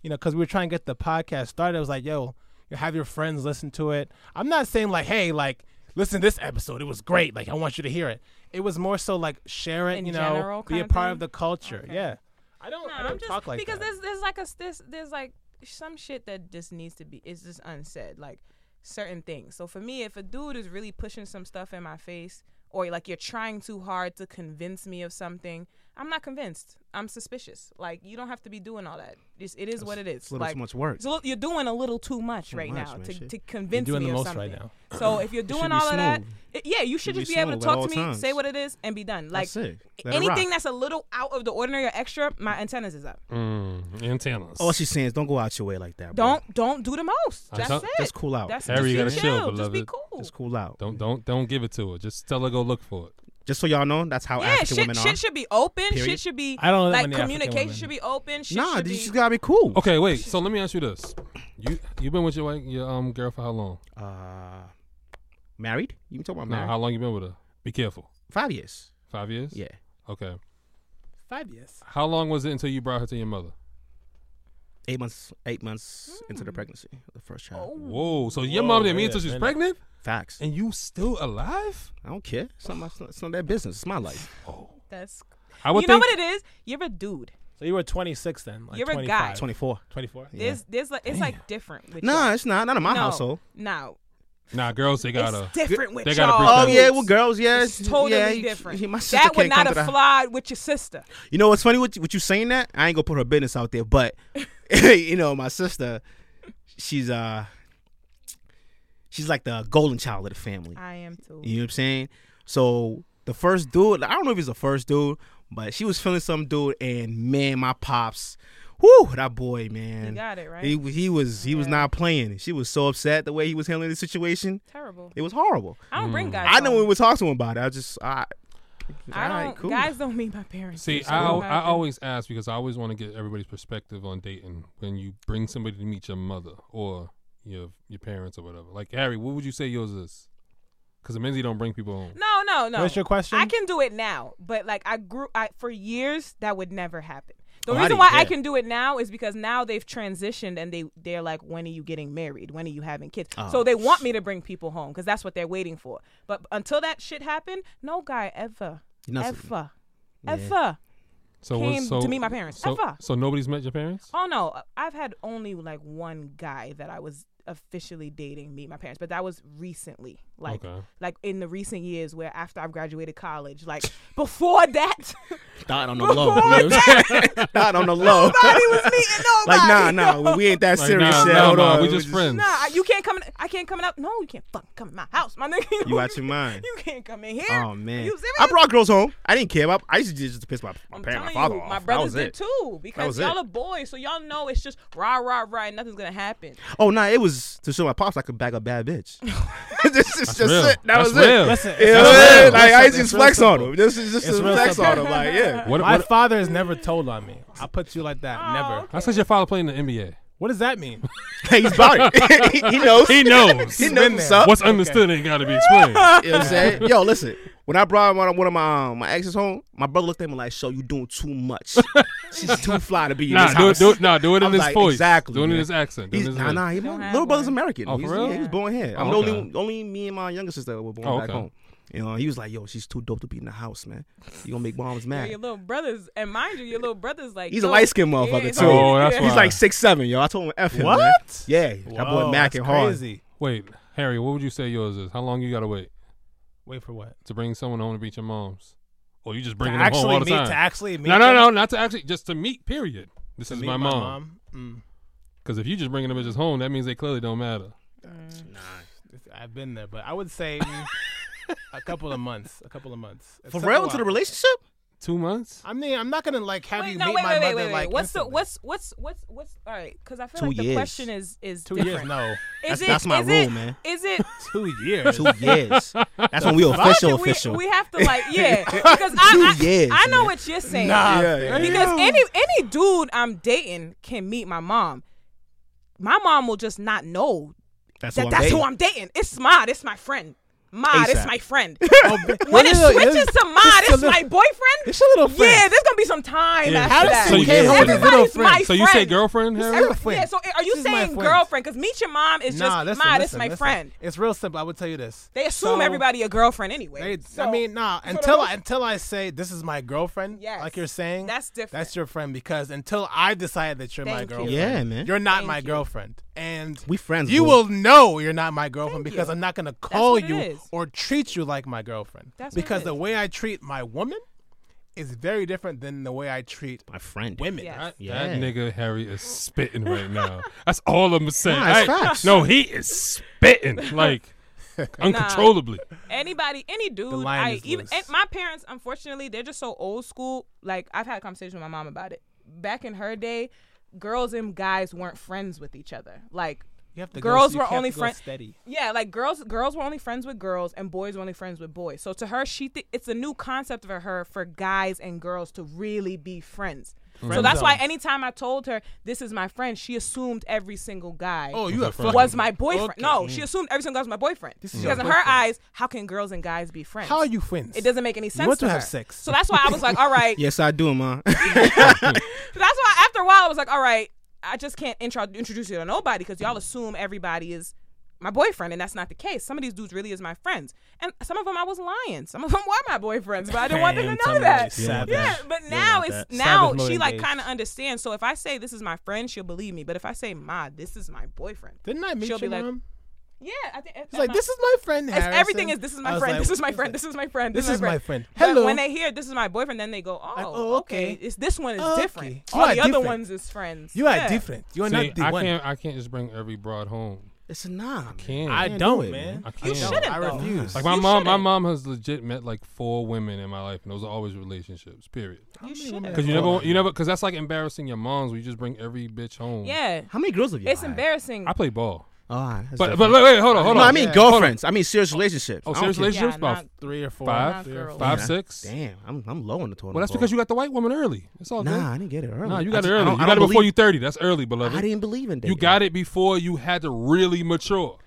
you know, because we were trying to get the podcast started. I was like, yo, you have your friends listen to it. I'm not saying like, hey, like, listen to this episode. It was great. Like, I want you to hear it. It was more so like share it.
In
you know,
general
be a
kind of
part
thing?
of the culture.
Okay.
Yeah. I don't.
No,
I don't
I'm just
talk like
because
that.
there's there's like a there's, there's like some shit that just needs to be is just unsaid like certain things. So for me, if a dude is really pushing some stuff in my face or like you're trying too hard to convince me of something, I'm not convinced. I'm suspicious. Like you don't have to be doing all that. It's, it is what it is.
It's a little
like,
too much work.
it's a little- you're doing a little too much right
much,
now
man.
to,
Shit.
to convince
doing
me
the
of
most
something.
right now.
So if you're
should
doing
be
all of that,
smooth.
it- yeah, you
Should
should just
be
be able to
smooth at
talk
all
to me,
times.
say what it is, and be done. Like
That's it. Let it
anything
rock.
that's a little out of the ordinary or extra, my antennas is up.
Mm, antennas.
All she's saying is don't go out your way like that. bro.
Don't don't do the most.
I
That's
thought-
it.
Just cool out.
That's just
Harry, you gotta
chill.
chill,
Just be
beloved.
cool.
Just cool out.
don't don't don't give it to her. Just tell her go look for it.
Just so y'all know, that's how
yeah,
African
shit,
women
shit
are.
should be open.
Period.
Shit should be
I don't know
like
any African
communication
women.
should be open. Shit
Nah,
should
you
be
just gotta be cool.
Okay, wait. So let me ask you this: you you been with your wife, your um girl for how long?
Uh, married? You can talk about
Now,
married.
how long you been with her? Be careful.
Five years.
Five years.
Yeah.
Okay.
Five years.
How long was it until you brought her to your mother?
Eight months. Eight months into the pregnancy, the first child.
Whoa. So your
Whoa,
mom didn't mean
wait
until
a
she was
minute.
pregnant,
Facts.
and you still alive?
I don't care. It's not, my, it's not their business. It's my life.
that's
I
you
would
know
think.
what it is? You're a dude.
So you were 26 then. Like
You're a
25.
guy.
24.
24.
Yeah.
There's there's like it's like different with
Nah,
y'all.
it's not. Not in my
no,
housegold.
No.
nah, girls, they
It's
gotta.
different with
they gotta
y'all.
break
Oh
Dudes.
yeah, well, girls, yeah,
It's totally
yeah, you-
different.
you- my sister
that would
can't come
not
to
have
the-
flied with your sister.
You know what's funny? What you, what you saying that? I ain't gonna put her business out there, but you know, my sister, she's uh, she's like the golden child of the family.
I am too.
You know what I'm saying? So the first dude, I don't know if he's the first dude, but she was feeling some dude, and man, my pops, whoo, that boy, man,
You got it, right?
He he was he was
Yeah.
not playing. She was so upset the way he was handling the situation.
Terrible.
It was horrible.
I don't bring guys.
Mm. I know
home.
when we talked to him about it. I just I,
I don't.
all right, cool.
Guys don't meet my parents.
See,
It's
I,
cool.
al- I always ask because I always want to get everybody's perspective on dating when you bring somebody to meet your mother or your your parents or whatever. Like Harry, what would you say yours is? Because Menzie don't bring people home.
No, no, no.
What's your question?
I can do it now, but like I grew I, for years, that would never happen. The
Oh, I
reason
didn't
why I
care.
can do it now is because now they've transitioned and they they're like, when are you getting married? When are you having kids? So they want me to bring people home because that's what they're waiting for. But until that shit happened, no guy ever,
You're not-
ever,
Yeah.
ever.
So what-
Came
so,
to meet my parents.
So,
Ever.
so nobody's met your parents.
Oh no, I've had only like one guy that I was officially dating meet my parents, but that was recently, like
Okay.
like in the recent years where after I've graduated college, like before that,
Not on the low. Not on the low.
nobody was meeting nobody.
Like nah, nah, we- we ain't that
Like,
serious.
nah,
yeah,
nah,
hold
nah,
on,
we just friends.
Nah, I- you can't come. In, I can't come in out. No, you can't fucking come in my house, my nigga.
You out your mind.
You can't come in here.
Oh man,
you serious?
I brought girls home. I didn't care about. I used to just piss my my
I'm
parents, my
telling
father
you,
off.
my
that
brothers
was
did
it.
too because
was
y'all
it.
are boys, so y'all know it's just rah rah rah and nothing's gonna happen.
Oh nah, it was to show my pops I could bag a bad bitch. this is just
real.
it. That
That's
was
real.
it.
Listen,
You
it's
know
real.
what I'm saying?
It's
Like I
real
used to just
simple.
flex on him. Just just
It's
to
real
flex on
simple.
him. Like yeah.
What,
My
what-
father has never told on me. I'll put you like that. Never.
I said your father played in the NBA.
What does that mean?
He's about it. he, he knows.
He knows.
He
been
knows what's
there.
up.
What's understood ain't got to be explained.
You know what I'm saying? Yo, listen. When I brought one of, one of my um, my exes home, my brother looked at me like, "Show you doing too much. She's too fly to be in
nah,
this
do it,
house."
do it, nah, do it
I
in
was
his
like,
voice.
"Exactly,
Doing it in
man."
his accent. Doing
He's,
it in his
nah, nah. He,
Don't
my
have
little brother's
one.
American.
Oh, for
He's-
real?
Yeah, he was born here.
Oh,
I'm the
okay.
only only me and my younger sister were born
Oh,
back
okay.
home. You know, he was like, "Yo, she's too dope to be in the house, man. You gonna make moms
Your
mad."
little brothers, and mind you, your little brothers like
He's a
yo,
light skinned
yeah,
motherfucker
it's
too.
like-
Oh, that's
He's
why.
like six seven, yo. I told him F him. man.
What?
Yeah, that
Whoa,
boy Mac
that's
and hard.
Crazy.
Wait, Harry, what would you say yours is? How long you got to wait
Wait for what?
to bring someone home to meet your moms? Or you just
to
bring them home
actually
all the
meet.
time?
To actually meet.
no, no,
them?
no, not to actually, just to meet, period. This
To
is
meet
my, mom.
mom.
Because if you just bringing them bitches home, that means they clearly don't matter.
Mm. I've been there, but I would say mm, a couple of months. A couple of months. It
For
took a
real into the
while.
relationship?
Two months?
I mean, I'm not gonna like have
Wait,
you
no,
meet
wait,
my
wait,
mother
wait, wait,
like.
wait. What's the
instantly.
what's what's what's what's all right? Because I feel
Two
like the
years.
question is is
Two
different.
years? No,
Is
That's-
it,
that's my
is
rule,
it-
man.
Is it
two years.
Two years. That's when we official
we,
official.
We have to like yeah because I I,
Two years,
I know
man.
what you're saying.
Nah,
Yeah,
fam.
Because any any dude I'm dating can meet my mom. My mom will just not know
that's
that
who I'm
that's who
dating.
I'm dating. It's Ma, it's my friend. Ma, it's
ASAP.
my friend.
Your
when it
little- your-
switches to Ma,
this your
it's
little-
my boyfriend.
This your little friend.
Yeah, there's gonna be some time
Yeah.
after
How
that.
does she
So
came
you-
home with this
Everybody's
little friend?
my
So you say
friend.
girlfriend, Harry?
real friend.
Yeah, so are you
She's my
saying
friend.
girlfriend? Because meet your mom is
Nah,
just
listen,
ma, this
listen,
my
listen.
friend.
It's real simple. I would tell you this.
They assume
So-
everybody a girlfriend anyway.
They,
So-
I mean, nah.
the
Until I,
most-
until I say this is my girlfriend,
Yes.
like you're saying,
That's different.
That's your friend because until I decide that you're my
Thank you.
girlfriend,
Yeah, man.
you're not
Thank
my
you.
girlfriend, and
We friends,
You
boo.
will know you're not my girlfriend
Thank
because
you.
I'm not gonna call
what it
you
is.
or treat you like my girlfriend.
That's what it
because the
is.
way I treat my woman is very different than the way I treat
my friend.
women.
Yes.
That,
Yeah.
that nigga Harry is spitting right now. That's all I'm saying.
Nah, it's
I-
facts.
no, he is spitting like uncontrollably.
anybody, any dude,
line
I
is
even
loose.
and my parents, unfortunately, they're just so old school. Like I've had a conversation with my mom about it. Back in her day, girls and guys weren't friends with each other. Like
You have to go-
girls
you
were
have to
only
go
friends.
Steady.
Yeah, like girls, girls were only friends with girls, and boys were only friends with boys. So to her, she th- it's a new concept for her for guys and girls to really be friends. so
Friend
that's why
zone.
anytime I told her this is my friend, she assumed every single guy
Oh, you
Was
have
that friend?
was my boyfriend.
Okay.
No, she assumed every single guy was my boyfriend.
is
because in
your
her
boyfriend.
eyes, how can girls and guys be friends?
How are you friends?
It doesn't make any sense.
want to
her.
have sex.
So that's why I was like, all right.
Yes, I do, ma.
So that's why after a while I was like, all right, I just can't intro- introduce you to nobody because y'all assume everybody is my boyfriend, and that's not the case. Some of these dudes really is my friends, and some of them I was lying. Some of them were my boyfriends, but I didn't want them to
Damn,
know
some
that.
of these savage.
Yeah, but now
want
it's
that.
now
Savage mode
she like
engaged.
kind of understands. So if I say this is my friend, she'll believe me. But if I say ma, this is my boyfriend.
Didn't I meet
She'll
your
be like-
mom?
Yeah, I think
It's like this is my friend.
It's
Harrison.
everything is this is
I
my
was
friend.
like,
this is my
what
friend.
that?
This is my friend.
This is my friend.
But
Hello.
when they hear this is my boyfriend, then they go, oh,
oh,
okay.
okay.
It's this one is
Okay.
different.
You
All
are
the other
different.
ones is friends.
You are
Yeah.
different. You are
See,
not the
I
one.
can't. I can't just bring every broad home.
It's a nah. man.
Can't.
I
do
don't,
it,
man.
man.
I
You
can't.
shouldn't.
I
though.
refuse.
Like my
You
mom, my
shouldn't.
mom has legit met like four women in my life, and those are always relationships. Period.
You shouldn't.
Because you never, you never, because that's like embarrassing your moms. where you just bring every bitch home.
Yeah.
How many girls have you?
It's
had?
embarrassing.
I play ball,
Oh, all right, that's
but but
different.
wait, wait, hold on, hold
no,
on.
I mean
Yeah.
girlfriends. I mean serious relationships.
Oh,
I don't
serious
care.
relationships, about
not-
three or four.
five,
not
three or
girls.
four.
five,
Yeah.
six.
Damn, I'm I'm low on the totem
Well, that's because you got the white woman early. It's all
Nah,
good.
I didn't get it early.
Nah, you
I
got
just-
it
I
early.
don't-
You
I
got it
don't
before
believe-
you thirty. That's early,
I
beloved.
didn't believe in dating.
You got it before you had to really mature.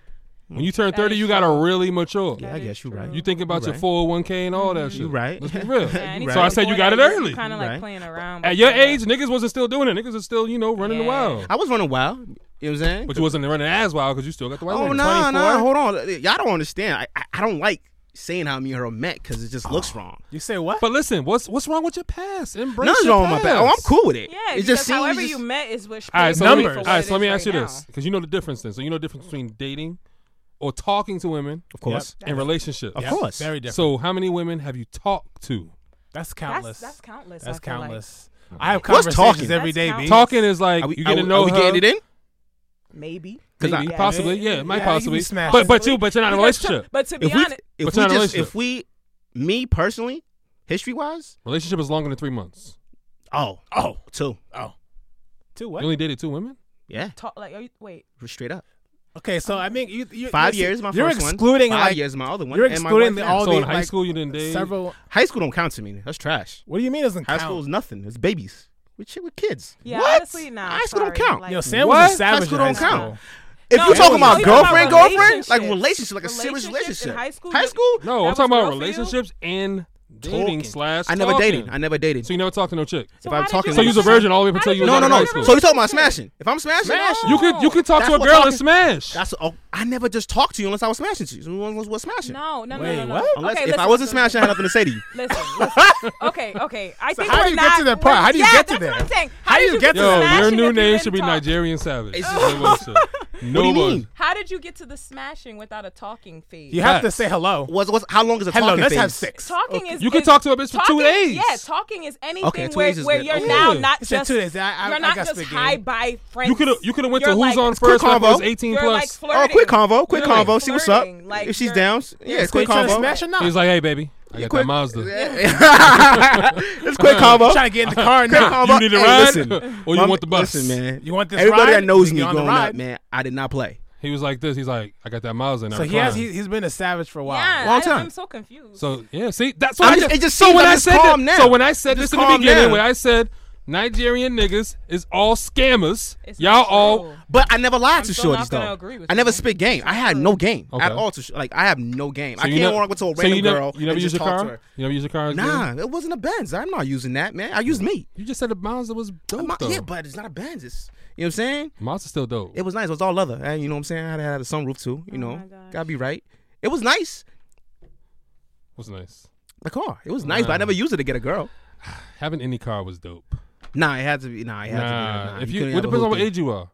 When you turn
That
thirty,
is
you got to
true.
really mature.
Yeah, I
That is
guess you're right.
true.
You thinking about your
Right.
four hundred one k and all that shit.
You right.
Let's be real.
Yeah, anytime
So I
you're
said you
going
got
at
it
it,
early.
Kind of like
Right.
playing around.
At your age, niggas wasn't still doing it. Niggas are still, you know, running
Yeah.
wild.
I was running wild. You know what I'm saying?
But you wasn't running as wild because you still got the white
oh
woman.
no,
24?
no, hold on. Y'all don't understand. I, I, I don't like saying how me and her met because it just looks wrong.
You say what?
But listen, what's what's wrong with your past? Embrace
Nothing's
your
wrong with my back. Oh, I'm cool with it.
Yeah,
it
because
just seems
however
just-
you met is which.
All right, so
plays
let me,
Numbers.
for
all
what
right,
it
so let me
is
ask
right
you
now.
this because you know the difference then. So you know the difference between dating or talking to women
of course.
and relationships.
Of course.
Very different.
So how many women have you talked to?
that's
That's
countless.
that's countless.
That's
I feel like.
countless. I have
What's
conversations
talking?
every
That's
day,
countless.
B.
Talking is like
Are we,
you
are,
getting
we-
to know
are we
her.
getting it in?
Maybe.
'Cause I-
Maybe,
Yeah.
possibly, yeah, it
Yeah, you
might
can
possibly.
be smashed.
But but you but you're not in a
Because to-
relationship.
But to be
If we,
honest,
if
But
we
you're in a
just,
relationship.
if we, me personally, history wise,
Relationship is longer than three months.
oh, oh, two, oh,
Two
You
what?
only dated two women.
yeah,
talk like are you, wait.
straight up.
Okay, so I mean, you, you,
Five
you
years, my
you're
first one.
excluding
Five
like
years, my other one.
you're
and my
excluding
wife
the-
now.
all
so
the,
in high
like,
school you didn't date.
several.
High school don't count to me. That's trash.
What do you mean it doesn't
High
count?
school is nothing. It's babies. We shit with kids.
Yeah,
what?
honestly, nah.
High school
sorry.
don't count.
Like,
Yo, Sam
What?
was a savage.
High school
in
don't count.
school.
If
No,
you're talking
no,
about
you're talking
girlfriend,
about
girlfriend, like
relationships.
relationship, like a serious
Relationships in
relationship.
high school,
high
you-
school.
No,
That
I'm
was
talking about
real for you?
relationships and dating
Talking.
slash.
I never
talking.
dated. I never dated.
So you never talked to no chick.
So
If
how
I'm
did
talking-
you
So
you was a
ever-
virgin all the way up
how
until
did
you was
no,
out
no,
of
no.
high school.
So you talking about smashing? If I'm smashing,
Smashing.
You could you could talk
That's
to a
what
girl and
talking-
smash.
That's oh, I never just talked to you unless I was smashing to you. So what was what smashing?
No, no, no,
Wait,
no, no.
what?
Unless
okay,
if
listen,
I wasn't
listen, listen.
smashing, I had nothing to say to you.
Listen, listen. okay, okay. I think
how
we're
do you get
not,
to that part? How do you
yeah,
get to
that's
there?
What I'm saying.
How do you
did
get
to
to
Yo,
that?
your
smashing if
new
you
name
didn't
should be
talk?
Nigerian Savage.
It's
No bullshit. No
mean?
bullshit.
How did you get to the smashing without a talking phase?
You have to
Facts.
say hello.
Was was how long is a
Hello,
talking
let's
phase?
have six.
Talking is
You can
is-
talk to a bitch for
talking-
two days.
Yeah, talking is anything
Okay, two
where,
days is
where
good.
you're
Okay.
now
Yeah.
not
He said
just
two days. I- I-
you're
I
not
gotta
just
speak
high
again.
by friends.
You could have you could have went
You're
to who's
like-
on
It's
first
quick
when I was
convo.
eighteen
You're like
plus.
flirting.
Oh, quick convo, quick
You're like
convo. See what's up.
flirting, like
if she's
you're-
down, yeah, it's
So you
quick
trying to
convo.
smash or not?
He's like, hey baby, I got that
quick-
Mazda.
it's quick convo.
trying to get in the car
Quick
now.
convo.
You need a
Hey,
ride,
listen.
or you
My-
want the bus?
Listen, man.
You want this
Everybody
ride?
that knows
You
me
get on the
growing up,
ride.
man, I did not play.
He was like this. He's like, I got that Mazda. And I
So he has
recline."
he, he's been a savage for a while.
Yeah,
Long
I-
time.
I'm so confused.
So yeah, see, that's why
I'm
I
just- it just
so
seems
when
I'm
I
just
said
calm now.
that, so when I said
Just
this in the
calm
beginning,
now.
when I said Nigerian niggas is all scammers,
It's
y'all
not
all
true.
But I never lied
I'm
to
still
shorties
not gonna
though.
agree with
I
you,
never
man.
spit game. I had no game
Okay.
at all. To sh- like I have no game.
So
I
you
can't
never-
walk up to a
so
random
you never,
girl
You never
and
use
just
your
talk
car.
to her.
You never use your car. as well?
Nah, it wasn't a Benz. I'm not using that, man. I used me.
You just said the Mazda was dope
My-
though.
yeah, but it's not a Benz. It's you know what I'm saying.
Mazda's still dope.
It was nice. It was all leather. And you know what I'm saying. I had, had a sunroof too. You know,
Oh my gosh.
gotta be right. It was nice.
was nice.
The car. It was nice, but I never used it to get a girl.
Having any car was dope.
Nah, it had to be. Nah, it had to be.
Nah,
Nah,
if
couldn't
you,
have
it
a
depends on what
hoopty.
age you are.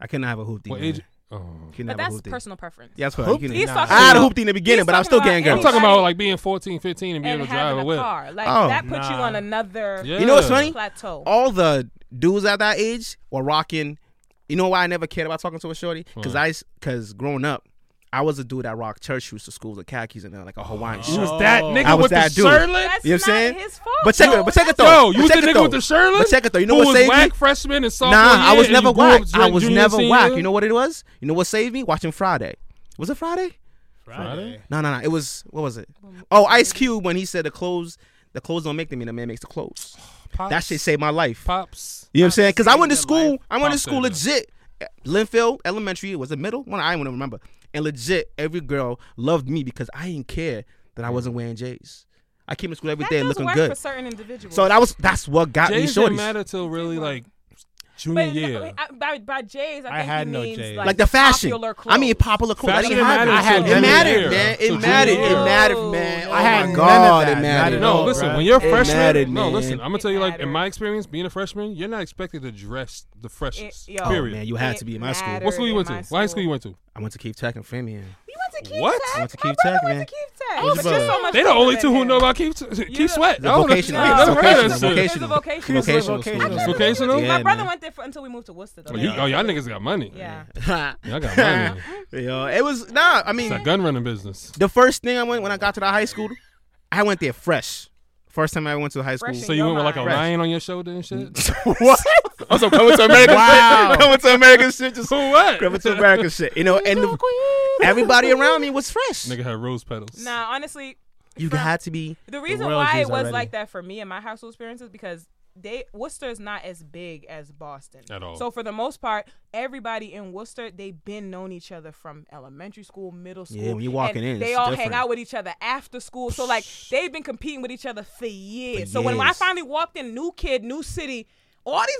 I couldn't have a hoopty.
What
man.
age? Oh.
Couldn't
but
have a
that's
hoopty.
personal preference.
Yeah, that's what.
Hoopty?
you couldn't-
He's talking
I had a
about-
hoopty in the beginning,
he's
but I was still
talking
getting
about
girls.
I'm talking
Anybody-
about like being 14, 15 and being
and
able to drive
having
away.
a car, like
Oh,
that puts you
nah.
on another
Yeah.
You know what's funny?
plateau.
all the dudes at that age were rocking. You know why I never cared about talking to a shorty?
Hmm.
Because I, because growing up, I was a dude that rocked church shoes to school with khakis and uh, like a Hawaiian
You
shirt.
was that
Oh.
nigga
I was
with
that
the
dude. You
That's
shirtlet?
know
not
what I'm saying?
his fault.
But check
though.
it, but check it
That's-
though.
Yo, you was
But
the
check it
nigga
though.
with the shirtlet?
But check it though. You know
who
what
was
saved me?
whack freshman and sophomore
Nah, I
year
was
and you
never
grew
whack.
up
I
like
was
junior,
never
senior?
whack. You know what it was? You know what saved me? Watching Friday. Was it Friday?
Friday.
No, no, no. It was what was it? Oh, Ice Cube when he said the clothes, the clothes don't make the man, the man makes the clothes.
Pops,
That shit saved my life.
Pops.
You know what I'm saying? Because I went to
Pops
school.
saved
I went to
Pops
school
saved
legit. Linfield Elementary was the middle one. I don't even remember. And legit, every girl loved me because I didn't care that I wasn't wearing J's. I came to school every
that
day
does
looking
work
good.
for certain individuals.
So that was that's what got
Jays
me
didn't
shorties.
matter till really like junior
but no,
year.
I- by, by Jays, I,
I
think
had
he
no
means,
Jays.
Like,
Like the fashion.
Popular
I mean,
clothes.
popular clothes. I
Fashion
didn't have
mattered
it. I had
till
it
junior
mattered,
year.
man. It
Till junior
mattered. It
year.
mattered, man.
No,
Oh
I had
my
none of
God,
that.
it
Not
mattered.
at
no,
all,
listen.
bruh.
When you're a
It
freshman,
mattered,
no,
man.
listen. I'm gonna
It
tell you, like in
mattered.
my experience, being a freshman, you're not expected to dress the freshest.
yo.
Oh
period.
man, you had to be in my
It
school.
mattered.
what school you
in
went to?
my
What high school you went to?
I went to Keith Tech and Framingham.
You went to Keith
What?
Tech?
I went to
My
Keith
brother
Tech,
went
man.
to Keith Yeah, it's
your
just so
brother?
much
They the
fun
only
in
two who
there.
know about Keith,
Yeah.
Keith Sweat.
The
I don't know-
vocational-
I ain't never heard of
it's
that
a
shit.
There's
vocation.
a
vocational-
vocation.
Vocational I
school.
I can't remember what
Vocational?
it was. My
Yeah,
brother
man.
went there for, until we moved to Worcester. though.
Oh, you, oh, y'all niggas got money.
Yeah.
Y'all got money.
Yo, it was nah. I
It's
mean,
a gun running business.
the first thing I went when I got to the high school, I went there fresh. First time I went to the high school.
Fresh
So you
Your
went with like a
mind.
lion on your shoulder and shit.
what? I'm so coming to America.
Wow.
Wow. coming to America shit. Just
So what?
coming to America shit. You know, and the, everybody around me was fresh.
Nigga had rose petals.
Nah, honestly,
You
From-
had to be.
the reason
royal
why
Jews
it was
already.
like that for me and my household experience is because they Worcester's not as big as Boston
At all.
So for the most part, everybody in Worcester they've been known each other from elementary school, middle school.
Yeah, when you
and
walking in,
they
it's
all hang
different.
out with each other after school. So like they've been competing with each other for years.
For
So when I
years.
finally walked in, new kid, new city, all these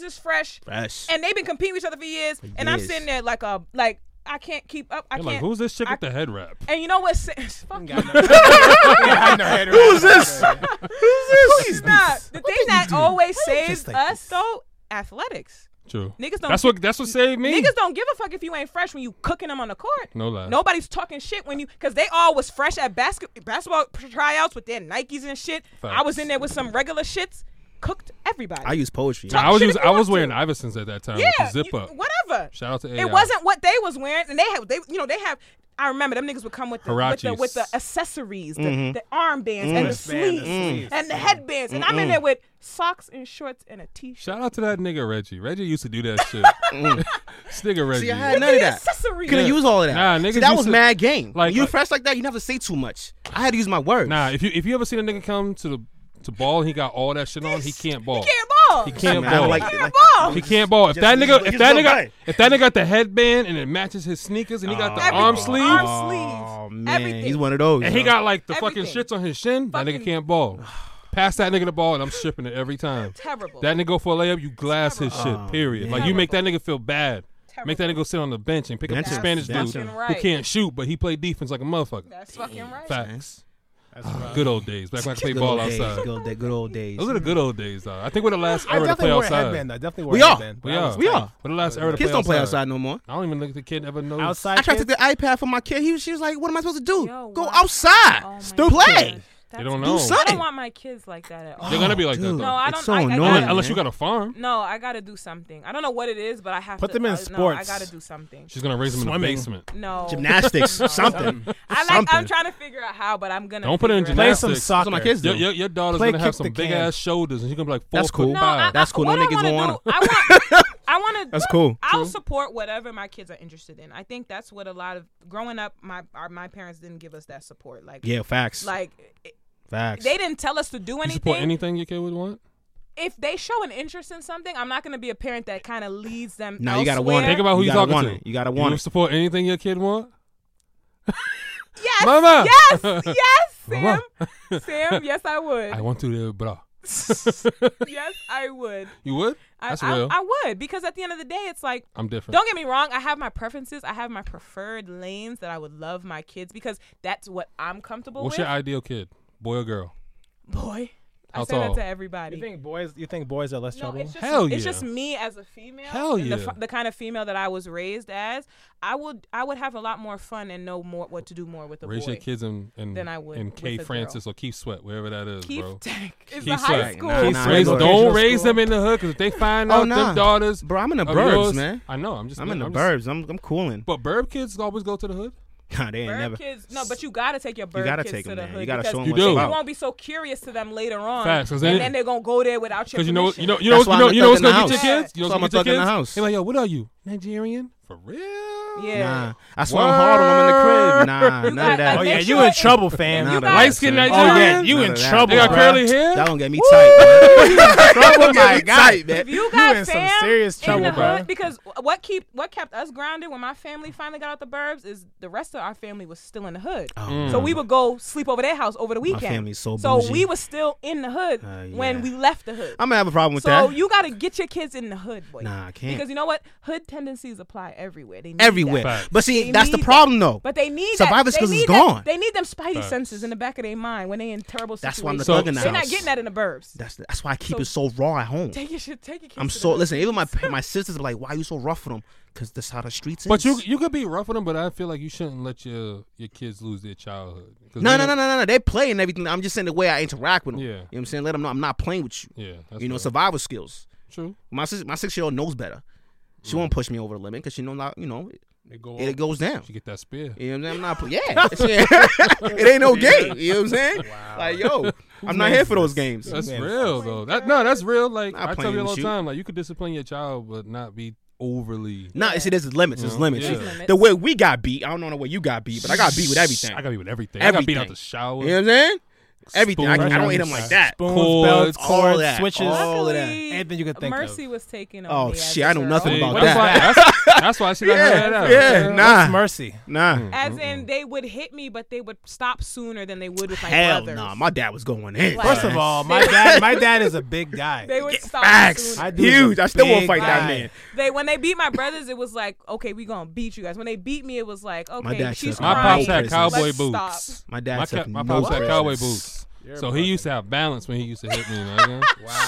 motherfuckers is fresh,
Fresh.
and they've been competing with each other for years. And I'm
years.
sitting there like a like I can't keep up. I
They're
can't.
like, who's this chick
I-
with the head wrap?
and you know what? Fuck you.
Who's
this? Who's
It's not. The thing that always saves
just like
us though, athletics.
True.
Niggas don't.
That's what that's what saved me.
Niggas don't give a fuck if you ain't fresh when you cooking them on the court.
No lie.
Nobody's talking shit when you, cause they all was fresh at basket basketball tryouts with their Nikes and shit. I was
Facts.
in there with some regular shits, cooked everybody.
I use poetry.
Nah, I was
shit
using,
if you
I was
want to.
wearing Iversons at that time.
yeah,
with the zip
you-
up.
whatever.
Shout out to AI.
It wasn't what they was wearing, and they have they you know they have. I remember them niggas would come with the with the,
Huaraches.
with the accessories, the, the armbands
Mm.
and the
Wristband,
sleeves
the sleeves.
and the headbands, and I'm in there with socks and shorts and a t-shirt.
Shout out to that nigga Reggie. Reggie used to do that shit. This nigga Reggie.
See, I had none of
The
that.
accessories.
Couldn't
Yeah.
use all of that.
Nah, niggas
See, that
used
was
to-
mad game.
like- uh,
Like you fresh like that, you never say too much. I had to use my words.
nah, if you if you ever seen a nigga come to the to ball and he got all that shit on, he can't ball.
He can't ball.
He can't
Man, I
ball.
like-
He
like-
can't ball.
He can't ball. If
Just
that
use
nigga,
the-
if
use
that
the
nigga,
way.
if that nigga got the headband and it matches his sneakers and he got the
Everything.
arm sleeves
Arm sleeves.
man,
Everything.
he's one of those.
and he
huh?
got like the fucking
Everything.
shits on his shin, that nigga
Fucking-
can't ball. Pass that nigga the ball and I'm shipping it every time.
Terrible.
That nigga go for a layup, you glass his shit. Period. Like you make that nigga feel bad. Make that nigga go sit on the bench and pick up the
Bench.
Spanish
That's
dude
fucking
who
right.
can't shoot, but he played defense like a motherfucker.
That's fucking right.
Facts. Good old days. Back when I played
good
ball
old days,
outside.
Good old, da- good old days.
Those are the good old days, though. I think we're the last
I
era to play
definitely wear a
outside.
headband. I definitely wear
We
a
are.
headband.
We
That was
are.
We
tight.
are.
We're the last era to
Kids
play
don't play
outside.
outside no more.
I don't even think the kid ever knows.
Outside
I tried to
kids?
take the iPad from my kid. He, she was like, "What am I supposed to do?
Yo,
Go
wow.
outside.
Oh my
Still
God.
play.
That's-
They don't
Do
know.
something.
I don't want my kids like that at all.
They're gonna be like that
Dude,
though.
No, I don't-
It's so
I- I
annoying.
gotta-
unless, unless you got a farm,
No, I gotta do something. I don't know what it is, but I have
Put
to.
them in
I, No, I
sports.
gotta do something.
she's gonna raise them in the
Swimming.
basement.
No.
gymnastics, something.
I like. I'm
something.
trying to figure out how, but I'm gonna.
Don't put it in
figure
Play
out.
gymnastics.
some
That's
soccer.
what my kids do.
Your, your, your daughter's
Play
gonna have
kick
some
the
big
can.
ass shoulders, and she's gonna be like four
That's
foot
cool.
No, I, I,
five.
That's cool. No
What I
niggas
wanna
won't
do,
want
I want. I want to.
That's cool.
I'll support whatever my kids are interested in. I think that's what a lot of growing up, my our, my parents didn't give us that support. Like,
Yeah, facts.
like it-
facts.
they didn't tell us to do
you support
anything.
anything your kid would want?
if they show an interest in something, I'm not going to be a parent that kind of leads them.
No, you gotta
elsewhere.
want it.
Think about who
You
you,
gotta
talking
want
to.
it. You gotta
you
want
don't
it.
support anything your kid want.
Yes,
Mama!
Yes, yes, Sam,
Mama.
Sam. Yes, I would.
I want to live bra.
yes, I would.
You would?
I,
That's
I,
real.
I would because at the end of the day, it's like
I'm different.
Don't get me wrong. I have my preferences. I have my preferred lanes that I would love my kids because that's what I'm comfortable
What's
with.
your ideal kid? Boy or girl?
Boy, I
How
say that
tall?
to everybody.
You think boys? You think boys are less
no,
trouble?
it's just
Hell
it's
yeah.
just me as a female.
Hell
and the,
yeah.
fu- the kind of female that I was raised as. I would I would have a lot more fun and know more what to do more with a
Raise
boy.
your kids in in,
Then I would
in
with a
K
girl.
Francis or Keith Sweat, wherever that is,
Keith
bro.
Tank is
Keith
a
Sweat.
high
Nah,
school.
nah,
Keith
nah,
Sweat.
go to
Don't
vocational
raise
school.
them in the hood because if they find
Oh,
out
nah.
them daughters,
Bro, I'm in the
of
burbs,
yours-
man.
I know. I'm just.
I'm in the
I'm just-
burbs. I'm I'm cooling.
But burb kids always go to the hood.
Nah, they ain't
Bird
never.
kids, no, but you gotta take your bird
gotta
kids
take
to
'em
the
there. You
hood
gotta
because
show 'em
You what do.
You
about.
won't be so curious to them later on,
Facts, 'cause
and
then-
then they're gonna go there without your
Because you know what you know you know
That's
what-
why
you know
I'm a
you know what's
thug in
gonna
the
get your
house.
kids. You know
That's why
what's
I'm a
gonna get
thug in
your
the
kids.
house.
They like, yo, what are you? Nigerian? For real?
Yeah.
Nah, I swung hard on them in the crib. Nah,
You
none
got,
of that.
like,
oh yeah,
make
you
sure
in
it-
trouble, fam.
Nah,
you
that-
got-
Light-skinned
son.
Nigerian?
Oh yeah, you
None
in
of that.
trouble.
They got
bruh.
curly hair.
That don't get me tight.
Trouble,
That don't
my
get me
God.
tight, man.
If you
You in
got
some
fam
serious trouble,
in the
bro.
hood, because what keep what kept us grounded when my family finally got out the burbs is the rest of our family was still in the hood. So we would go sleep over their house over the weekend.
Mm. family's so bougie.
we were still in the hood
Uh,
when
yeah.
we left the hood.
I'm gonna have a problem with
so
that.
you got to get your kids in the hood, boy.
Nah, I can't.
Because you know what? Hood tendencies apply everywhere. They need
everywhere.
that.
Facts.
But see,
They
that's the
need
problem though.
But they need
Survivor
that.
skills
they
is
need that-
gone.
they need them spidey
Facts.
senses in the back of their mind when they in terrible situations.
That's why I'm the
So-
thug in the
They're
house.
not getting that in the burbs.
That's that's why I keep
So-
it so raw at home.
Take your shit. Take your kids.
I'm
to the
so
hood.
listen. Even my my sisters be like, "Why you so rough with them?" Because that's how the streets.
But
is.
you you could be rough with them, but I feel like you shouldn't let your your kids lose their childhood. 'Cause
No,
they
no, no,
don't-
no, no, no. They play and everything. I'm just saying the way I interact with them.
Yeah.
You know what I'm saying? Let them know I'm not playing with you.
Yeah, that's
you know,
right.
survival skills.
true.
My sis, my six year old knows better.
Mm.
She won't push me over the limit because she know not. You know, it,
They go
it goes down.
You get that spear.
You know what I'm saying? I'm not. pl- Yeah, it ain't no game. You know what I'm saying?
Wow.
Like yo, I'm not here for those games.
That's
Yeah.
real
Oh my
though. That no, that's real. Like
Not
I tell
playing
you all
with
the
you.
time, like you could discipline your child, but not be overly.
Nah, see, there's limits. There's
Yeah.
limits.
There's
limits.
The way we got beat, I don't know the way you got beat, but I got beat with everything.
I got beat with everything. I got beat
Everything.
out the shower.
you know what I'm saying? Everything. I, I
Spoons.
don't eat them like that.
Spoons,
Cords,
belts,
all
cords,
that,
switches.
all- of that.
Luckily,
Anything you could think of.
Mercy was taken.
Oh, shit, I know nothing
See,
about
that's
that.
Why, that's, that's why I should not have
Yeah,
had that.
yeah,
What's
nah,
mercy.
nah.
As in, they would hit me, but they would stop sooner than they would with my
Hell
brothers.
nah. My dad was going in.
Like-
First of all, my dad, my dad is a big guy.
They would stop
facts.
sooner.
I do
Huge. I still won't
big
fight that
guy.
man.
They when they beat my brothers, it was like, okay, we gonna beat you guys. When they beat me, it was like, okay,
dad
she's
took my
My
crying.
pops
Right.
had cowboy
Let's
boots.
stop.
My dad
My,
took
ca- my
no
pops had
prisoners.
cowboy boots.
You're
So
a
he
bug.
used to have balance when he used to hit me. Nigga.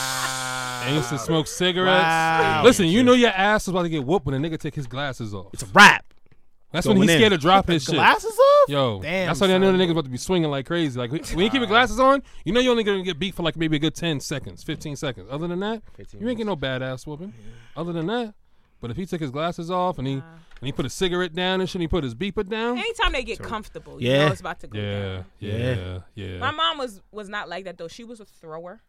Wow.
And he used to smoke cigarettes.
Wow.
Listen, you know your ass is about to get whooped when a nigga take his glasses off.
It's a wrap.
That's
going
when he's
in.
scared to drop his shit.
Glasses off?
Yo,
Damn,
that's how I know
son.
the nigga's about to be swinging like crazy. Like when you keep your glasses on, you know you're only gonna get beat for like maybe a good ten seconds, fifteen seconds. Other than that, you ain't get no badass whooping. Other than that, but if he took his glasses off and he and he put a cigarette down and shit, and he put his beeper down.
Anytime they get comfortable, you
Yeah.
know it's about to go
Yeah,
down.
yeah,
My
yeah.
mom was was not like that though. She was a thrower,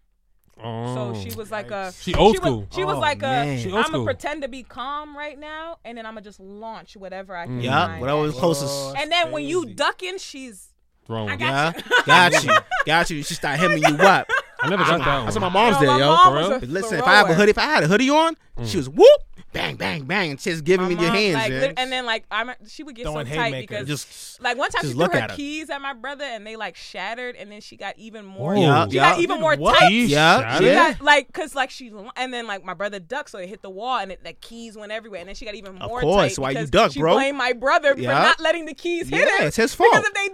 so
Oh.
she was like a
She old
she
school.
Was, she was
Oh,
like
man.
a
She
old
I'm gonna
school.
pretend to be calm right now, and then I'm gonna just launch whatever I can.
Yeah,
find.
whatever was closest.
Whoa.
And then when you
Crazy.
ducking, she's
throwing. I,
Yeah, got you, got you. She started hitting me you up.
never got that one.
That's what my mom's
No,
there,
my
yo.
mom
For
was
real?
a
Listen, if I have a
thrower.
hoodie, if I had a hoodie on, she was whoop, bang, bang, bang, and she's giving me
My
your
mom,
hands,
like,
man.
lit- and then like I'm, she would get so
Throwing
tight
haymakers.
because
just
like one time
just
she
look
threw her
at her.
keys at my brother and they like shattered, and then she got even more.
Whoa. Yeah,
she got
yeah.
even more
What?
tight.
Keys
Yeah,
shattered?
She
yeah.
got like, cause like she, and then like my brother ducked, so it hit the wall, and it, the keys went everywhere, and then she got even more.
course,
tight
why you
because
duck,
she
bro?
Blamed my brother for
Yeah.
not letting the keys hit
Yeah,
her.
it's his fault.
Because if they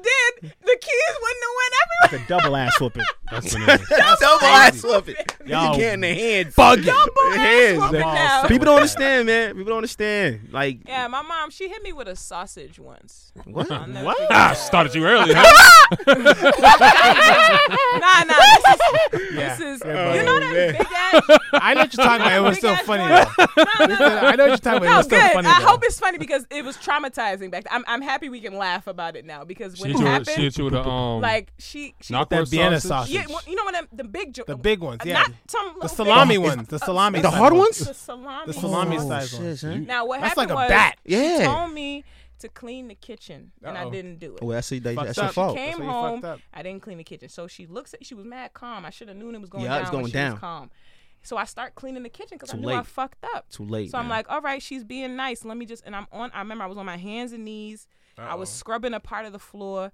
did, the keys wouldn't have went everywhere.
double ass whooping.
That's what it is.
double ass whooping.
Y'all
You getting the hand
bugging.
The hands,
whooping
man.
now.
People don't understand, man. People don't understand. Like
Yeah, my mom, she hit me with a sausage once.
what?
I'll never
What?
forget
ah,
that.
started you early, huh?
nah, nah. This is,
Yeah.
this is
Yeah,
you
buddy.
know that big ass.
I know what you're talking about. It was still
Big-ass
funny
boy.
though.
No, no, no.
I know what you're talking about. It
No,
was still
good.
funny
I
though.
hope it's funny because it was traumatizing back. Then. I'm I'm happy we can laugh about it now because
She
when it
hit you with- she
happened,
hit you with a um,
like she, she
knockwort
That Vienna sausage.
yeah, well, you know when I'm- the big jo-
The big ones,
uh,
yeah.
not some little
the
big-
salami ones. The salami.
The
type
hard ones?
The salami.
The salami
ones.
size
Oh,
ones.
shit, son.
Now what
That's like a
happened was
bat.
she
Yeah.
told me to clean the kitchen and I
Uh-oh.
didn't do it.
Well, oh, that's, that,
Fucked
that's
up.
your
She
fault.
that's
came
when you
home.
fucked up.
I didn't clean the kitchen, so she looks at. She was mad calm. I should have known it was going
Yeah,
down.
it was
when
going
she was
down.
calm. So I start cleaning the kitchen because I
Too
knew I
late.
fucked up.
Too late.
So I'm
man.
like, all right, she's being nice. Let me just. And I'm on. I remember I was on my hands and knees. I was scrubbing a part of the floor,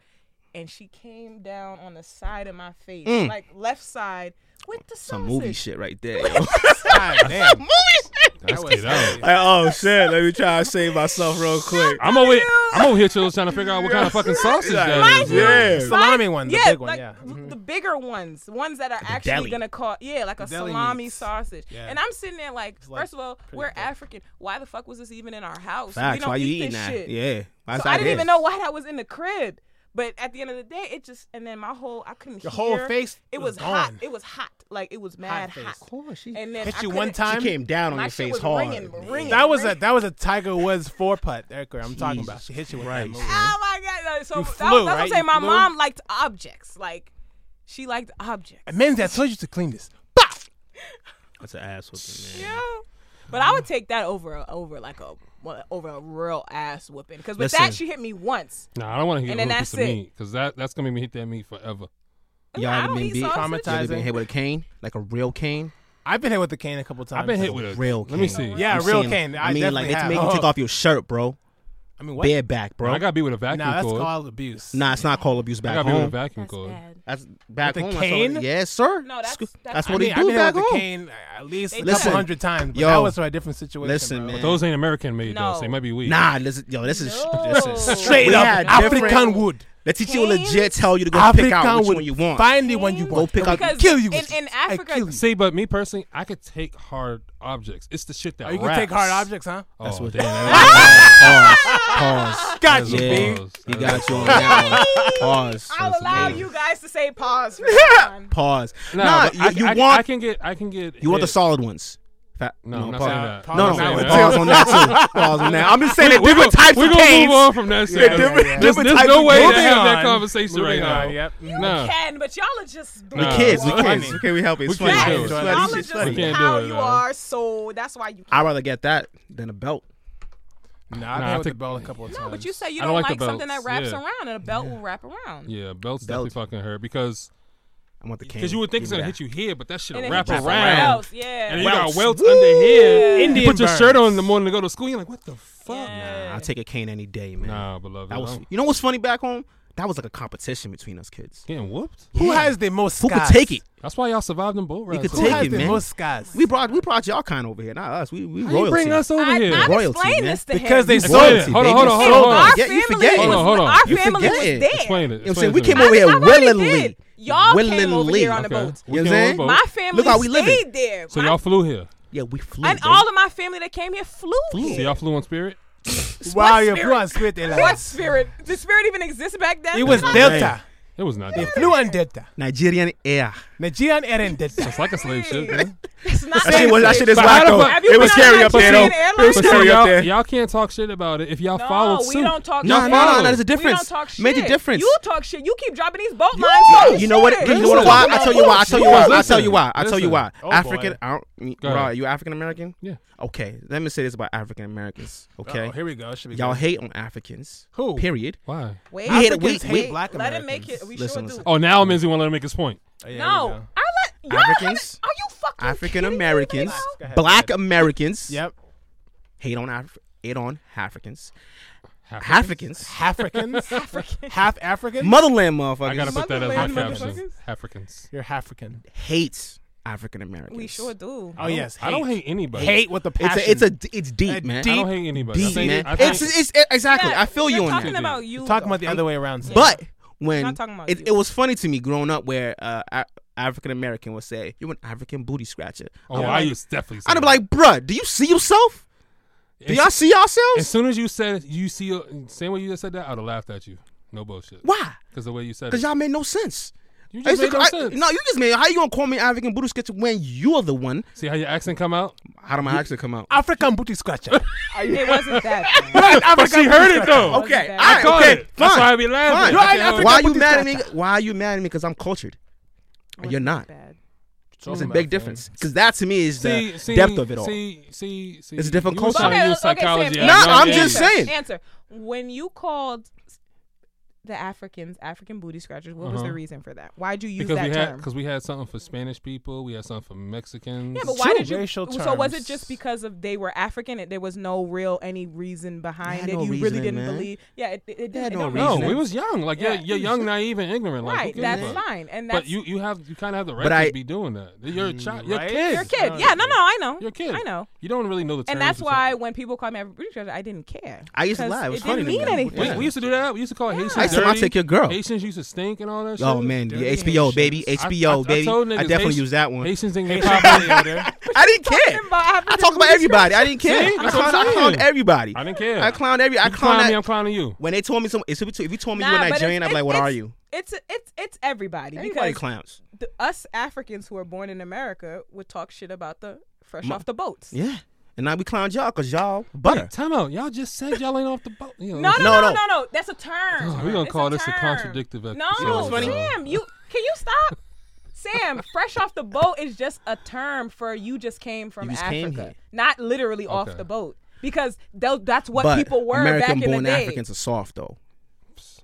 and she came down on the side of my face, like left side, with the
Mm. some
sausage.
movie shit right there. yo.
God damn.
That's
was
get out.
crazy.
Like, oh shit, let me try to save myself real quick.
I'm over here. I'm over here chilling, trying to figure out what kind of fucking sausage
Like,
that is.
Mind you,
man.
Yeah.
The salami one, the
yeah,
big one,
like mm-hmm.
yeah. Mm-hmm.
the bigger ones, the ones that are actually
deli.
gonna call, yeah, like a
deli
salami
meats.
sausage.
Yeah.
And I'm sitting there like,
like
first of all, we're African. Why the fuck was this even in our house? we
Facts.
don't
Why you
eat
eating
this
that?
shit.
Yeah. That's
So
how
I
it
didn't
is.
even know why that was in the crib. But at the end of the day, it just and then my whole I couldn't
Your whole
hear.
face
It
was
was, hot.
gone.
It was hot. Like it was mad hot.
face. Of
course, she-
And then
Hit
I
you one
couldn't-
time.
She came down on
My
your
shit
face
was
hard.
ringing, ringing.
That was a
ringing.
that was a Tiger Woods four putt, Erica. I'm talking about. She hit you with that
Christ.
move.
Oh my god! Like, so
You
that
flew,
was, that's what
right?
I'm saying.
You
My
flew?
mom liked objects. Like she liked objects.
Men's, I told you to clean this.
That's an ass whooping, man.
Yeah. But I would take that over a- over like a well, over a real ass whooping. Because with
Listen.
that, she hit me once.
Nah, I don't want to
And
hit
then
a piece of
that's it.
meat because that that's gonna make me hit that meat forever.
Y'all
I
ever
don't
been
eat
beat?
sausage.
You ever been
Traumatizing.
hit with a cane, like a real cane?
I've been hit with the cane a couple times.
I've been hit
though.
with a
Real
Let me
cane.
see.
Yeah,
I'm
real
saying,
cane. I
I mean,
definitely
like they
have.
make you take off your shirt, bro.
I mean, what?
Bareback, bro.
I got beat with a vacuum
Nah, that's
cord.
called abuse.
nah, it's not called abuse
I
back
got beat with a
home.
vacuum
That's
cord.
bad.
That's back
With a
home. I saw
cane?
that. Yes, sir.
No, that's-
Sco-
that's-
that's
I
I
what
mean,
he
I've
do
been hit
back
with a
home.
cane at least a
Listen.
couple hundred times. But
Yo.
that was for a different situation.
Listen,
bro.
man.
Those ain't American made though, so they
No.
might be weak.
Nah, listen, yo, this is
No.
this is
Straight
we
up
had
African
different-
wood.
The teacher will
Cane?
legit tell you to go pick out which one you want.
Find it when you
Go
want.
pick
I
out-
will
Because
kill you.
in-
with
in
it. I
Africa-
kill you.
See, but me personally, I could take hard objects. It's the shit that
Oh, you can
wraps.
take hard objects, huh?
Oh,
That's what-
damn,
Pause. Pause.
Got
that is
you,
a
Yeah,
B.
pause.
he
That is
got
a
you on
pause.
that one. Pause.
I'll
That's
allow
amazing.
you guys to say pause. For that one.
Pause.
Nah,
Nah,
but
you,
I,
you
I,
want
I can get. I can get.
you want the
hit.
solid ones. Fa-
No, I'm not
pause.
saying that.
No,
I'm
no,
not saying
pause on that too. Pause on that. I'm just saying that different types
we're
of
gonna
canes.
move on from that. shit.
yeah,
different-
yeah.
There's,
different
there's
types
no
of
way to
Moving
have that
on.
conversation
Moving
right now.
on, Yep.
You
Nah.
can, but y'all are just
We
Nah.
kids, we
Funny.
kids. Okay, we help it. It's
We can't
funny.
do
It's
it.
funny.
Y'all are
It's
just
We
funny.
can't
how
do it,
you
though.
are, so that's why you.
I'd rather get that than a belt.
Nah, I've
Nah,
been
I
with the
take-
bell a couple of times.
No, but you say you
I
don't,
don't
like,
like the
something that
belts,
wraps
yeah.
around, and a belt will wrap around.
Yeah, belts
Belt.
definitely fucking hurt because
I want the cane.
because you would think it's gonna hit you here, but that shit
And
will
it
wrap
hits
around.
you somewhere else,
And
Yeah.
then you got
Welts.
welts under here.
Indian
you put your
burns.
shirt on in the morning to go to school. You're like, what the fuck?
Yeah.
I'll take a cane any day, man.
Nah, beloved.
That was.
I'm
You know what's funny back home? That was like a competition between us kids.
getting whooped.
Who has the most
Who
scars?
could take it?
That's why y'all survived in boat rides.
could
so
Who
Take
much.
has
it,
the
man.
most scars?
We brought we brought y'all kind over here, not us. We we
How you
royalty.
bring us over
I,
here?
I've
Royalty,
explained
man.
this to
Because
him.
they
Royalty,
sold it.
baby. Hold on,
Hold
hold
on,
on,
If
hold on, hold on.
our
Yeah, you
family
forget.
was,
Hold on, hold on.
Our
You
family was
forget.
there.
Explain it.
You know what I'm
explain
saying? We
it to
came
me.
over
I- I
here
already
willingly.
did. Y'all came over
Willingly.
here on the
Okay.
boat.
You know what I'm
We came
saying?
over
My
boat.
family
Look how we
stayed
living.
there.
So
My-
y'all flew here.
Yeah, we flew.
and
baby.
all of my family that came here flew,
So
here.
y'all flew on Spirit.
Wow,
What
you
spirit?
flew on Spirit Airlines.
What spirit? Did spirit even exist back then?
It was
Come on.
Delta.
It was not.
They
different.
flew on Delta.
Nigerian air.
Nigerian Air and Delta.
It's like a slave ship. man.
It's not
That shit was that shit is
But
whack
how the
though.
fuck- Have
you
It was
been on
scary up there though.
Nigerian
It was
Airlines?
But see,
scary up
y'all,
there.
y'all can't talk shit about it if y'all
No,
followed
we
suit.
don't talk
No,
shit.
no, no,
no,
there's a
We
difference.
don't talk shit.
Major difference.
You talk shit. You keep dropping these boat lines. so
You know what?
shit.
You know what? Why? I tell you why. I tell you why. I
Listen.
tell you why. I tell you why.
Listen. Oh,
African.
boy.
I don't. I mean,
Go ahead.
Bro, you African American?
Yeah.
Okay. Let me say this about African Americans. Okay.
Oh, here we go. It Should be
Y'all
good.
hate on Africans.
Who?
Period.
Why?
Wait,
We hate it. We,
Africans
we,
hate black
let him
Americans.
make it. We
Listen,
sure do.
listen.
Oh, now Mizzy want to make his point.
Oh, yeah, here we
No,
go.
I let y'all
Africans?
haven't- Are you fucking
African
kidding me
Americans,
right
Go ahead,
black
go
Americans,
Yep.
hate on Af- hate on Africans,
Half-
Africans,
Africans. Half African.
motherland
I gotta
motherfuckers
put that as my
Motherland
caption.
motherfuckers.
Africans.
You're African.
hate African
now?
Americans.
We sure do.
Oh yes.
I don't
hate.
hate anybody.
Hate with the passion.
It's a, it's a d- it's deep
A
man.
I
deep-
don't hate anybody. I
deep
think,
man.
I think
It's, it's it's exactly. I feel
You're
you on
talking
that.
about you.
talking
though.
about the other way around. Sam.
But when
Not talking about
it,
you.
it was funny to me growing up, where uh, a- African American would say, "You're an African booty scratcher."
oh,
I'm
I
like,
used to definitely. say
I'd be
that.
like, "Bruh, do you see yourself? Do
As-
y'all see
As
yourselves?
soon as you said you see, a, same way you just said that, I'd have laughed at you. No bullshit.
Why?
Because the way you said
Because
it.
y'all made no sense."
You
I
just
used
made
to-
no
I-
sense.
No, you just made. How you gonna call me African booty scratcher when you're the one?
See how your accent come out?
How did my accent come out?
African booty scratcher.
It wasn't that. though.
but she heard it though.
Okay,
Okay,
bad.
all
I
right,
caught
okay,
it. That's
fine.
why I be laughing.
Fine.
You're an
Okay,
African
Why
well,
are you
booty
mad at me?
scratcher.
Why are you mad at me? Because I'm cultured. Or you're not.
Bad.
It's a big difference. Because that to me is
See,
the
see,
depth of it all.
See, see, see.
It's a different
You was
culture.
trying to
Okay,
use
okay,
psychology
Sam,
at a
No,
young
I'm
age.
just saying.
Answer. When you called the Africans African booty scratchers, what was
Uh-huh.
the reason for that? Why'd you use
Because
that
we had
term?
because we had something for Spanish people, we had something for Mexicans.
Yeah, but
It's
why
true.
did you?
Racial
so was it
terms.
just because of they were African? It, there was no real any reason behind
had
it.
no
you really
reason,
didn't
man.
believe. Yeah, it, it, it
had
didn't.
no
it don't make
no,
reason.
we was young. Like
Yeah.
you're, you're young, naive, and ignorant. Like,
right.
who gives a
that's
fuck?
fine, and that's
But you you have you kind of have the right
But
to
I- Mm,
be doing that. You're a child. You're a
Right?
kid.
You're
your kid.
No,
Yeah, no, no, I know.
You're a kid.
I know.
You don't really know the.
And
terms
that's
or
why when people call me African booty scratcher, I didn't care.
I used to
'Cause
lie. It was funny
didn't
to
mean
me.
anything.
something.
Yeah.
We, we used to do that. We used to call Haitians.
I used to
dirty.
I'll take your girl.
Haitians used to stink and all that.
Oh
shit.
man, yeah,
Dirty
HBO
Haitians.
baby,
I-
HBO
I- I
baby. I,
told niggas
definitely
Haitian-
use that one.
Haitians think they
Haitian
pop.
body odor.
I didn't care.
Talking about African
I talk about
booty
everybody. I didn't care.
See?
I
That's what
clown,
I'm
I
saying.
clown everybody.
I didn't care.
I clowned every. I
You clown
clowned.
me,
that-
I'm clowning you.
When they told me some, if you if you told me
Nah,
you were
but it's-
Nigerian, I'd be
it's-
like, what are
it's-
you?
It's it's it's everybody
Everybody
because
clowns.
the, us Africans who are born in America would talk shit about the fresh
Ma-
off the boats.
Yeah. And now we clown y'all because y'all butter.
Time out. Y'all just said y'all ain't off the boat. You know,
No, no,
No,
no,
no.
no, no, That's a term.
We're Oh, gonna
It's
call this a
term.
contradictive episode.
No,
You know what's funny?
Sam, you can you stop? Sam, fresh off the boat is just a term for you just came from
You just
Africa,
came here.
not literally off
Okay.
the boat, because tho- that's what
but
people were back in the
American-born
day.
Africans are soft though.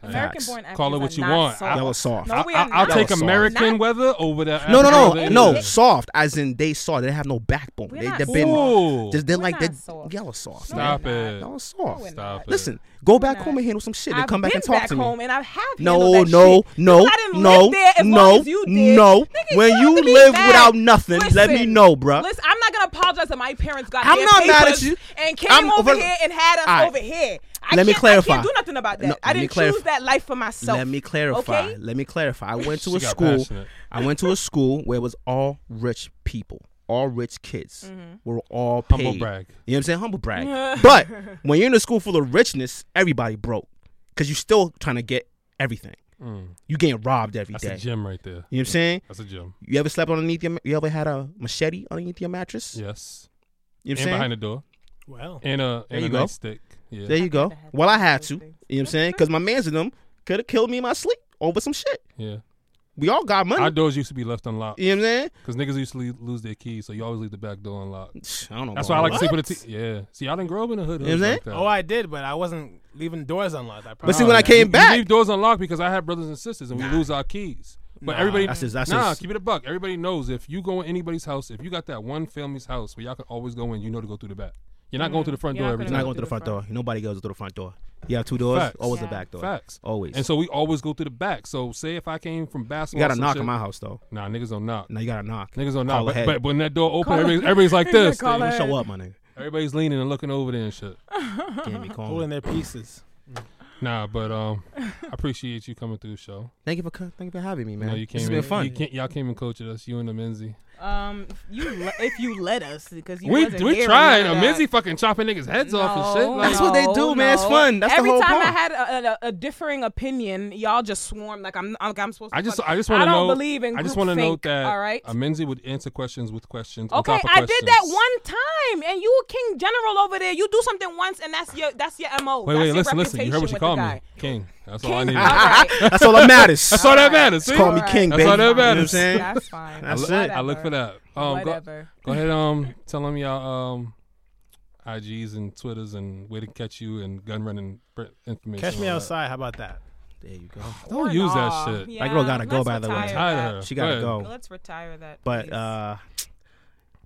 American born
Call it what you want. I-
That was soft.
No, we
I,
are
I'll
not
take
soft.
American
Not-
weather over that.
no, no, no,
African
no.
weather.
Soft, as in they saw. They have no backbone.
We're
They,
not
they've
soft.
been
Ooh.
just they're
We're
like
not
they
soft.
y'all are soft.
No,
man.
Stop
we're not.
it.
Y'all are soft.
Stop it.
Listen, go back
not.
home and handle some shit and
I've
come back
been
and talk
back
to me.
home and I have
No,
handled that
no,
shit.
no,
Because I didn't
no,
live there as long
no,
as you did.
no.
Nigga,
When
don't
you
have to be
live
mad.
without nothing, let me
Listen,
know, bruh.
Listen, I'm not gonna apologize that my parents got
I'm
their
not mad at
papers
you.
and came
I'm-
over
but-
here and had us
Alright.
over here. I
Let me
can't- I
clarify.
can't do nothing about that.
No,
I
let me
didn't
clarify.
choose that life for myself.
Let me clarify.
Okay?
Let me clarify. I went to
She
a
got
school.
passionate.
I went to a school where it was all rich people, all rich kids.
Mm-hmm.
We're all paid.
Humble brag.
You know what I'm saying? Humble brag. but when you're in a school full of richness, everybody broke because you're still trying to get everything. You getting robbed every day.
Mm. That's a gem right there.
You know what I'm saying?
That's a gem.
You ever slept underneath your? You ever had a machete underneath your mattress?
Yes.
You know what
and
I'm saying?
behind the door.
Well,
And a
There
and
you
a
go.
nightstick. Yeah.
there you go.
I had
Well, I had
those
to. You know
things.
what I'm saying? Because my man's in them could have killed me in my sleep over some shit.
yeah.
We all got money.
Our doors used to be left unlocked
you know what I'm saying?
because niggas used to le- lose their keys, so you always leave the back door unlocked.
I don't know.
That's
about
why I like
all
to
that.
sleep with a T. Yeah. See, I didn't grow up in a hood.
You know what I'm
like that.
oh, I did, but I wasn't leaving doors unlocked. I
But see,
promise.
when I came
You
back,
leave doors unlocked because I had brothers and sisters, and we lose our keys. But
Nah,
everybody,
that's just- that's
nah,
just-
keep it a buck. Everybody knows if you go in anybody's house, if you got that one family's house where y'all can always go in, you know to go through the back. You're not going through the front
You're
door
not
every
it's
gonna
not
time.
going through the front door. Nobody goes through the front door. You have two doors,
Facts.
always the
Yeah.
back door.
Facts.
Always.
And so we always go through the back. So say if I came from
you
basketball,
got to
some
knock
shit-
in my house though.
Nah, niggas don't knock.
No, you got to knock.
Niggas don't
Call
knock. But,
ahead.
but when that door open,
Call
everybody's, everybody's like this.
Call
They-
ahead.
Show up, my nigga.
Everybody's leaning and looking over there and shit.
Can't be calling.
holding their pieces.
Nah, but um, I appreciate you coming through the show.
Thank you for co- thank you for having me, man.
You know, you came
this has
in,
been fun.
You can y'all came and coached us. You and Amenzi.
Um, you le- if you let us, because you
We
wasn't
we
here
tried.
when
uh,
we were
Amenzi fucking chopping niggas heads off and shit.
No,
Like,
That's what they
no,
do, man. It's fun. That's the
Every
whole
time I
point.
had a, a, a differing opinion, y'all just swarm like I'm like I'm supposed to.
I just
fuck-
I just want to
I
know.
don't believe in
I just
want
wanna
to
note that
All right.
Amenzi would answer questions with questions. on
Okay,
top of
I did
questions.
that one time, and you a king general over there. You do something once, and that's your that's your mo.
Wait,
that's
wait,
your
listen, listen. You heard
reputation
what you
with
called
the
me,
guy.
King. That's all I
King.
needed.
All right.
That's all that matters.
That's all that matters.
Just call
see?
me
All
king.
That's
baby.
all that
You know what I'm
matters.
saying?
That's fine.
I
That's
look,
it.
I look for that. Um, go,
Whatever.
go ahead. Um, tell them y'all um, IGs and Twitters and where to catch you and gun running pr- information.
Catch me
all that.
outside. How about that?
There you go.
Don't
Or
use that
not.
shit.
Yeah,
girl gotta go,
let's
by the way.
retire
Tired
that.
of her.
She gotta
ahead.
go.
Let's retire that.
But
please.
uh,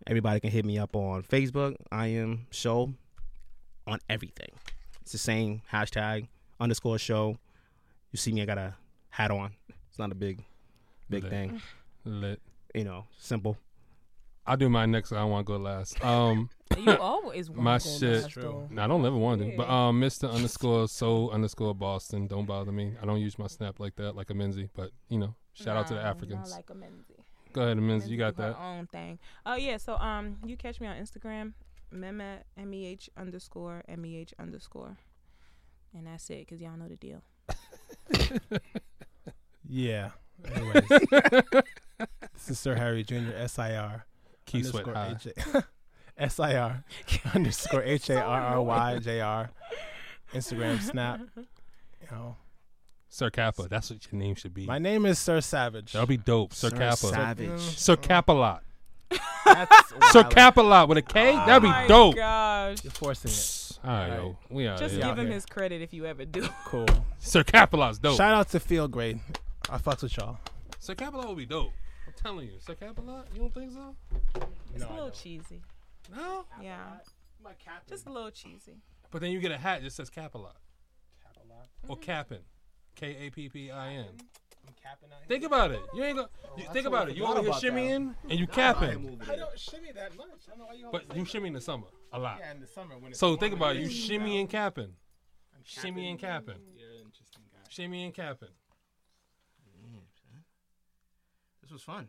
everybody can hit me up on Facebook. I am show on everything. It's the same hashtag underscore show. You see me? I got a hat on. It's not a big, big
Lit.
thing.
Lit.
You know, simple.
I'll do my next. I want to go last. Um,
you always want
my
to go
shit.
last, though.
I don't ever want to. But um, Mr. underscore Soul underscore Boston. Don't bother me. I don't use my snap like that, like a Menzi. But you know, shout out to the
Nah, not
Africans.
like a Menzi.
go ahead, Menzi.
Menzi
You got
do her
that.
own thing. Oh yeah. So um, you catch me on Instagram, Mehmet M E H underscore M E H underscore, and that's it. Cause y'all know the deal.
Yeah. Anyways. this is Sir Harry Jr. S I R.
Key sweat
underscore
high.
H- S I R underscore H A R R Y J R. Instagram, Snap. You know,
Sir Kappa. That's what your name should be.
my name is Sir Savage.
That'll be dope. Sir, Kappa.
Savage.
Sir Capalot.
That's
Sir
wild.
Capalot with a K? That'd
Oh My
be dope. Uh,
gosh.
You're forcing it.
All right,
All
yo. We out
Just
here.
yeah.
give him
Yeah.
his credit if you ever do.
Cool.
Sir Capalot's dope.
Shout out to Feel Great. I fucks with y'all.
Sir Capalot would be dope. I'm telling you. Sir Capalot? You don't think so?
It's a little cheesy.
No?
Yeah. Just a little cheesy.
But then you get a hat that just says Capalot. Or Capin. K Mm. A P P I N. Think about it. You ain't go. You, think about it. You over here shimmying and you capping,
I don't shimmy that much. I don't know why you
but you shimmy in the summer a lot.
in the summer when it's
So think about it. You shimmy and capping, shimmy and capping, shimmy and capping.
This was fun.